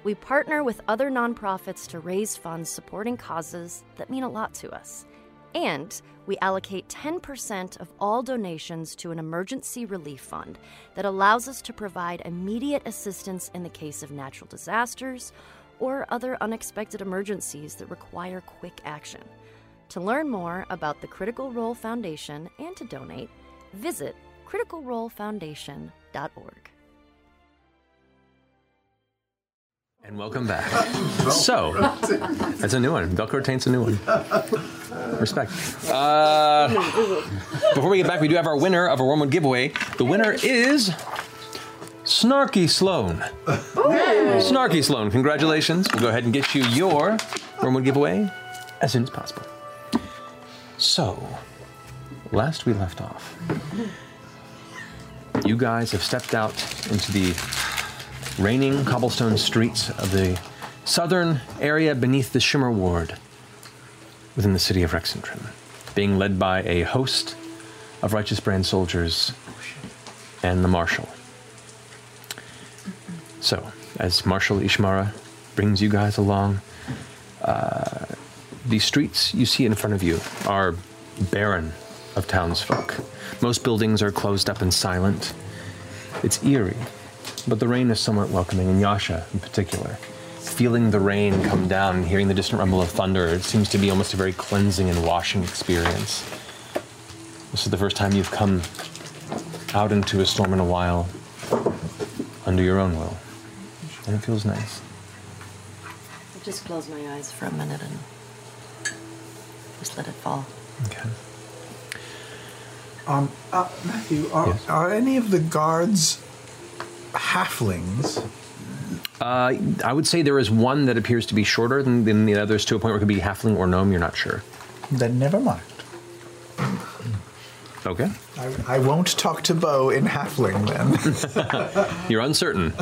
We partner with other nonprofits to raise funds supporting causes that mean a lot to us. And we allocate 10% of all donations to an emergency relief fund that allows us to provide immediate assistance in the case of natural disasters or other unexpected emergencies that require quick action. To learn more about the Critical Role Foundation and to donate, visit criticalrolefoundation.org. And welcome back. so, that's a new one. Velcro taint's a new one. Respect. Uh, before we get back, we do have our winner of a Wormwood giveaway. The winner is Snarky Sloan. Snarky Sloan, congratulations. We'll go ahead and get you your Wormwood giveaway as soon as possible. So, last we left off, you guys have stepped out into the raining cobblestone streets of the southern area beneath the Shimmer Ward within the city of Rexentrim, being led by a host of Righteous Brand soldiers and the Marshal. So, as Marshal Ishmara brings you guys along, uh, the streets you see in front of you are barren of townsfolk. Most buildings are closed up and silent. It's eerie, but the rain is somewhat welcoming, and Yasha in particular. Feeling the rain come down and hearing the distant rumble of thunder, it seems to be almost a very cleansing and washing experience. This is the first time you've come out into a storm in a while under your own will, and it feels nice. I just close my eyes for a minute and just let it fall. Um, uh, Matthew, are, are any of the guards halflings? Uh, I would say there is one that appears to be shorter than, than the others to a point where it could be halfling or gnome. You're not sure. Then never mind. Okay. I, I won't talk to Bo in halfling then. you're uncertain.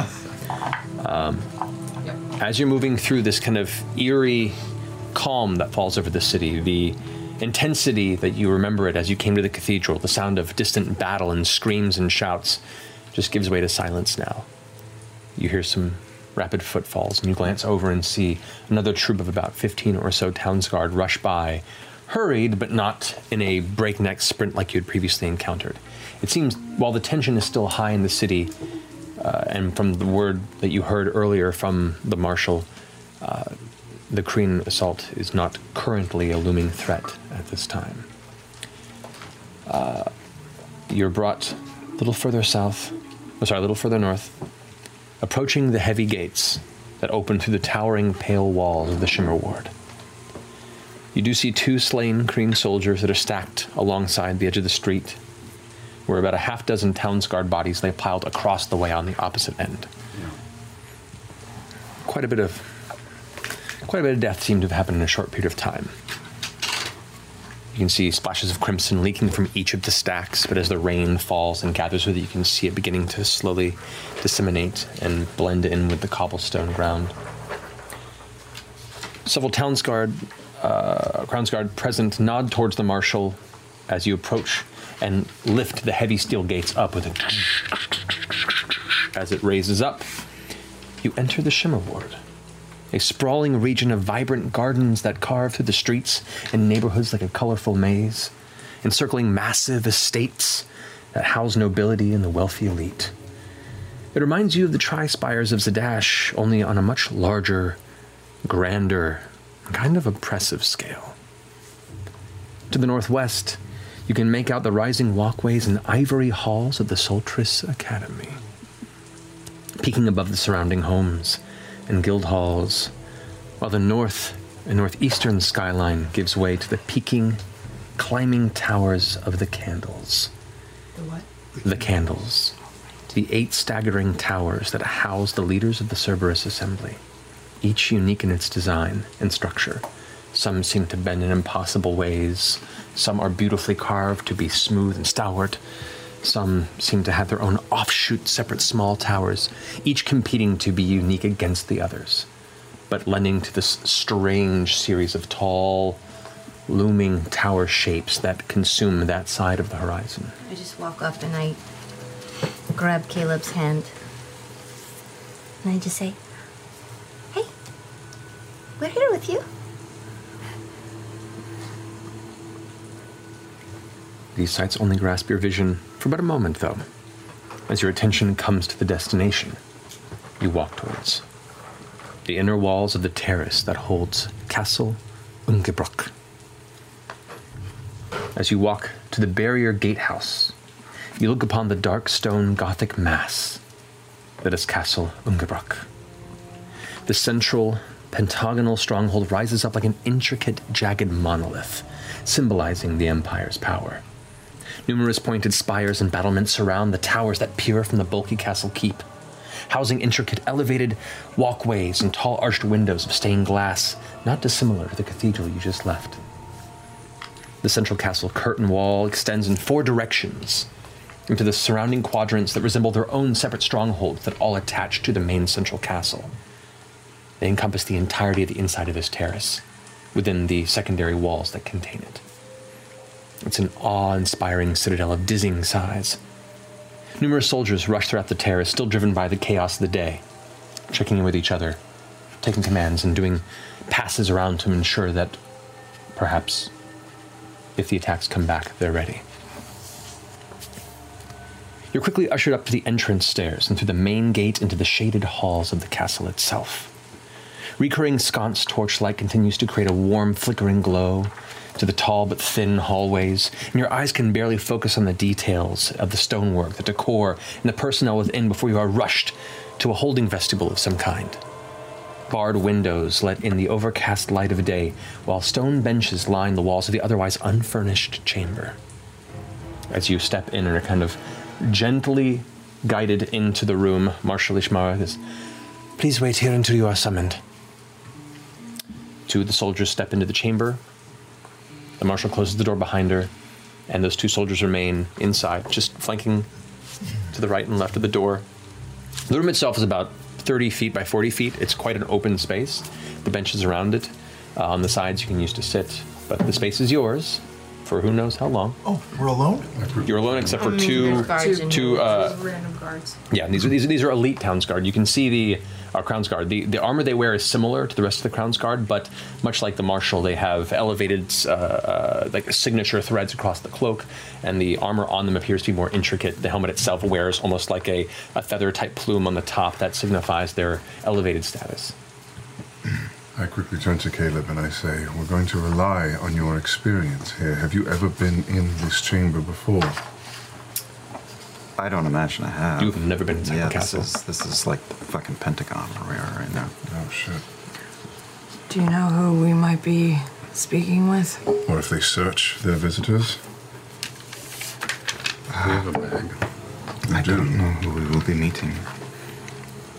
Um, As you're moving through this kind of eerie calm that falls over the city, the intensity that you remember it as you came to the cathedral, the sound of distant battle and screams and shouts just gives way to silence now. You hear some rapid footfalls, and you glance over and see another troop of about 15 or so townsguard rush by, hurried but not in a breakneck sprint like you had previously encountered. It seems while the tension is still high in the city, uh, and from the word that you heard earlier from the marshal, uh, the Korean assault is not currently a looming threat at this time. Uh, you're brought a little further south, oh, sorry, a little further north, approaching the heavy gates that open through the towering pale walls of the Shimmer Ward. You do see two slain Kreen soldiers that are stacked alongside the edge of the street, where about a half dozen townsguard bodies lay piled across the way on the opposite end. Quite a bit of quite a bit of death seemed to have happened in a short period of time. You can see splashes of crimson leaking from each of the stacks, but as the rain falls and gathers with it, you can see it beginning to slowly disseminate and blend in with the cobblestone ground. Several townsguard, uh, crownsguard present nod towards the marshal as you approach and lift the heavy steel gates up with a as it raises up. You enter the Shimmer Ward a sprawling region of vibrant gardens that carve through the streets and neighborhoods like a colorful maze, encircling massive estates that house nobility and the wealthy elite. It reminds you of the tri-spires of Zadash, only on a much larger, grander, kind of oppressive scale. To the northwest, you can make out the rising walkways and ivory halls of the Soltris Academy peeking above the surrounding homes and guild halls, while the north and northeastern skyline gives way to the peaking, climbing towers of the candles. The what? The candles. The eight staggering towers that house the leaders of the Cerberus Assembly, each unique in its design and structure. Some seem to bend in impossible ways, some are beautifully carved to be smooth and stalwart, some seem to have their own offshoot, separate small towers, each competing to be unique against the others, but lending to this strange series of tall, looming tower shapes that consume that side of the horizon. I just walk up and I grab Caleb's hand. And I just say, Hey, we're here with you. These sights only grasp your vision for but a moment, though, as your attention comes to the destination you walk towards. the inner walls of the terrace that holds Castle Ungebrock. As you walk to the barrier gatehouse, you look upon the dark stone Gothic mass that is Castle Ungebrock. The central pentagonal stronghold rises up like an intricate, jagged monolith, symbolizing the Empire's power. Numerous pointed spires and battlements surround the towers that peer from the bulky castle keep, housing intricate elevated walkways and tall arched windows of stained glass, not dissimilar to the cathedral you just left. The central castle curtain wall extends in four directions into the surrounding quadrants that resemble their own separate strongholds that all attach to the main central castle. They encompass the entirety of the inside of this terrace, within the secondary walls that contain it. It's an awe inspiring citadel of dizzying size. Numerous soldiers rush throughout the terrace, still driven by the chaos of the day, checking in with each other, taking commands, and doing passes around to ensure that perhaps if the attacks come back, they're ready. You're quickly ushered up to the entrance stairs and through the main gate into the shaded halls of the castle itself. Recurring sconce torchlight continues to create a warm, flickering glow to the tall but thin hallways, and your eyes can barely focus on the details of the stonework, the decor, and the personnel within before you are rushed to a holding vestibule of some kind. Barred windows let in the overcast light of day, while stone benches line the walls of the otherwise unfurnished chamber. As you step in and are kind of gently guided into the room, Marshal Ishmael is, Please wait here until you are summoned. Two of the soldiers step into the chamber. The marshal closes the door behind her, and those two soldiers remain inside, just flanking to the right and left of the door. The room itself is about 30 feet by 40 feet. It's quite an open space. The benches around it, uh, on the sides, you can use to sit, but the space is yours for who knows how long. Oh, we're alone? You're alone except for two, two, uh, random guards. yeah, these are these are, these are elite Crown's Guard. You can see the uh, Crown's Guard. The the armor they wear is similar to the rest of the Crown's Guard, but much like the Marshal, they have elevated uh, uh, like signature threads across the cloak, and the armor on them appears to be more intricate. The helmet itself wears almost like a, a feather type plume on the top that signifies their elevated status. I quickly turn to Caleb and I say, We're going to rely on your experience here. Have you ever been in this chamber before? I don't imagine I have. You've never been inside Um, yeah, the castle. This is, this is like the fucking Pentagon where we are right now. Oh, shit. Do you know who we might be speaking with? Or if they search their visitors? We have a bag. I don't know who we will be meeting.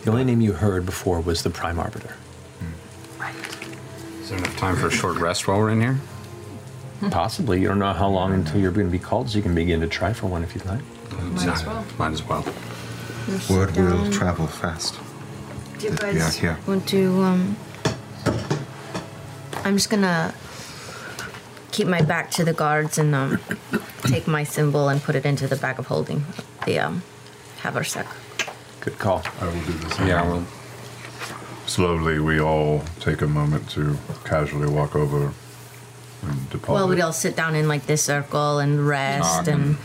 The only name you heard before was the Prime Arbiter. Hmm. Is there enough time for a short rest while we're in here? Hmm. Possibly. You don't know how long until you're going to be called, so you can begin to try for one if you'd like. Might as well. Might as well. Word will travel fast. Do you Yeah, guys yeah. want to? Um, I'm just gonna keep my back to the guards and um, take my symbol and put it into the bag of holding, the um, haversack. Good call. I will do this. Yeah, I will. Slowly, we all take a moment to casually walk over and deposit. Well, we all sit down in like this circle and rest and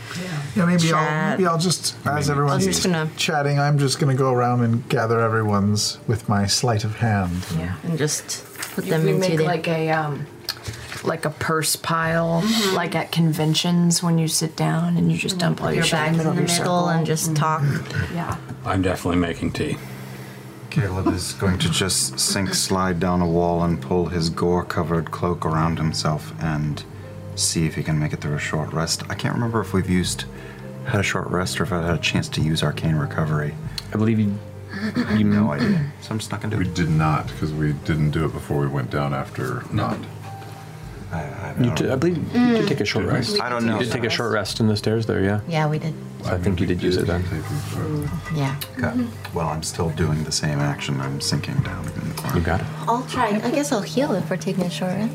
Yeah, maybe I'll, chat. maybe I'll just, as I'm everyone's just gonna- chatting, I'm just going to go around and gather everyone's with my sleight of hand. Yeah. and just put You- them we into make the like a um, like a purse pile, like at conventions when you sit down and you just dump all Mm-hmm. Put your your shit in bags the middle in of the your middle circle. Mm-hmm. and just talk. Yeah. I'm definitely making tea. Caleb is going to just sink slide down a wall and pull his gore covered cloak around himself and see if he can make it through a short rest. I can't remember if we've used had a short rest or if I had a chance to use arcane recovery. I believe you you no idea. So I'm just not gonna do we did not, because we didn't do it before we went down after not. I, You did, I believe you Mm. did take a Mm-hmm. short rest. I don't know. You did take a short rest in the stairs there, yeah. Yeah, we did. So I think you did use it then. Yeah. Okay. Well, I'm still doing the same action. I'm sinking down in the corner. You got it. I'll try. I guess I'll heal if we're taking a short rest.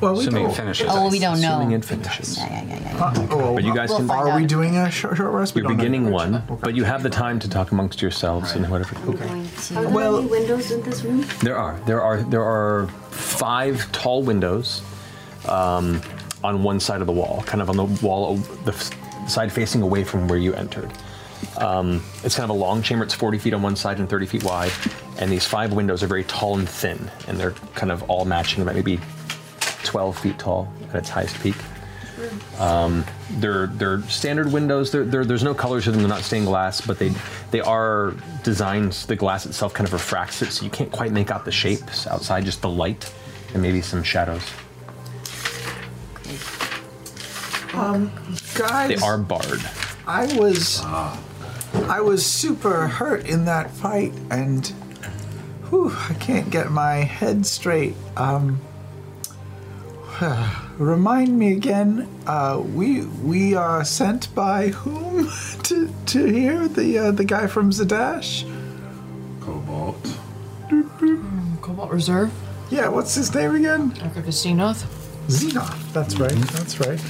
Well, we Assuming it finishes. Oh, we don't know. Assuming it finishes. oh, but you guys can. are we doing a short, short rest? We You're don't know. beginning one, but you have the time to talk amongst yourselves and whatever. Are there Well- any windows in this room? There are there are there are five tall windows um, on one side of the wall, kind of on the wall, the f- side facing away from where you entered. Um, it's kind of a long chamber. It's 40 feet on one side and 30 feet wide. And these five windows are very tall and thin, and they're kind of all matching about maybe 12 feet tall at its highest peak. Um, they're they're standard windows. They're, they're, there's no colors to them. They're not stained glass, but they they are designed. The glass itself kind of refracts it, so you can't quite make out the shapes outside. Just the light and maybe some shadows. Um, guys. They are barred. I was I was super hurt in that fight and whew, I can't get my head straight. Um remind me again, uh, we we are sent by whom to to hear the uh, the guy from Zadash? Cobalt. Hmm, Cobalt Reserve? Yeah, what's his name again? Xenoth. Xenoth, that's right, that's right.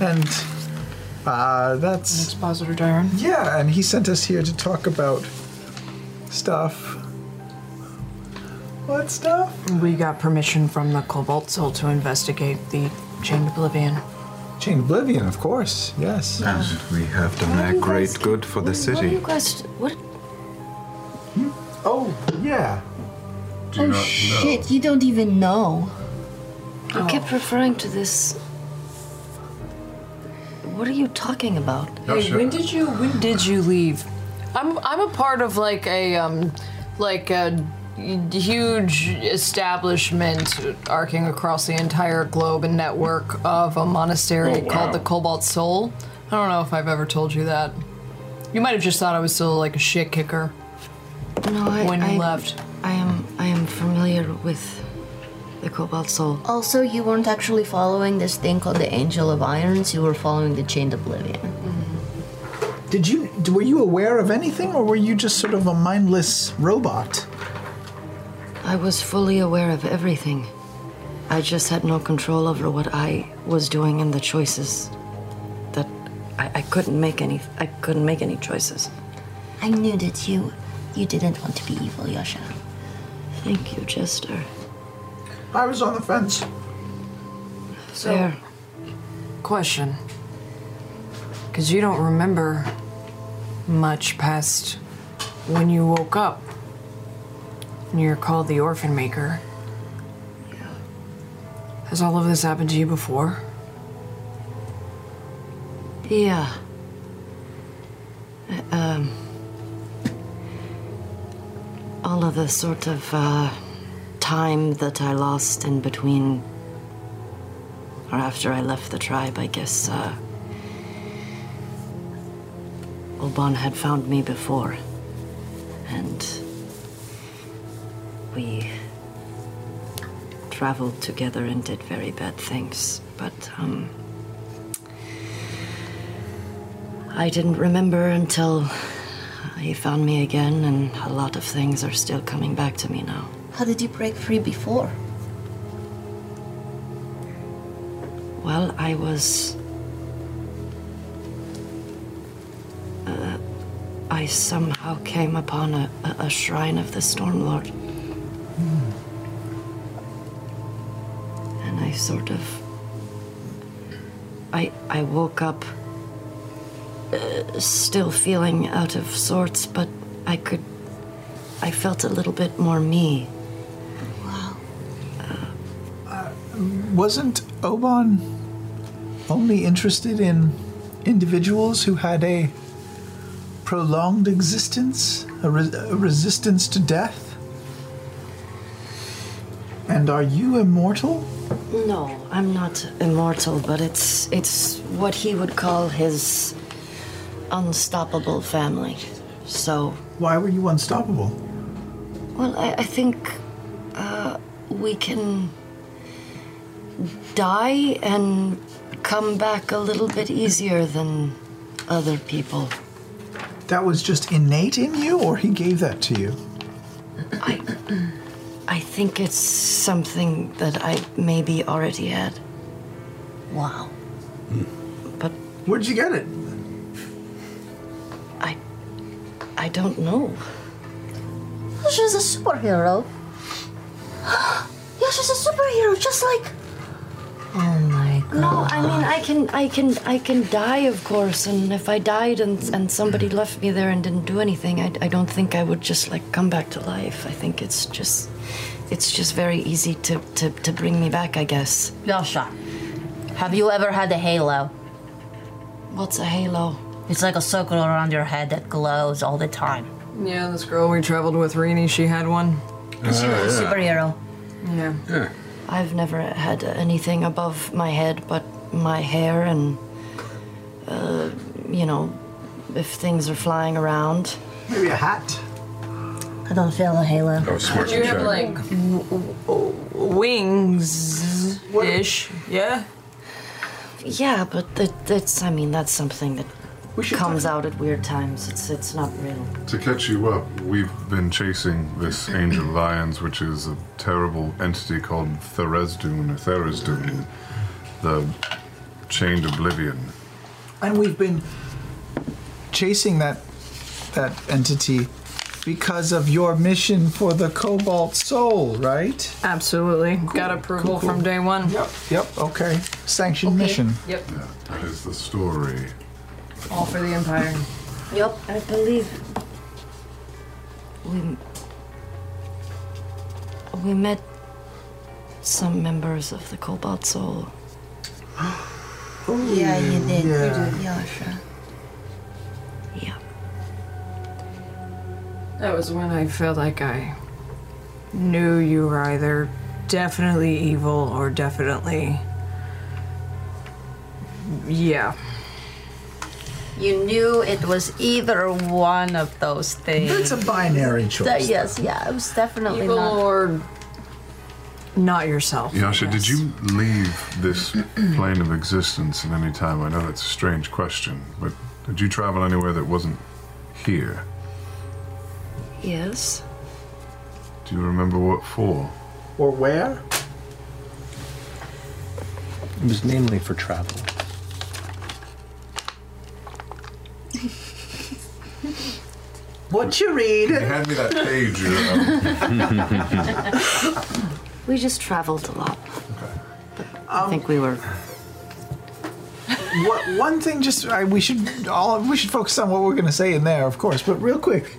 And uh, that's. An expositor Diron? Yeah, and he sent us here to talk about stuff. What stuff? We got permission from the Cobalt Soul to investigate the Chained Oblivion. Chained Oblivion, of course, yes. And we have done Why do a you great guys good for the What do city. you guys? What? Oh yeah. Do you oh not know? shit! You don't even know. I kept referring to this. What are you talking about? Hey, when did you when did you leave? I'm I'm a part of like a um like a huge establishment arcing across the entire globe and network of a monastery Oh, wow. called the Cobalt Soul. I don't know if I've ever told you that. You might have just thought I was still like a shit kicker. No, I, When you I- left. I am. I am familiar with the Cobalt Soul. Also, you weren't actually following this thing called the Angel of Irons. You were following the Chained Oblivion. Did you were you aware of anything, or were you just sort of a mindless robot? I was fully aware of everything. I just had no control over what I was doing and the choices that I, I couldn't make any. I couldn't make any choices. I knew that you, you didn't want to be evil, Yasha. Thank you, Jester. I was on the fence. So, question. Because you don't remember much past when you woke up. And you're called the Orphan Maker. Has all of this happened to you before? Yeah. Um, all of the sort of uh, time that I lost in between, or after I left the tribe, I guess. Uh, Oban had found me before, and we traveled together and did very bad things. But um, I didn't remember until he found me again, and a lot of things are still coming back to me now. How did you break free before? Well, I was. Uh, I somehow came upon a, a- a shrine of the Stormlord. And I sort of. I, I woke up uh, still feeling out of sorts, but I could. I felt a little bit more me. Wasn't Oban only interested in individuals who had a prolonged existence, a, re- a resistance to death? And are you immortal? No, I'm not immortal, but it's it's what he would call his unstoppable family. So why were you unstoppable? Well, I, I think uh, we can die and come back a little bit easier than other people. That was just innate in you, or he gave that to you? I think it's something that I maybe already had. Wow. But where'd you get it? I I don't know. Yasha's a superhero. Yasha's a superhero, just like. Oh my No, I mean I can I can I can die of course and if I died and and somebody left me there and didn't do anything I, I don't think I would just like come back to life. I think it's just it's just very easy to to, to bring me back, I guess. Yasha, have you ever had a halo? What's a halo? It's like a circle around your head that glows all the time. Yeah, this girl we traveled with, Rini, she had one. She was a Ah, superhero. Yeah. Yeah. I've never had anything above my head but my hair and uh, you know if things are flying around. Maybe a hat. I don't feel a halo. Would you have like w- w- wings ish? Yeah. Yeah, but that, that's I mean that's something that comes out at weird times. It's it's not real. To catch you up, we've been chasing this Angel Lions, which is a terrible entity called Theresdun or Theresdun, the chained oblivion. And we've been chasing that that entity because of your mission for the Cobalt Soul, right? Absolutely. Got approval from day one. Yep. Yep. Okay. Sanctioned mission. Yep. That is the story. All for the Empire. Yep, I believe we we met some members of the Cobalt Soul. yeah, you did. yeah. You did, Yasha. That was when I felt like I knew you were either definitely evil or definitely. Yeah. You knew it was either one of those things. That's a binary choice, That- yes, yeah, it was definitely Evil not. or not yourself. Yasha, did you leave this plane of existence at any time? I know that's a strange question, but did you travel anywhere that wasn't here? Yes. Do you remember what for? Or where? It was namely for travel. What you read? Hand me that page. you know. We just traveled a lot. I think we were. What, one thing, just I, we should all we should focus on what we're going to say in there, of course. But real quick,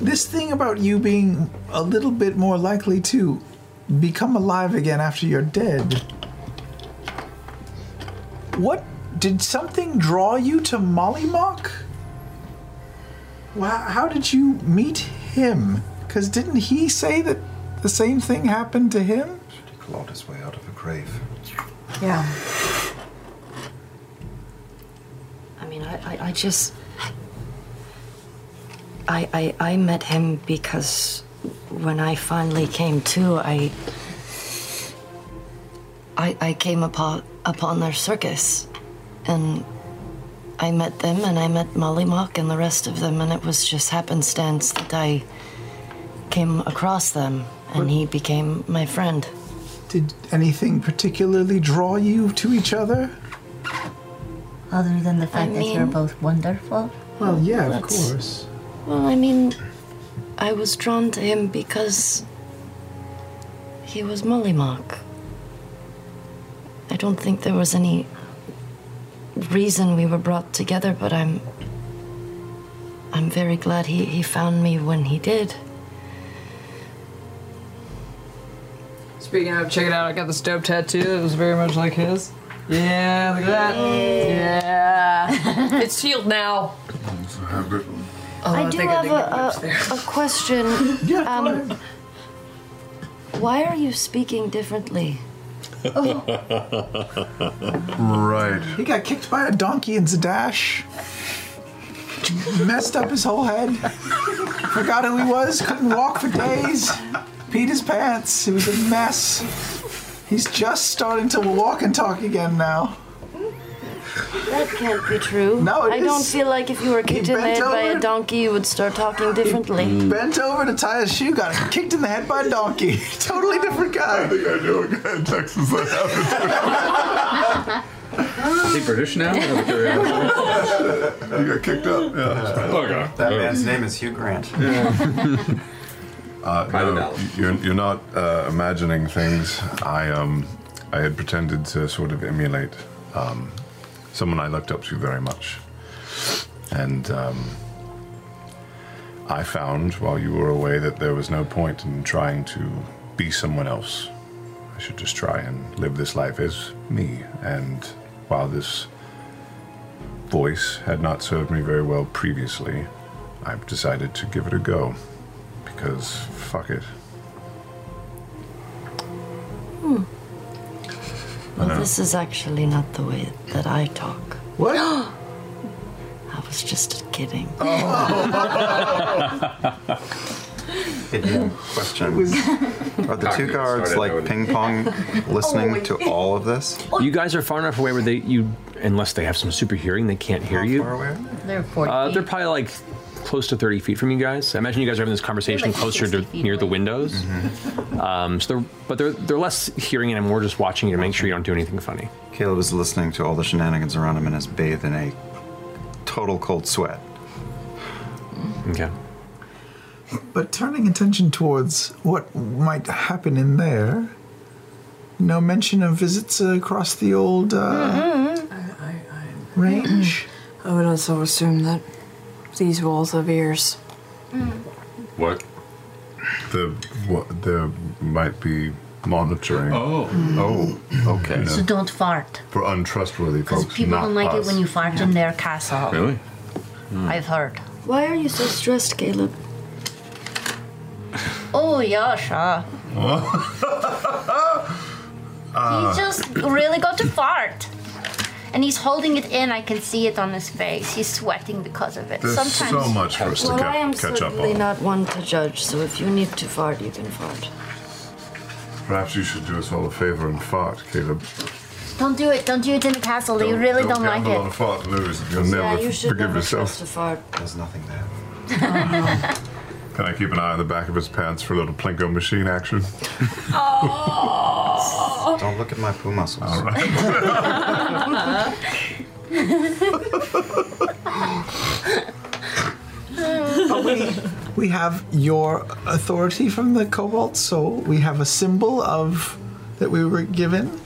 this thing about you being a little bit more likely to become alive again after you're dead. What did something draw you to Molly Mock? Wow, how did you meet him? Because didn't he say that the same thing happened to him? Clawed his way out of a grave. Yeah. I mean, I, I, I just. I, I I met him because when I finally came to, I. I, I came upon upon their circus, and I met them, and I met Molly Mock and the rest of them, and it was just happenstance that I came across them, and he became my friend. Did anything particularly draw you to each other? Other than the fact I that you're mean- both wonderful. Well, yeah, of That's- course. Well, I mean, I was drawn to him because he was Mollymock. I don't think there was any reason we were brought together, but I'm I'm very glad he, he found me when he did. Speaking of, check it out. I got this dope tattoo that was very much like his. Yeah, look at that. Yeah. it's healed now. Oh, oh, I, do think have did a, get one a, a question. yeah, um, why are you speaking differently? right. He got kicked by a donkey in Zadash. Messed up his whole head. Forgot who he was. Couldn't walk for days. Peed his pants. It was a mess. He's just starting to walk and talk again now. That can't be true. No, it I don't is. feel like if you were He kicked in the bent head by over. a donkey, you would start talking differently. Bent over to tie his shoe, got kicked in the head by a donkey. totally different guy. I think I know a guy in Texas that Is he British now? you got kicked up. That man's name is Hugh Grant. Uh, no, you're, you're not uh, imagining things. I um, I had pretended to sort of emulate um, someone I looked up to very much. And um, I found while you were away that there was no point in trying to be someone else. I should just try and live this life as me. And while this voice had not served me very well previously, I've decided to give it a go. Because fuck it. Hmm. Well, know. Hmm. this is actually not the way that I talk. What? I was just kidding. Oh. Hidden question. Are the two guards like ping pong listening Oh, to all of this? You guys are far enough away where they you unless they have some super hearing, they can't hear you. They're 40. Uh, they're probably like close to 30 feet from you guys. I imagine you guys are having this conversation They're like closer 60 to feet near the windows. Mm-hmm. Um, so they're, but they're they're less hearing it, and more just watching you to make sure you don't do anything funny. Caleb is listening to all the shenanigans around him and is bathed in a total cold sweat. Okay. But turning attention towards what might happen in there, no mention of visits across the old. Uh, Mm-hmm. range. I would also assume that these walls have ears. What? The what? There might be monitoring. Oh. Oh. Okay. So don't fart. For untrustworthy Because folks. people not don't like us. it when you Hmm. fart in their castle. Ah, Really? I've heard. Why are you so stressed, Caleb? Oh, Yasha. Uh, Ah. he just really got to fart. And he's holding it in. I can see it on his face. He's sweating because of it. There's Sometimes. so much for us well, to I ca- am catch up certainly on. not one to judge, so if you need to fart, you can fart. Perhaps you should do us all a favor and fart, Caleb. Don't do it. Don't do it in the castle. They really don't, like gamble on a it. fart and lose. You'll Yeah, never you should forgive never yourself. trust a fart. There's nothing there. Can I keep an eye on the back of his pants for a little plinko machine action? Don't look at my poo muscles. But we, we have your authority from the Cobalt Soul. We have a symbol of that we were given.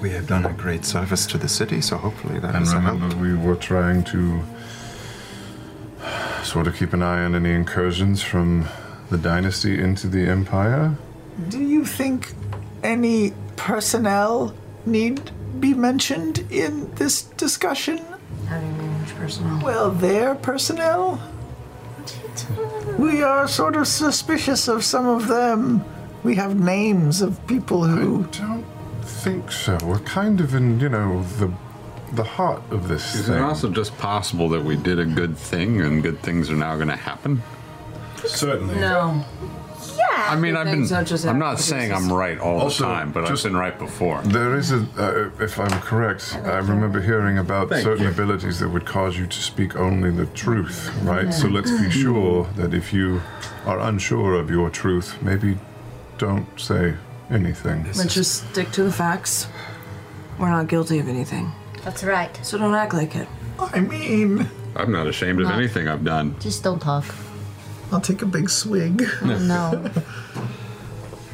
We have done a great service to the city, so hopefully that And is a help. remember, we were trying to sort of keep an eye on any incursions from the dynasty into the empire. Do you think any personnel need be mentioned in this discussion? How do you mean which personnel? Well, their personnel? We are sort of suspicious of some of them. We have names of people who. don't think so. We're kind of in, you know, the the heart of this Is it thing. also just possible that we did a good thing and good things are now going to happen? Certainly. No. Yeah. I mean, I've been. Things are just I'm not happening. saying I'm right all Also, the time, but just- I've been right before. There is a, uh, if I'm correct, I remember hearing about Thank certain you. abilities that would cause you to speak only the truth, right? So let's be sure that if you are unsure of your truth, maybe don't say anything. Let's just stick to the facts. We're not guilty of anything. That's right. So don't act like it. I mean, I'm not ashamed of Not- anything I've done. Just don't talk. Oh, I'll take a big swig. No.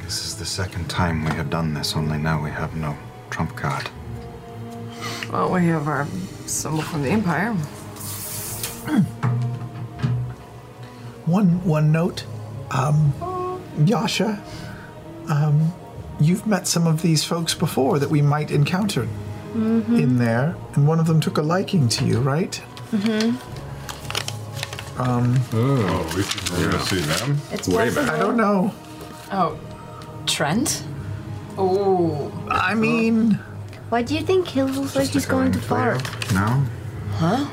This is the second time we have done this, only now we have no trump card. Well, we have our symbol from the Empire. One one note, um, Yasha, um, you've met some of these folks before that we might encounter Mm-hmm. Hmm. in there, and one of them took a liking to you, right? Mm-hmm. Um, oh, we should never see them. It's Way possible. back. I don't know. Oh, Trent? Oh, I mean, Why do you think he looks like he's going to fart? No? Huh?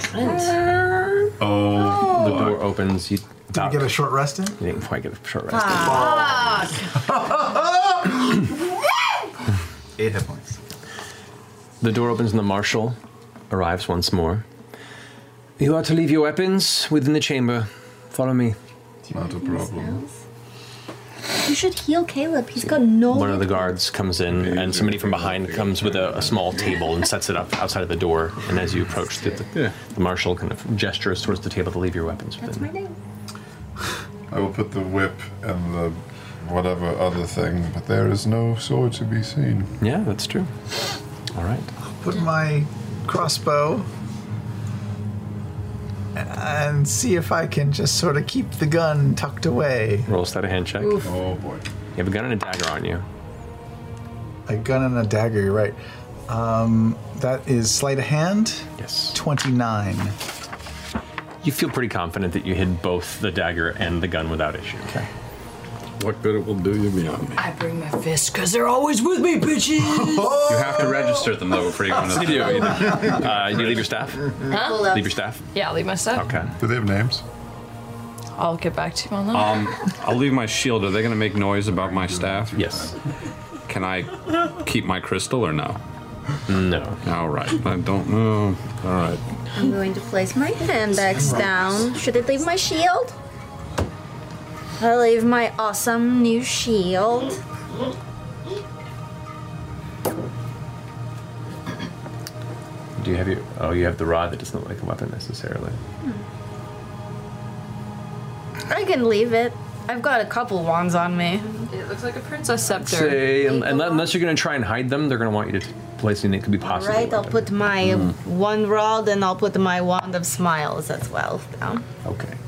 Trent. Oh, Oh. the door opens. You did you get a short rest in? You didn't quite get a short rest. Eight hit points. The door opens and the marshal arrives once more. You are to leave your weapons within the chamber. Follow me. Not a problem. You should heal Caleb. He's got no. One of the guards comes in, and somebody from behind comes with a, a small table and sets it up outside of the door. And as you approach, the, the, the marshal kind of gestures towards the table to leave your weapons within. name. I will put the whip and the whatever other thing, but there is no sword to be seen. Yeah, that's true. All right. Put my crossbow and see if I can just sort of keep the gun tucked away. Roll a sleight of hand check. Oof. Oh boy. You have a gun and a dagger on you. A gun and a dagger, you're right. Um, that is sleight of hand. Yes. 29. You feel pretty confident that you hid both the dagger and the gun without issue. Okay. What good it will do you beyond me. I bring my fist because they're always with me, bitches. You have to register them though before you go into You the do. You, do. Uh, you leave your staff. Huh? Leave your staff. Yeah, I'll leave my stuff. Okay. Do they have names? I'll get back to you on that. Um, I'll leave my shield. Are they going to make noise about my staff? Yes. Can I keep my crystal or no? No. All right. I don't know. All right. I'm going to place my handbags Right. down. Should I leave my shield? I leave my awesome new shield. Do you have your? Oh, you have the rod that doesn't look like a weapon necessarily. I can leave it. I've got a couple wands on me. It looks like a princess scepter. Say, un- unless, unless you're going to try and hide them, they're going to want you to t- place anything that could be possible. Right, I'll put my Mm. one rod and I'll put my wand of smiles as well down. Okay.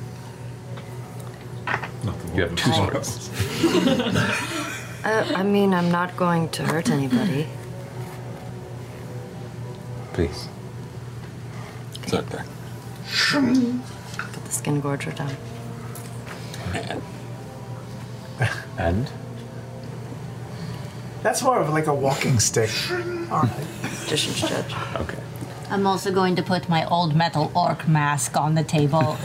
You have two swords. Uh, I mean, I'm not going to hurt anybody. Please. It's okay. Put the skin gorger down. And? That's more of like a walking stick. All right. Judge. Okay. I'm also going to put my old metal orc mask on the table.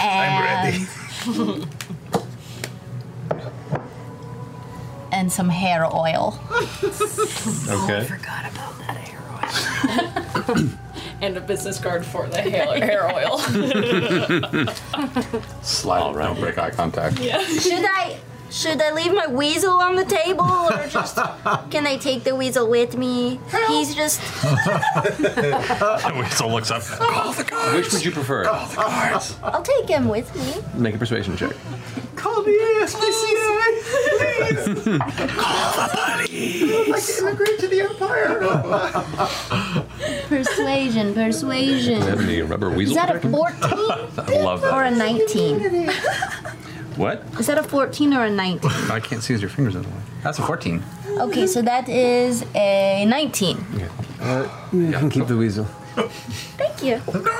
and, and some hair oil. Okay. Oh, forgot about that hair oil. and a business card for the hair, hair oil. Slide. All right. Don't break eye contact. Should I should I leave my weasel on the table or just can I take the weasel with me? He's just the weasel looks up. Which would you prefer? I'll take him with me. Make a persuasion check. Call the SPCA, please. like immigrant to the empire. Persuasion, Do you persuasion. have any rubber Is weasel? that a protection? 14 I love or that. a 19? What? Is that a 14 or a 19? I can't see as your fingers otherwise. That's a 14. Okay, so that is a 19. Uh, you can keep the weasel. Thank you.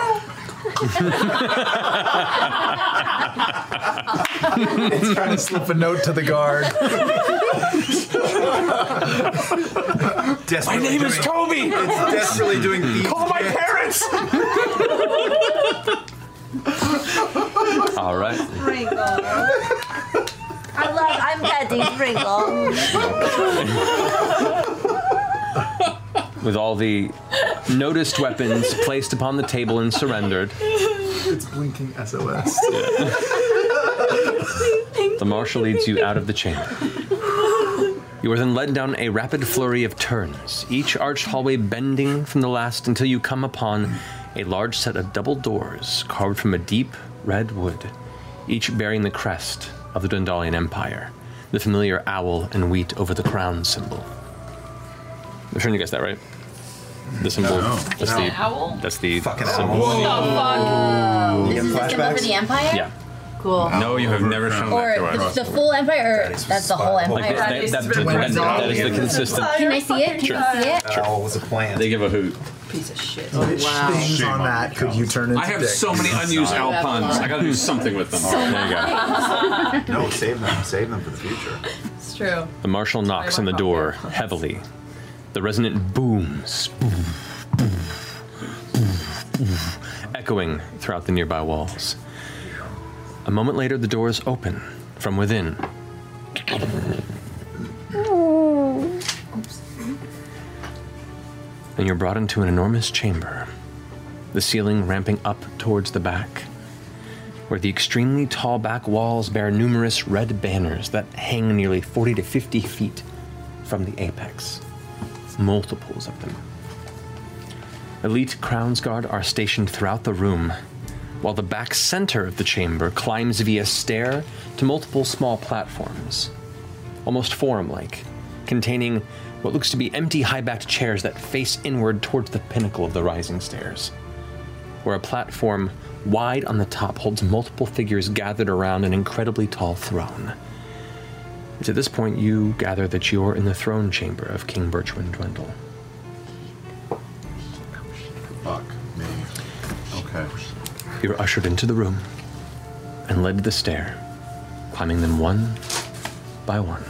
Ah, it's trying to slip a note to the guard. My name is Toby. It's desperately doing thieves' Call my parents. All right. Sprinkle. I love, I'm petting Sprinkle. With all the noticed weapons placed upon the table and surrendered, it's blinking SOS. the marshal leads you out of the chamber. You are then led down a rapid flurry of turns, each arched hallway bending from the last until you come upon a large set of double doors carved from a deep red wood, each bearing the crest of the Dundalian Empire, the familiar owl and wheat over the crown symbol. I'm sure you guessed that, right? The symbol. No. That's No. the Owl? That's the fucking symbol. What the This fuck? is the symbol for the Empire? Yeah. Cool. No, you have never shown Or that to the, us. the full Empire, or that's the whole Like, Empire? that- that- that- that- that is the Uh, consistent. Can I see it? Can I see it? Owl was a plant. They give a hoot. Piece of shit. Wow. Things Shame on on that could you turn into I have dick. so many unused owl Sorry. puns. I got to do something with them. So many. No, save them. Save them for the future. It's true. The marshal knocks on the door heavily. The resonant booms, boom, boom, boom, boom, echoing throughout the nearby walls. A moment later, the doors open from within. and you're brought into an enormous chamber, the ceiling ramping up towards the back, where the extremely tall back walls bear numerous red banners that hang nearly 40 to 50 feet from the apex, multiples of them. Elite Crowns Guard are stationed throughout the room, while the back center of the chamber climbs via stair to multiple small platforms, almost forum like, containing what looks to be empty high backed chairs that face inward towards the pinnacle of the rising stairs, where a platform wide on the top holds multiple figures gathered around an incredibly tall throne. It's at this point you gather that you're in the throne chamber of King Bertrand Dwendal. Fuck me. Okay. You are ushered into the room and led to the stair, climbing them one by one.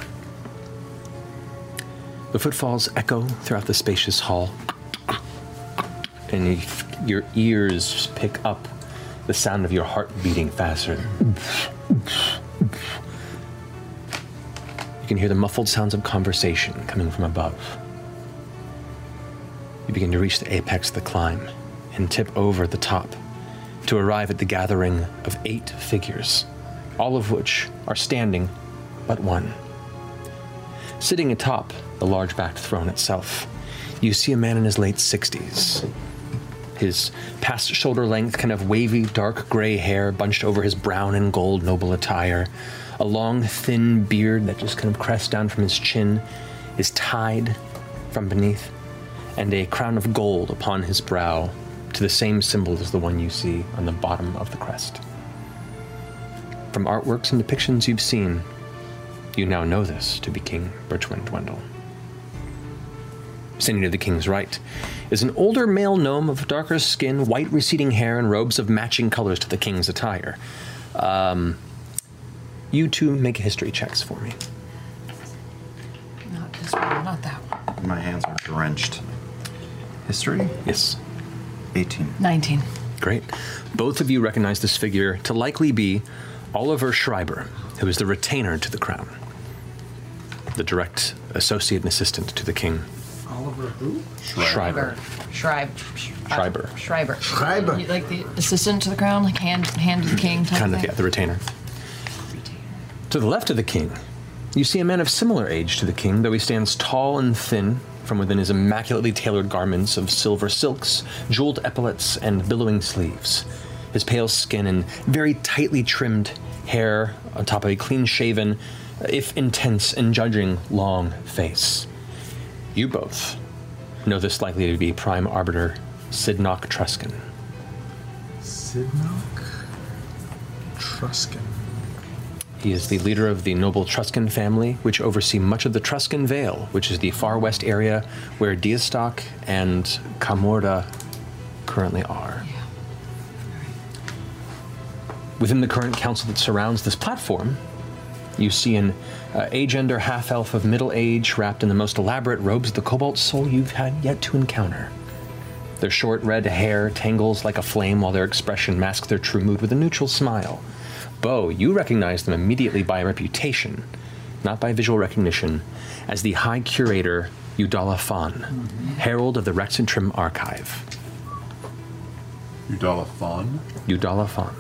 The footfalls echo throughout the spacious hall, and you, your ears pick up the sound of your heart beating faster. You can hear the muffled sounds of conversation coming from above. You begin to reach the apex of the climb and tip over the top to arrive at the gathering of eight figures, all of which are standing but one. Sitting atop the large backed throne itself, you see a man in his late 60s. His past shoulder length, kind of wavy, dark gray hair bunched over his brown and gold noble attire, a long, thin beard that just kind of crests down from his chin, is tied from beneath, and a crown of gold upon his brow to the same symbol as the one you see on the bottom of the crest. From artworks and depictions you've seen, you now know this to be King Bertrand Dwendal. Standing to the king's right is an older male gnome of darker skin, white receding hair, and robes of matching colors to the king's attire. Um, you two make history checks for me. Not this one, not that one. My hands are drenched. History? Yes. 18. 19. Great. Both of you recognize this figure to likely be Oliver Schreiber, who is the retainer to the crown, the direct associate and assistant to the king. Oliver who? Schreiber. Schreiber. Schreiber. Schreiber. Schreiber. You Like the assistant to the crown, like hand, hand to the king. Type Kind of, thing? yeah, the retainer. To the left of the king, you see a man of similar age to the king, though he stands tall and thin from within his immaculately tailored garments of silver silks, jeweled epaulets, and billowing sleeves. His pale skin and very tightly trimmed hair on top of a clean shaven, if intense and judging, long face. You both know this likely to be Prime Arbiter Sidnock Truscan. Sidnock Truscan. He is the leader of the noble Truscan family, which oversee much of the Truscan Vale, which is the far west area where Diastock and Camorda currently are. Within the current council that surrounds this platform, you see an uh, agender half elf of middle age wrapped in the most elaborate robes of the Cobalt Soul you've had yet to encounter. Their short red hair tangles like a flame while their expression masks their true mood with a neutral smile. Bo, you recognize them immediately by reputation, not by visual recognition, as the High Curator Udala Fan, Herald of the Rexentrim Archive. Udala Fawn? Udala Fan.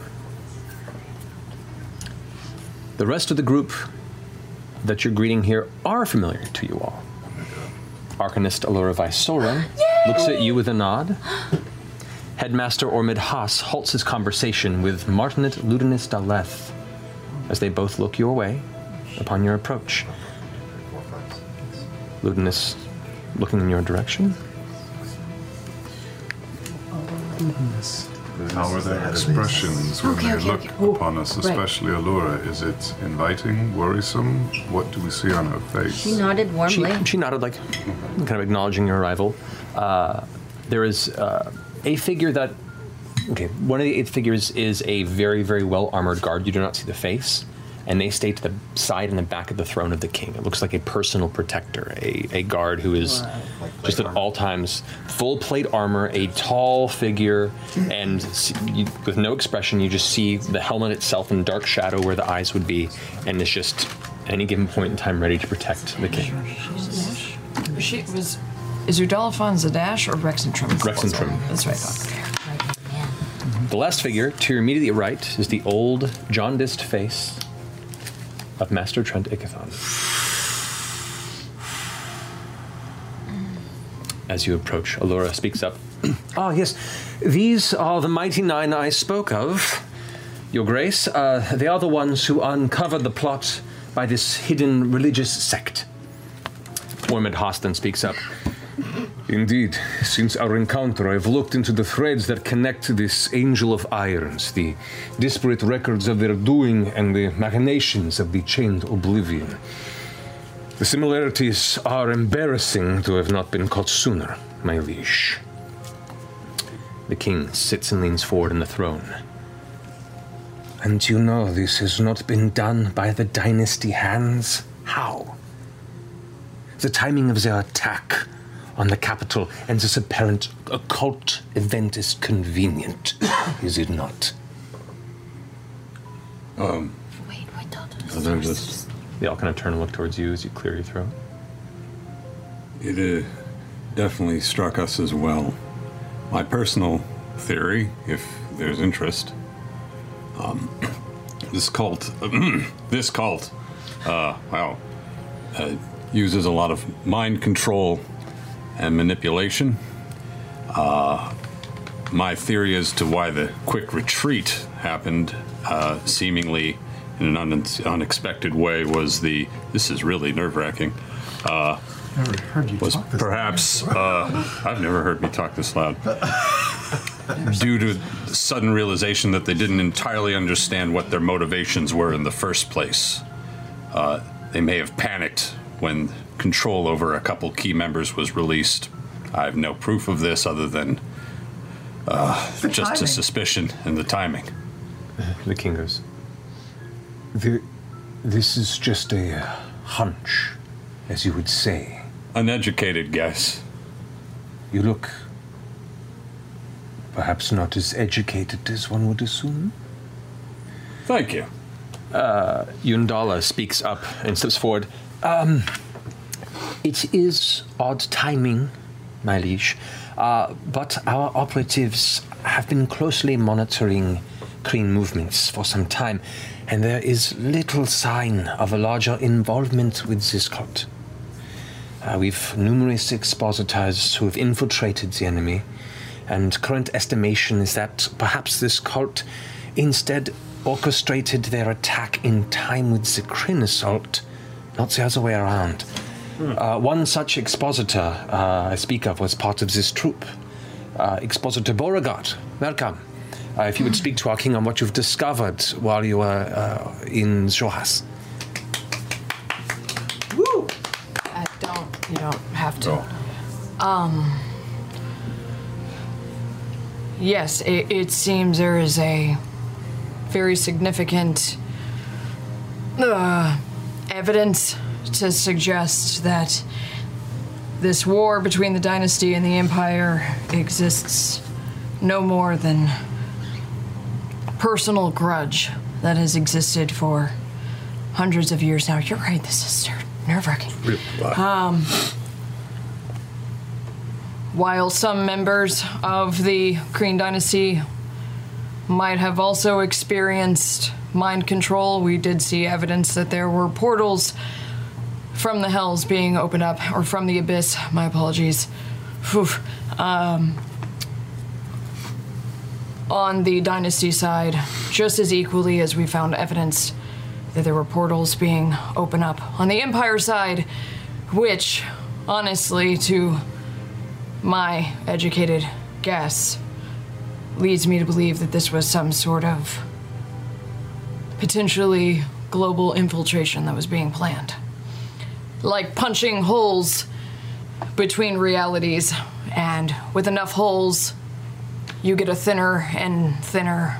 The rest of the group that you're greeting here are familiar to you all. Arcanist Alora Visora looks at you with a nod. Headmaster Ormid Haas halts his conversation with Martinet Ludinus Daleth as they both look your way upon your approach. Ludinus looking in your direction. How are their expressions when Okay, they okay, look okay. Oh, upon us, right. especially Allura? Is it inviting, worrisome? What do we see on her face? She nodded warmly. She, she nodded, like kind of acknowledging your arrival. Uh, there is uh, a figure that. Okay, one of the eight figures is a very, very well armored guard. You do not see the face, and they stay to the side and the back of the throne of the king. It looks like a personal protector, a, a guard who is just at all times full plate armor, a tall figure, and s- you, with no expression. You just see the helmet itself in dark shadow where the eyes would be, and is just at any given point in time ready to protect the king. Was She was. Is Udalafon Zadash or Rexentrum? Rexentrum. That's right. The last figure to your immediate right is the old jaundiced face of Master Trent Ickathon. As you approach, Alora speaks up. ah, yes. These are the mighty nine I spoke of, Your Grace. Uh, they are the ones who uncovered the plot by this hidden religious sect. Ormond Hostin speaks up. Indeed, since our encounter, I've looked into the threads that connect this Angel of Irons, the disparate records of their doing, and the machinations of the chained oblivion. The similarities are embarrassing to have not been caught sooner, my liege. The king sits and leans forward in the throne. And you know this has not been done by the dynasty hands? How? The timing of their attack on the capital and this apparent occult event is convenient, is it not? Um, uh, I think that's They all kind of turn and look towards you as you clear your throat. It uh, definitely struck us as well. My personal theory, if there's interest, um, this cult, this cult, uh, wow, uh, uses a lot of mind control and manipulation. Uh, my theory as to why the quick retreat happened, uh, seemingly in an un- unexpected way, was the this is really nerve wracking. Uh, Never heard you was talk this Uh, perhaps uh, I've never heard me talk this loud due to the sudden realization that they didn't entirely understand what their motivations were in the first place. Uh, they may have panicked when control over a couple key members was released. I have no proof of this other than uh, The just timing. a suspicion and the timing. The king goes, The, this is just a hunch, as you would say. Uneducated guess. You look perhaps not as educated as one would assume. Thank you. Uh, Yundala speaks up and steps forward. Um, it is odd timing, my liege, uh, but our operatives have been closely monitoring Kreen movements for some time, and there is little sign of a larger involvement with this cult. Uh, we've numerous expositors who have infiltrated the enemy, and current estimation is that perhaps this cult instead orchestrated their attack in time with the Kryn assault, not the other way around. Uh, one such expositor uh, I speak of was part of this troop. Uh, expositor Beauregard, welcome. Uh, if you would speak to our king on what you've discovered while you were uh, in Johas. Woo! I don't. You don't have to. Um. Yes, it, it seems there is a very significant uh, evidence to suggest that this war between the dynasty and the empire exists no more than personal grudge that has existed for hundreds of years now. You're right. This is nerve wracking. Um, while some members of the Kreen dynasty might have also experienced mind control, we did see evidence that there were portals from the hells being opened up, or from the abyss. My apologies. Phew. Um, on the dynasty side, just as equally as we found evidence that there were portals being opened up on the empire side, which, honestly, to my educated guess, leads me to believe that this was some sort of potentially global infiltration that was being planned. Like punching holes between realities, and with enough holes, you get a thinner and thinner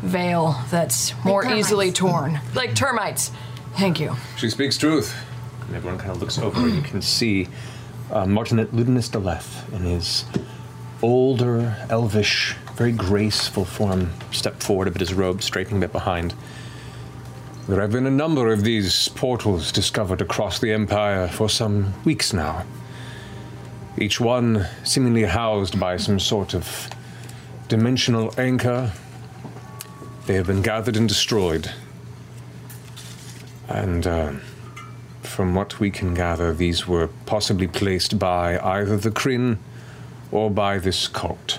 veil that's more easily torn. Like termites. Thank you. She speaks truth. And everyone kind of looks over, and you can see uh, Martin Ludinus de Leth in his older, elvish, very graceful form step forward a bit, his robe straightening a bit behind. There have been a number of these portals discovered across the Empire for some weeks now. Each one seemingly housed by some sort of dimensional anchor. They have been gathered and destroyed. And uh, from what we can gather, these were possibly placed by either the Kryn or by this cult.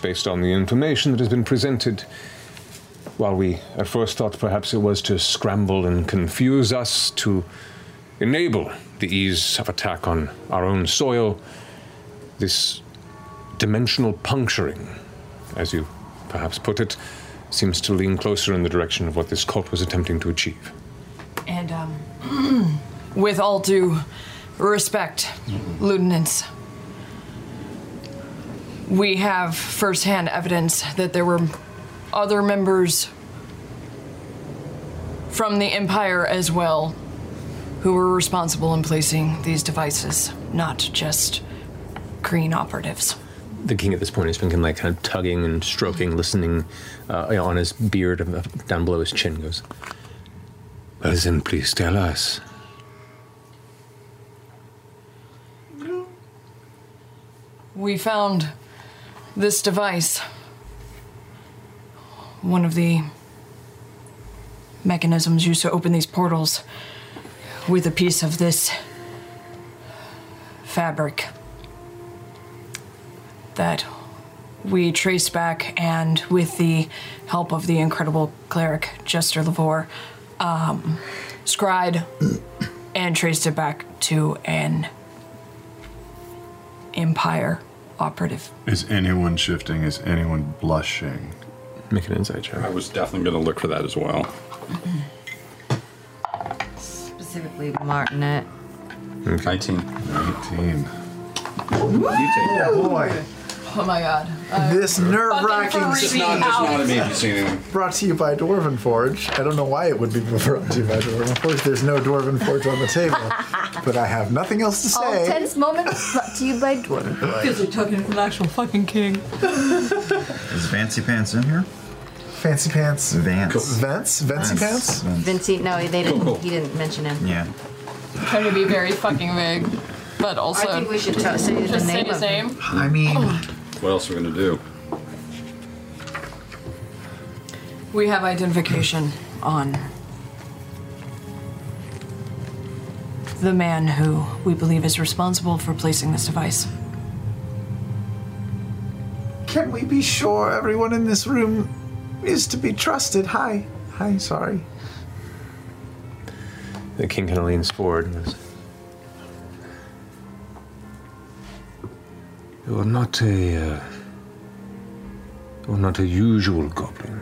Based on the information that has been presented, while we at first thought perhaps it was to scramble and confuse us to enable the ease of attack on our own soil, this dimensional puncturing, as you perhaps put it, seems to lean closer in the direction of what this cult was attempting to achieve. And um, with all due respect, lieutenants, we have firsthand evidence that there were other members from the Empire as well who were responsible in placing these devices, not just Kreen operatives. The king at this point has been kind of like kind of tugging and stroking, listening uh, you know, on his beard uh, down below his chin. Goes, Well, then please tell us. We found this device. One of the mechanisms used to open these portals with a piece of this fabric that we traced back and with the help of the incredible cleric Jester Lavore um, scried and traced it back to an empire operative. Is anyone shifting? Is anyone blushing? Make an inside check. I was definitely going to look for that as well. Specifically, Martinet. 19. 19. Oh boy. Oh my god. This nerve wracking Just scene. nod- just nod at me if you see Brought to you by Dwarven Forge. I don't know why it would be brought to you by Dwarven Forge. There's no Dwarven Forge on the table. but I have nothing else to All say. tense moments brought to you by Dwarven Because we're talking an actual fucking king. Is Fancy Pants in here? Fancy Pants. Vance. Vance? Vancy Pants? Vinci, no, they didn't. Cool, cool. He didn't mention him. Yeah. Trying to be very fucking vague, but also. I think we should t- say the just name Say his of name. I mean, What else are we going to do? We have identification on the man who we believe is responsible for placing this device. Can we be sure everyone in this room is to be trusted? Hi. Hi, sorry. The king kind of leans forward and goes, You are not a. Uh, you are not a usual goblin.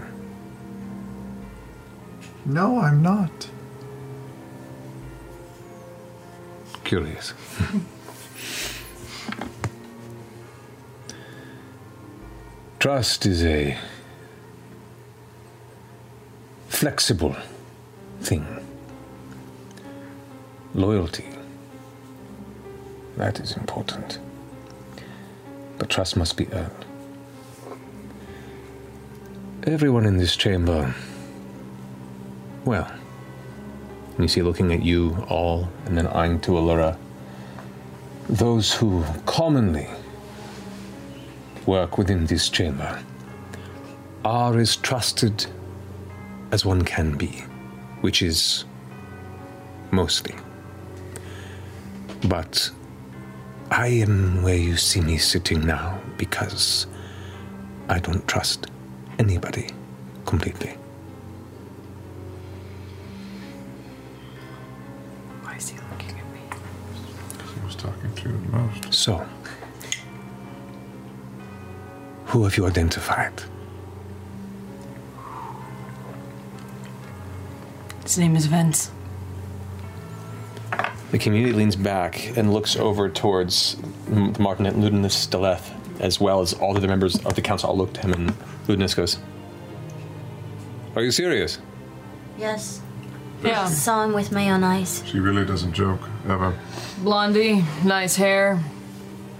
No, I'm not. Curious. Trust is a flexible thing. Loyalty. That is important. But trust must be earned. Everyone in this chamber. Well, you see, looking at you all, and then eyeing to Allura, those who commonly work within this chamber are as trusted as one can be, which is mostly. But I am where you see me sitting now because I don't trust anybody completely. Why is he looking at me? He was talking to the most. So, who have you identified? His name is Vince. The community leans back and looks over towards M- Martinet, Ludinus, Steleth, as well as all the other members of the council all look to him, and Ludinus goes, Are you serious? Yes. Yeah. Saw him with my own eyes. She really doesn't joke, ever. Blondie, nice hair.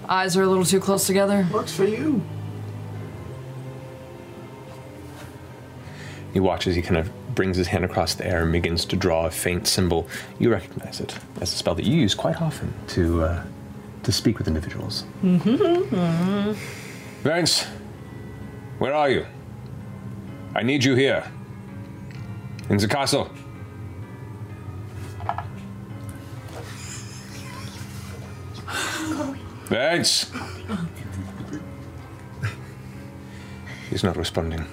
Eyes are a little too close together. Works for you. He watches, he kind of brings his hand across the air and begins to draw a faint symbol. You recognize it as a spell that you use quite often to, uh, to speak with individuals. Vance, where are you? I need you here. In the castle. Thanks. He's not responding.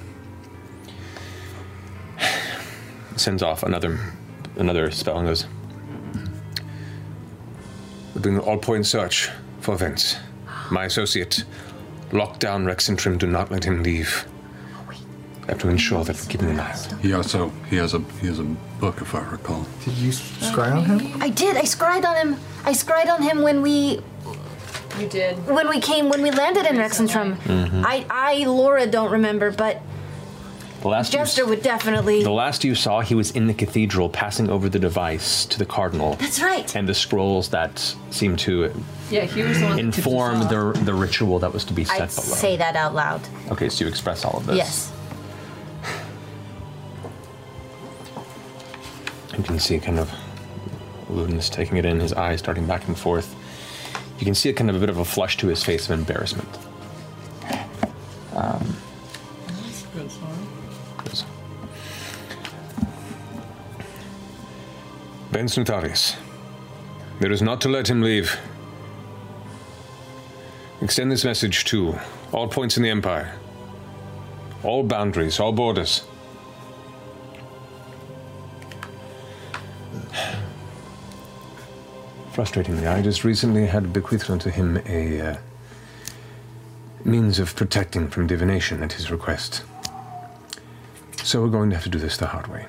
Sends off another another spell and goes. We're doing an all-point search for Vince. My associate. Lock down Rex and Trim. Do not let him leave. I have to ensure that we keep him alive. He also he has a he has a book, if I recall. Did you scry on him? I did. I scried on him. I scried on him when we. You did. When we came, when we landed in Rexentrum. Mm-hmm. Mhm. I, I, Laura, don't remember, but The last you, Jester would definitely. the last you saw, he was in the cathedral passing over the device to the cardinal. That's right. And the scrolls that seemed to Yeah, he was the one. that tipped inform us off. the the ritual that was to be set I'd below. say that out loud. Okay, so you express all of this. Yes. You can see kind of Ludinus taking it in, his eyes darting back and forth. You can see a kind of a bit of a flush to his face of embarrassment. Um, That's a good song. Yes. Ben Suntarius, there is not to let him leave. Extend this message to all points in the Empire, all boundaries, all borders. Frustratingly, I just recently had bequeathed unto him a uh, means of protecting from divination at his request. So we're going to have to do this the hard way.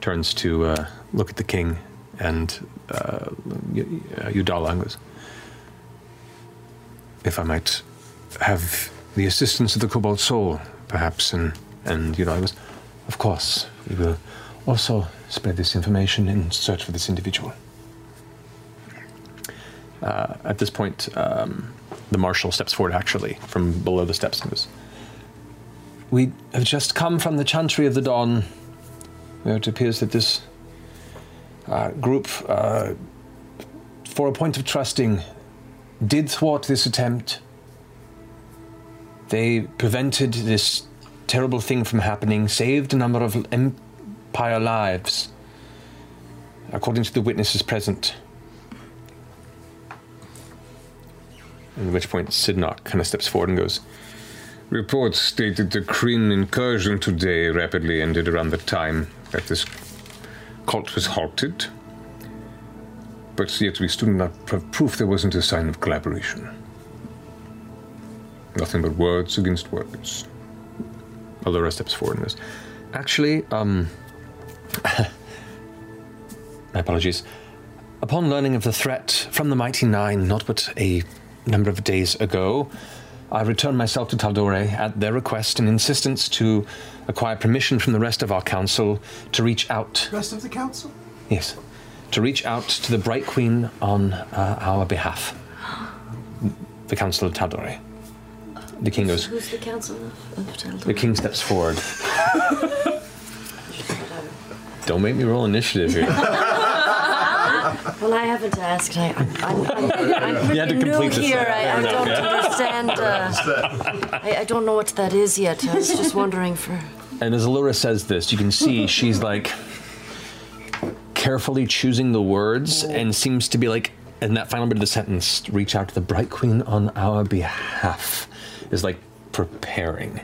Turns to uh, look at the king and uh, Y- uh, Udala and goes, If I might have the assistance of the Cobalt Soul, perhaps. And, and Udala goes, Of course, we will also spread this information in search for this individual. Uh, at this point, um, the marshal steps forward actually from below the steps and goes, We have just come from the Chantry of the Dawn, where it appears that this uh, group, uh, for a point of trusting, did thwart this attempt. They prevented this terrible thing from happening, saved a number of Empire lives, according to the witnesses present. At which point Sidnock kind of steps forward and goes, Reports stated the Kryn incursion today rapidly ended around the time that this cult was halted. But yet we still do not have proof there wasn't a sign of collaboration. Nothing but words against words. Allura steps forward and goes, Actually, um. my apologies. Upon learning of the threat from the Mighty Nine, not but a number of days ago, I returned myself to Taldore at their request and insistence to acquire permission from the rest of our council to reach out. Rest of the council? Yes. To reach out to the Bright Queen on uh, our behalf. The Council of Taldore. The king goes, Who's the council of, of Taldor? the king steps forward. Don't make me roll initiative here. well, I haven't asked. I, I'm, I'm, I'm, I'm You had to pretty new complete uh, the here. set. I, I Fair don't enough, yeah. understand. Uh, I, I don't know what that is yet. I was just wondering for. And as Allura says this, you can see she's like carefully choosing the words and seems to be like, in that final bit of the sentence, reach out to the Bright Queen on our behalf, is like preparing.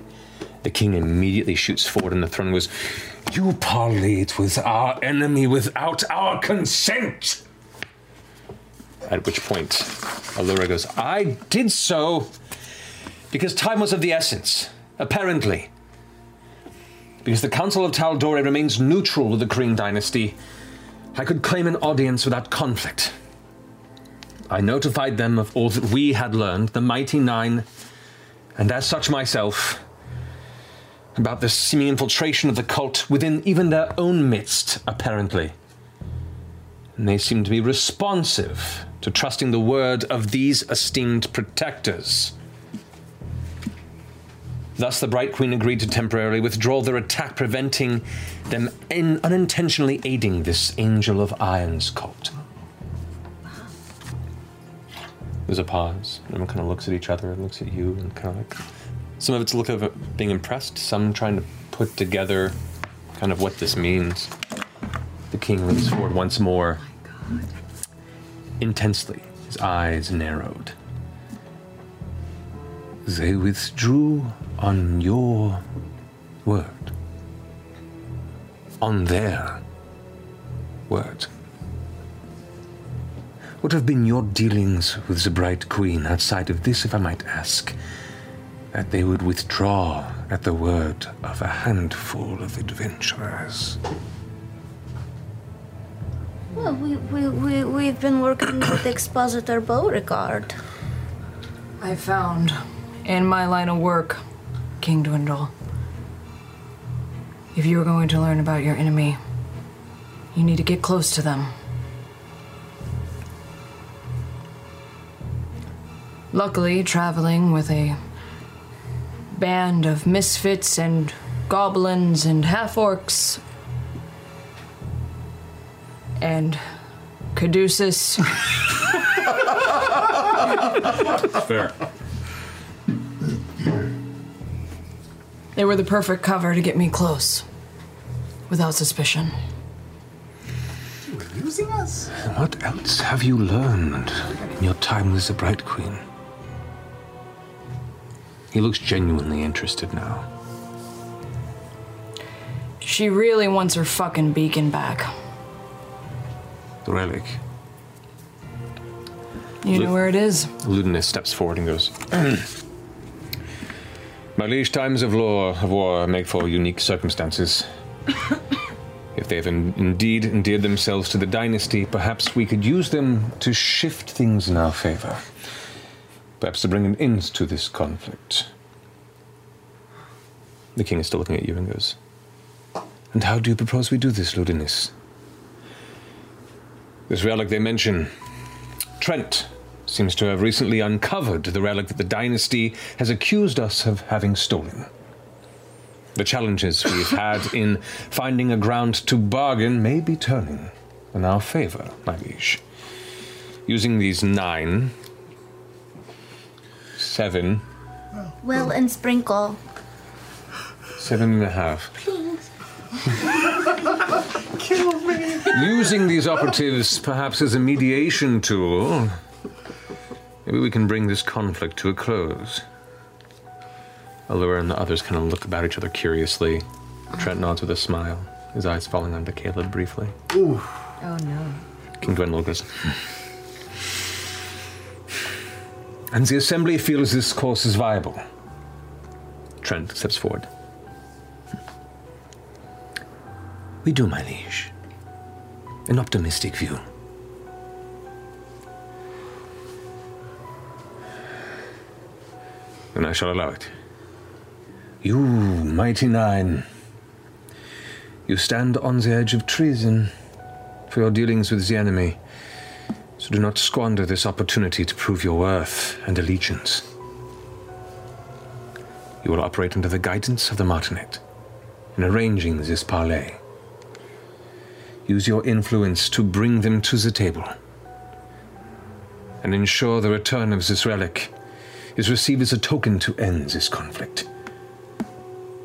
The king immediately shoots forward and the throne goes, You parleyed with our enemy without our consent! At which point, Allura goes, I did so because time was of the essence, apparently. Because the Council of Taldore remains neutral with the Kryn dynasty, I could claim an audience without conflict. I notified them of all that we had learned, the Mighty Nine, and as such myself, about the seeming infiltration of the cult within even their own midst, apparently and they seem to be responsive to trusting the word of these esteemed protectors. Thus, the Bright Queen agreed to temporarily withdraw their attack, preventing them in unintentionally aiding this Angel of Irons cult. There's a pause. Everyone kind of looks at each other and looks at you, and kind of like some of it's a look of being impressed, some trying to put together kind of what this means. The king leans forward once more, intensely, His eyes narrowed. They withdrew on your word. On their word. What have been your dealings with the Bright Queen outside of this, if I might ask? That they would withdraw at the word of a handful of adventurers. Well, we, we, we, we've been working with Expositor Beauregard. I found in my line of work, King Dwindle. If you are going to learn about your enemy, you need to get close to them. Luckily, traveling with a band of misfits and goblins and half orcs and Caduceus. Fair. They were the perfect cover to get me close. Without suspicion. Using us? What else have you learned in your time with the Bright Queen? He looks genuinely interested now. She really wants her fucking beacon back. The relic. You know where it is? Ludinus steps forward and goes, My liege, times of law of war make for unique circumstances. if they have in- indeed endeared themselves to the dynasty, perhaps we could use them to shift things in our favor. Perhaps to bring an end to this conflict. The king is still looking at you and goes, And how do you propose we do this, Ludinus? This relic they mention, Trent, seems to have recently uncovered the relic that the dynasty has accused us of having stolen. The challenges we've had in finding a ground to bargain may be turning in our favor, my liege. Using these nine, seven, Will and Sprinkle. seven and a half, Please. Kill me. Using these operatives perhaps as a mediation tool, maybe we can bring this conflict to a close. Allura and the others kind of look about each other curiously. Trent nods with a smile, his eyes falling onto Caleb briefly. Ooh. Oh no. King Dwindle goes. And the assembly feels this course is viable. Trent steps forward. We do, my liege. An optimistic view. Then I shall allow it. You, mighty nine, you stand on the edge of treason for your dealings with the enemy, so do not squander this opportunity to prove your worth and allegiance. You will operate under the guidance of the Martinet in arranging this parley. Use your influence to bring them to the table and ensure the return of this relic is received as a token to end this conflict.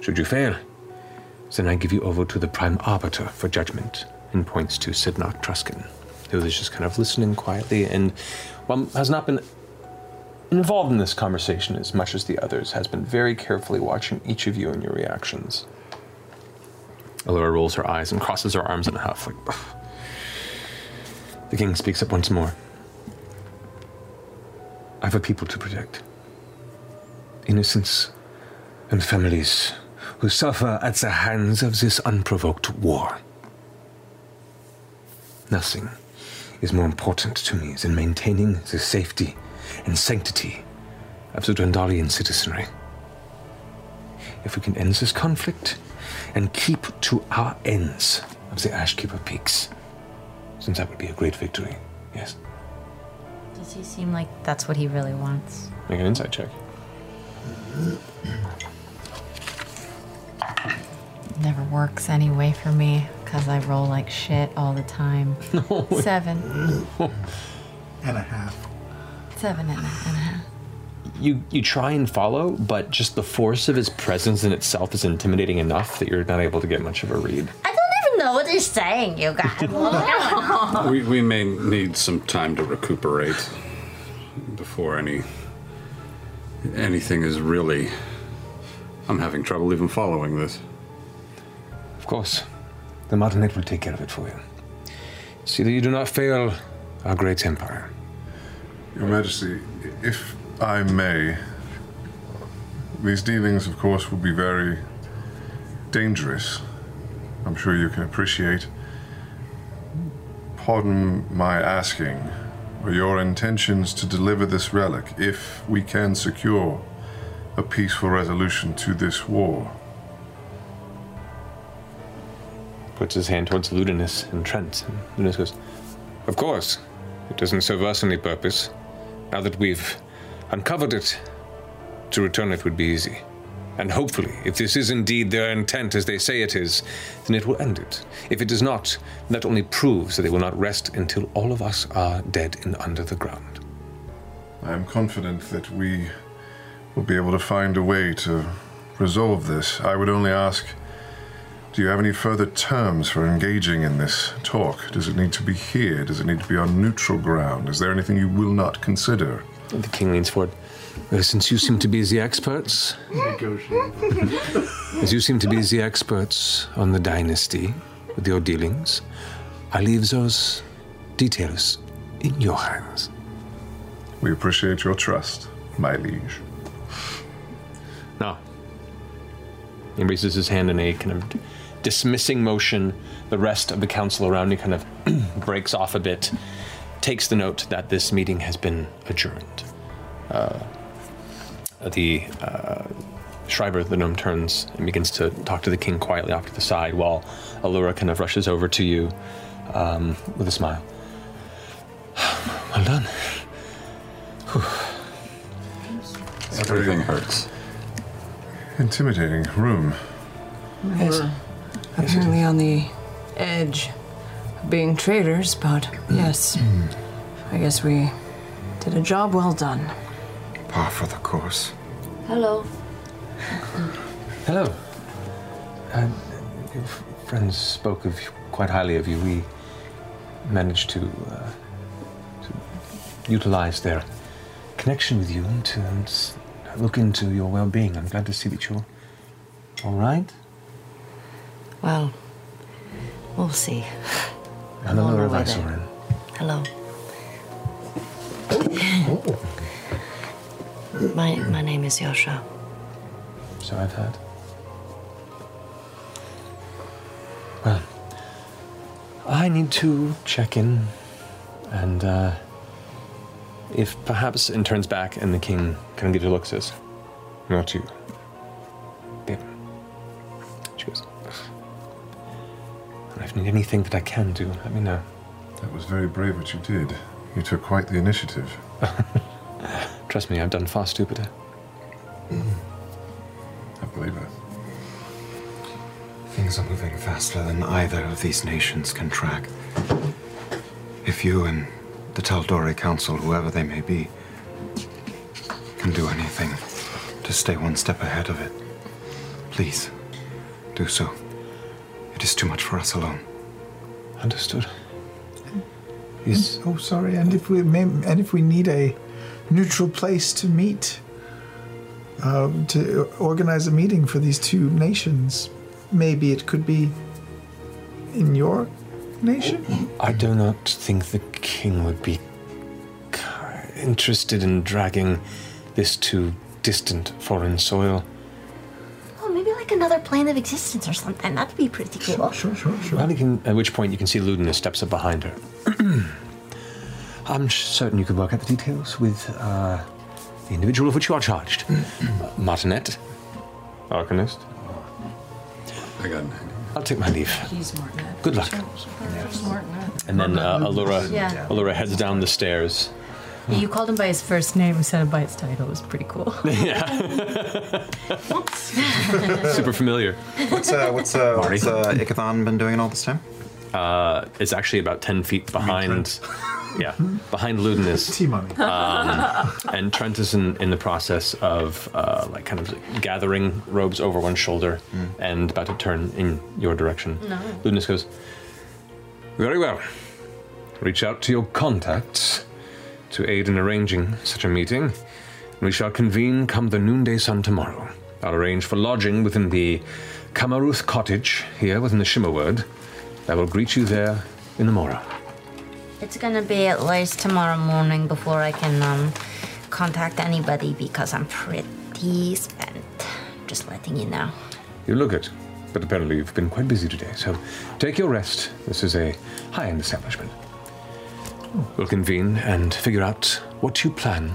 Should you fail, then I give you over to the Prime Arbiter for judgment, and points to Sidnark Truskin, who is just kind of listening quietly and well, has not been involved in this conversation as much as the others, has been very carefully watching each of you and your reactions. Allura rolls her eyes and crosses her arms in a huff, like, "Ugh." The king speaks up once more. I have a people to protect. Innocents and families who suffer at the hands of this unprovoked war. Nothing is more important to me than maintaining the safety and sanctity of the Dwendalian citizenry. If we can end this conflict and keep to our ends of the Ashkeeper Peaks, then that would be a great victory. Yes. Does he seem like that's what he really wants? Make an insight check. Never works anyway for me because I roll like shit all the time. Seven. And a half. Seven and a, and a half. You you try and follow, but just the force of his presence in itself is intimidating enough that you're not able to get much of a read. I don't even know what he's saying, you guys. We, we may need some time to recuperate. before any anything is really. I'm having trouble even following this. Of course. The martinet will take care of it for you. See that you do not fail our great empire. Your Majesty, if I may, these dealings, of course, will be very dangerous. I'm sure you can appreciate. Pardon my asking, are your intentions to deliver this relic if we can secure a peaceful resolution to this war? Puts his hand towards Ludinus and Trent. And Ludinus goes, Of course, it doesn't serve us any purpose. Now that we've uncovered it, to return it would be easy. And hopefully, if this is indeed their intent as they say it is, then it will end it. If it is not, that only proves that they will not rest until all of us are dead and under the ground. I am confident that we will be able to find a way to resolve this. I would only ask do you have any further terms for engaging in this talk? Does it need to be here? Does it need to be on neutral ground? Is there anything you will not consider? The king leans forward. Well, uh, since you seem to be the experts, as you seem to be the experts on the dynasty with your dealings, I leave those details in your hands. We appreciate your trust, my liege. No. He raises his hand in a kind of dismissing motion. The rest of the council around you kind of breaks off a bit, takes the note that this meeting has been adjourned. Uh, the uh, Schreiber, the gnome, turns and begins to talk to the king quietly off to the side while Allura kind of rushes over to you um, with a smile. Well done. Everything hurts. Intimidating room. We're apparently on the edge of being traitors, but Mm. yes, I guess we did a job well done. Par for the course. Hello. Hello. Uh, your f- friends spoke of you, quite highly of you. We managed to, uh, to utilize their connection with you and to and s- look into your well-being. I'm glad to see that you're all right. Well, we'll see. And I'm on another my way advisor there. in. Hello. my my name is Yosha. So I've heard. Well, I need to check in, and uh, if perhaps, and turns back, and the king kind of gives her a look, says, "Not you." Them. She goes, "And "If you need anything that I can do, let me know." That was very brave what you did. You took quite the initiative. Trust me, I've done far stupider. I believe it. Things are moving faster than either of these nations can track. If you and the Taldori Council, whoever they may be, can do anything to stay one step ahead of it, please do so. It is too much for us alone. Understood. oh, sorry. And if we may, and if we need a neutral place to meet, uh, to organize a meeting for these two nations, maybe it could be in your nation. I do not think the king would be ki- interested in dragging this to distant foreign soil. Oh, maybe like another plane of existence or something. That'd be pretty cool. Sure, sure, Well, you can- at which point you can see Ludinus steps up behind her. I'm sh- certain you could work out the details with uh, the individual of which you are charged. uh, Martinet. Arcanist. I got an I'll take my leave. He's Martinet. Good luck. And then uh, Allura, Yeah. Allura heads down the stairs. You called him by his first name instead of by its title. It was pretty cool. yeah. Super familiar. What's uh, what's uh, what's uh, Icathan been doing all this time? Uh, it's actually about ten feet behind. Yeah, behind Ludinus. T money. Um, and Trent is in, in the process of uh, like kind of gathering robes over one shoulder Mm. and about to turn in your direction. No. Ludinus goes, Very well. Reach out to your contacts to aid in arranging such a meeting. We shall convene come the noonday sun tomorrow. I'll arrange for lodging within the Kamaruth Cottage here within the Shimmerward. I will greet you there in the morrow. It's gonna be at least tomorrow morning before I can um, contact anybody because I'm pretty spent. Just letting you know. You look it, but apparently you've been quite busy today, so take your rest. This is a high end establishment. We'll convene and figure out what you plan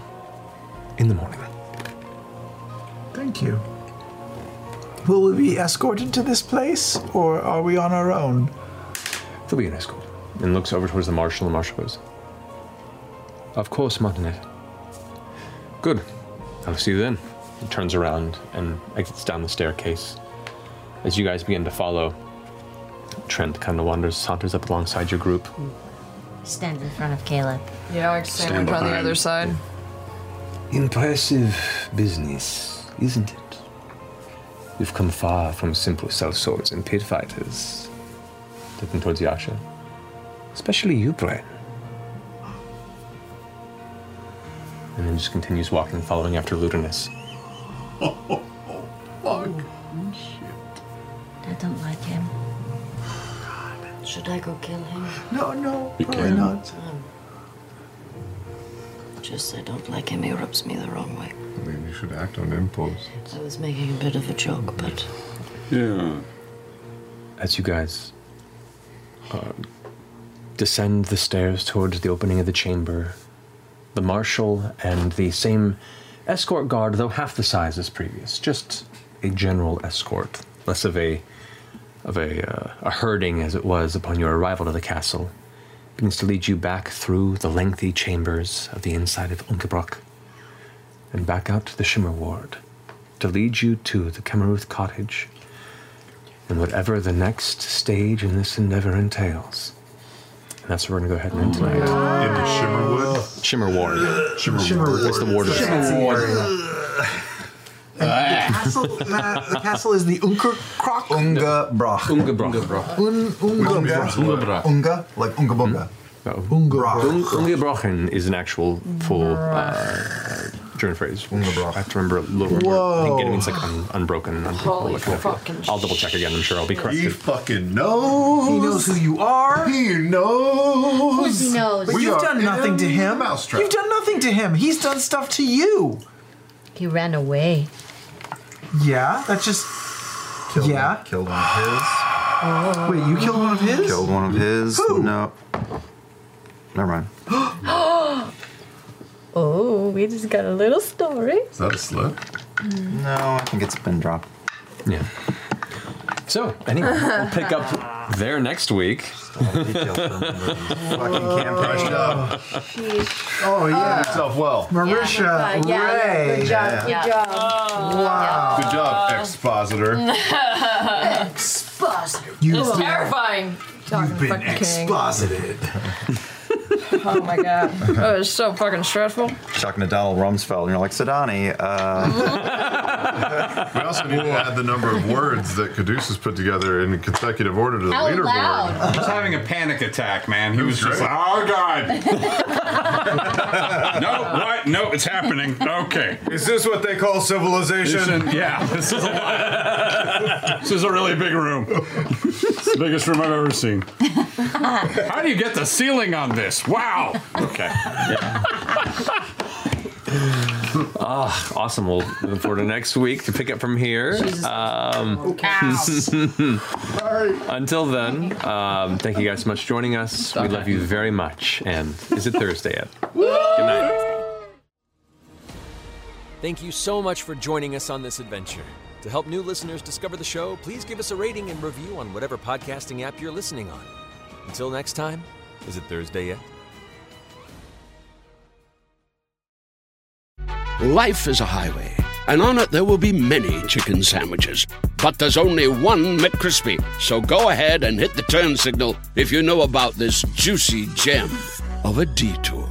in the morning. Thank you. Will we be escorted to this place, or are we on our own? There'll be an escort. And looks over towards the marshal, and the marshal goes, Of course, Martinet. Good. I'll see you then. He turns around and exits down the staircase. As you guys begin to follow, Trent kind of wanders, saunters up alongside your group. Stand in front of Caleb. Yeah, I stand, Stand on the behind. other side. Impressive business, isn't it? You've come far from simple self swords and pit fighters. Looking towards Yasha. Especially you, Bren. And then just continues walking, following after Ludinus. I don't like him. Should I go kill him? No, no, You probably can. not. Just I don't like him. He rubs me the wrong way. Maybe you should act on impulse. I was making a bit of a joke, but Yeah. As you guys uh, descend the stairs towards the opening of the chamber, the marshal and the same escort guard, though half the size as previous, just a general escort, less of a of a, uh, a herding as it was upon your arrival to the castle, begins to lead you back through the lengthy chambers of the inside of Ungebrock and back out to the Shimmer Ward to lead you to the Kemaruth Cottage and whatever the next stage in this endeavor entails. And that's where we're going to go ahead and end tonight. In the Shimmerwood? Shimmer Ward. Shimmer, Ward. It's the ward. of- Shimmer Ward. And the, castle, the, the castle is the Unker Croc. Unga Brach. Unga Brach. Un, unga, unga, unga, like Unga Bunga. Oh, Ung- Ungebrochen is an actual full uh, German phrase. I have to remember a little bit. I think it means like un- unbroken. and unbreakable, Holy that kind of thing. I'll double check again. I'm sure I'll be corrected. He fucking knows. He knows who you are. He knows. course he knows. But you've done nothing to him. Mousetrap. You've done nothing to him. He's done stuff to you. He ran away. Yeah, that's just. yeah. Killed one of his. Wait, you killed one of his? Killed one of his. No. Never mind. oh, we just got a little story. Is that a slip? No, I think it's been dropped. Yeah. So, anyway, we'll pick up there next week. Fucking campaign. Oh, yeah. Yourself well. Marisha, Yeah, Ray. good job, good Yeah. job. Wow. Good job, expositor. Exposited. You've It's been- terrifying. Talking been fucking king. exposited. Oh my god. That was so fucking stressful. Chuck Nadal Rumsfeld, and you're like, Sadani, uh. We also need to add the number of words that Caduceus put together in consecutive order to the Out leaderboard. loud. I was having a panic attack, man. He was just like, oh god. no, what? No, it's happening. Okay. Is this what they call civilization? yeah, this is a lot. this is a really big room. It's the biggest room I've ever seen. How do you get the ceiling on this? Wow. Okay. Ah, awesome. We'll look forward to next week to pick up from here. Um, until then, um, thank you guys so much for joining us. We love you very much. And is it Thursday yet? Good night. Thank you so much for joining us on this adventure. To help new listeners discover the show, please give us a rating and review on whatever podcasting app you're listening on. Until next time, is it Thursday yet? Life is a highway, and on it there will be many chicken sandwiches. But there's only one McCrispy. So go ahead and hit the turn signal if you know about this juicy gem of a detour.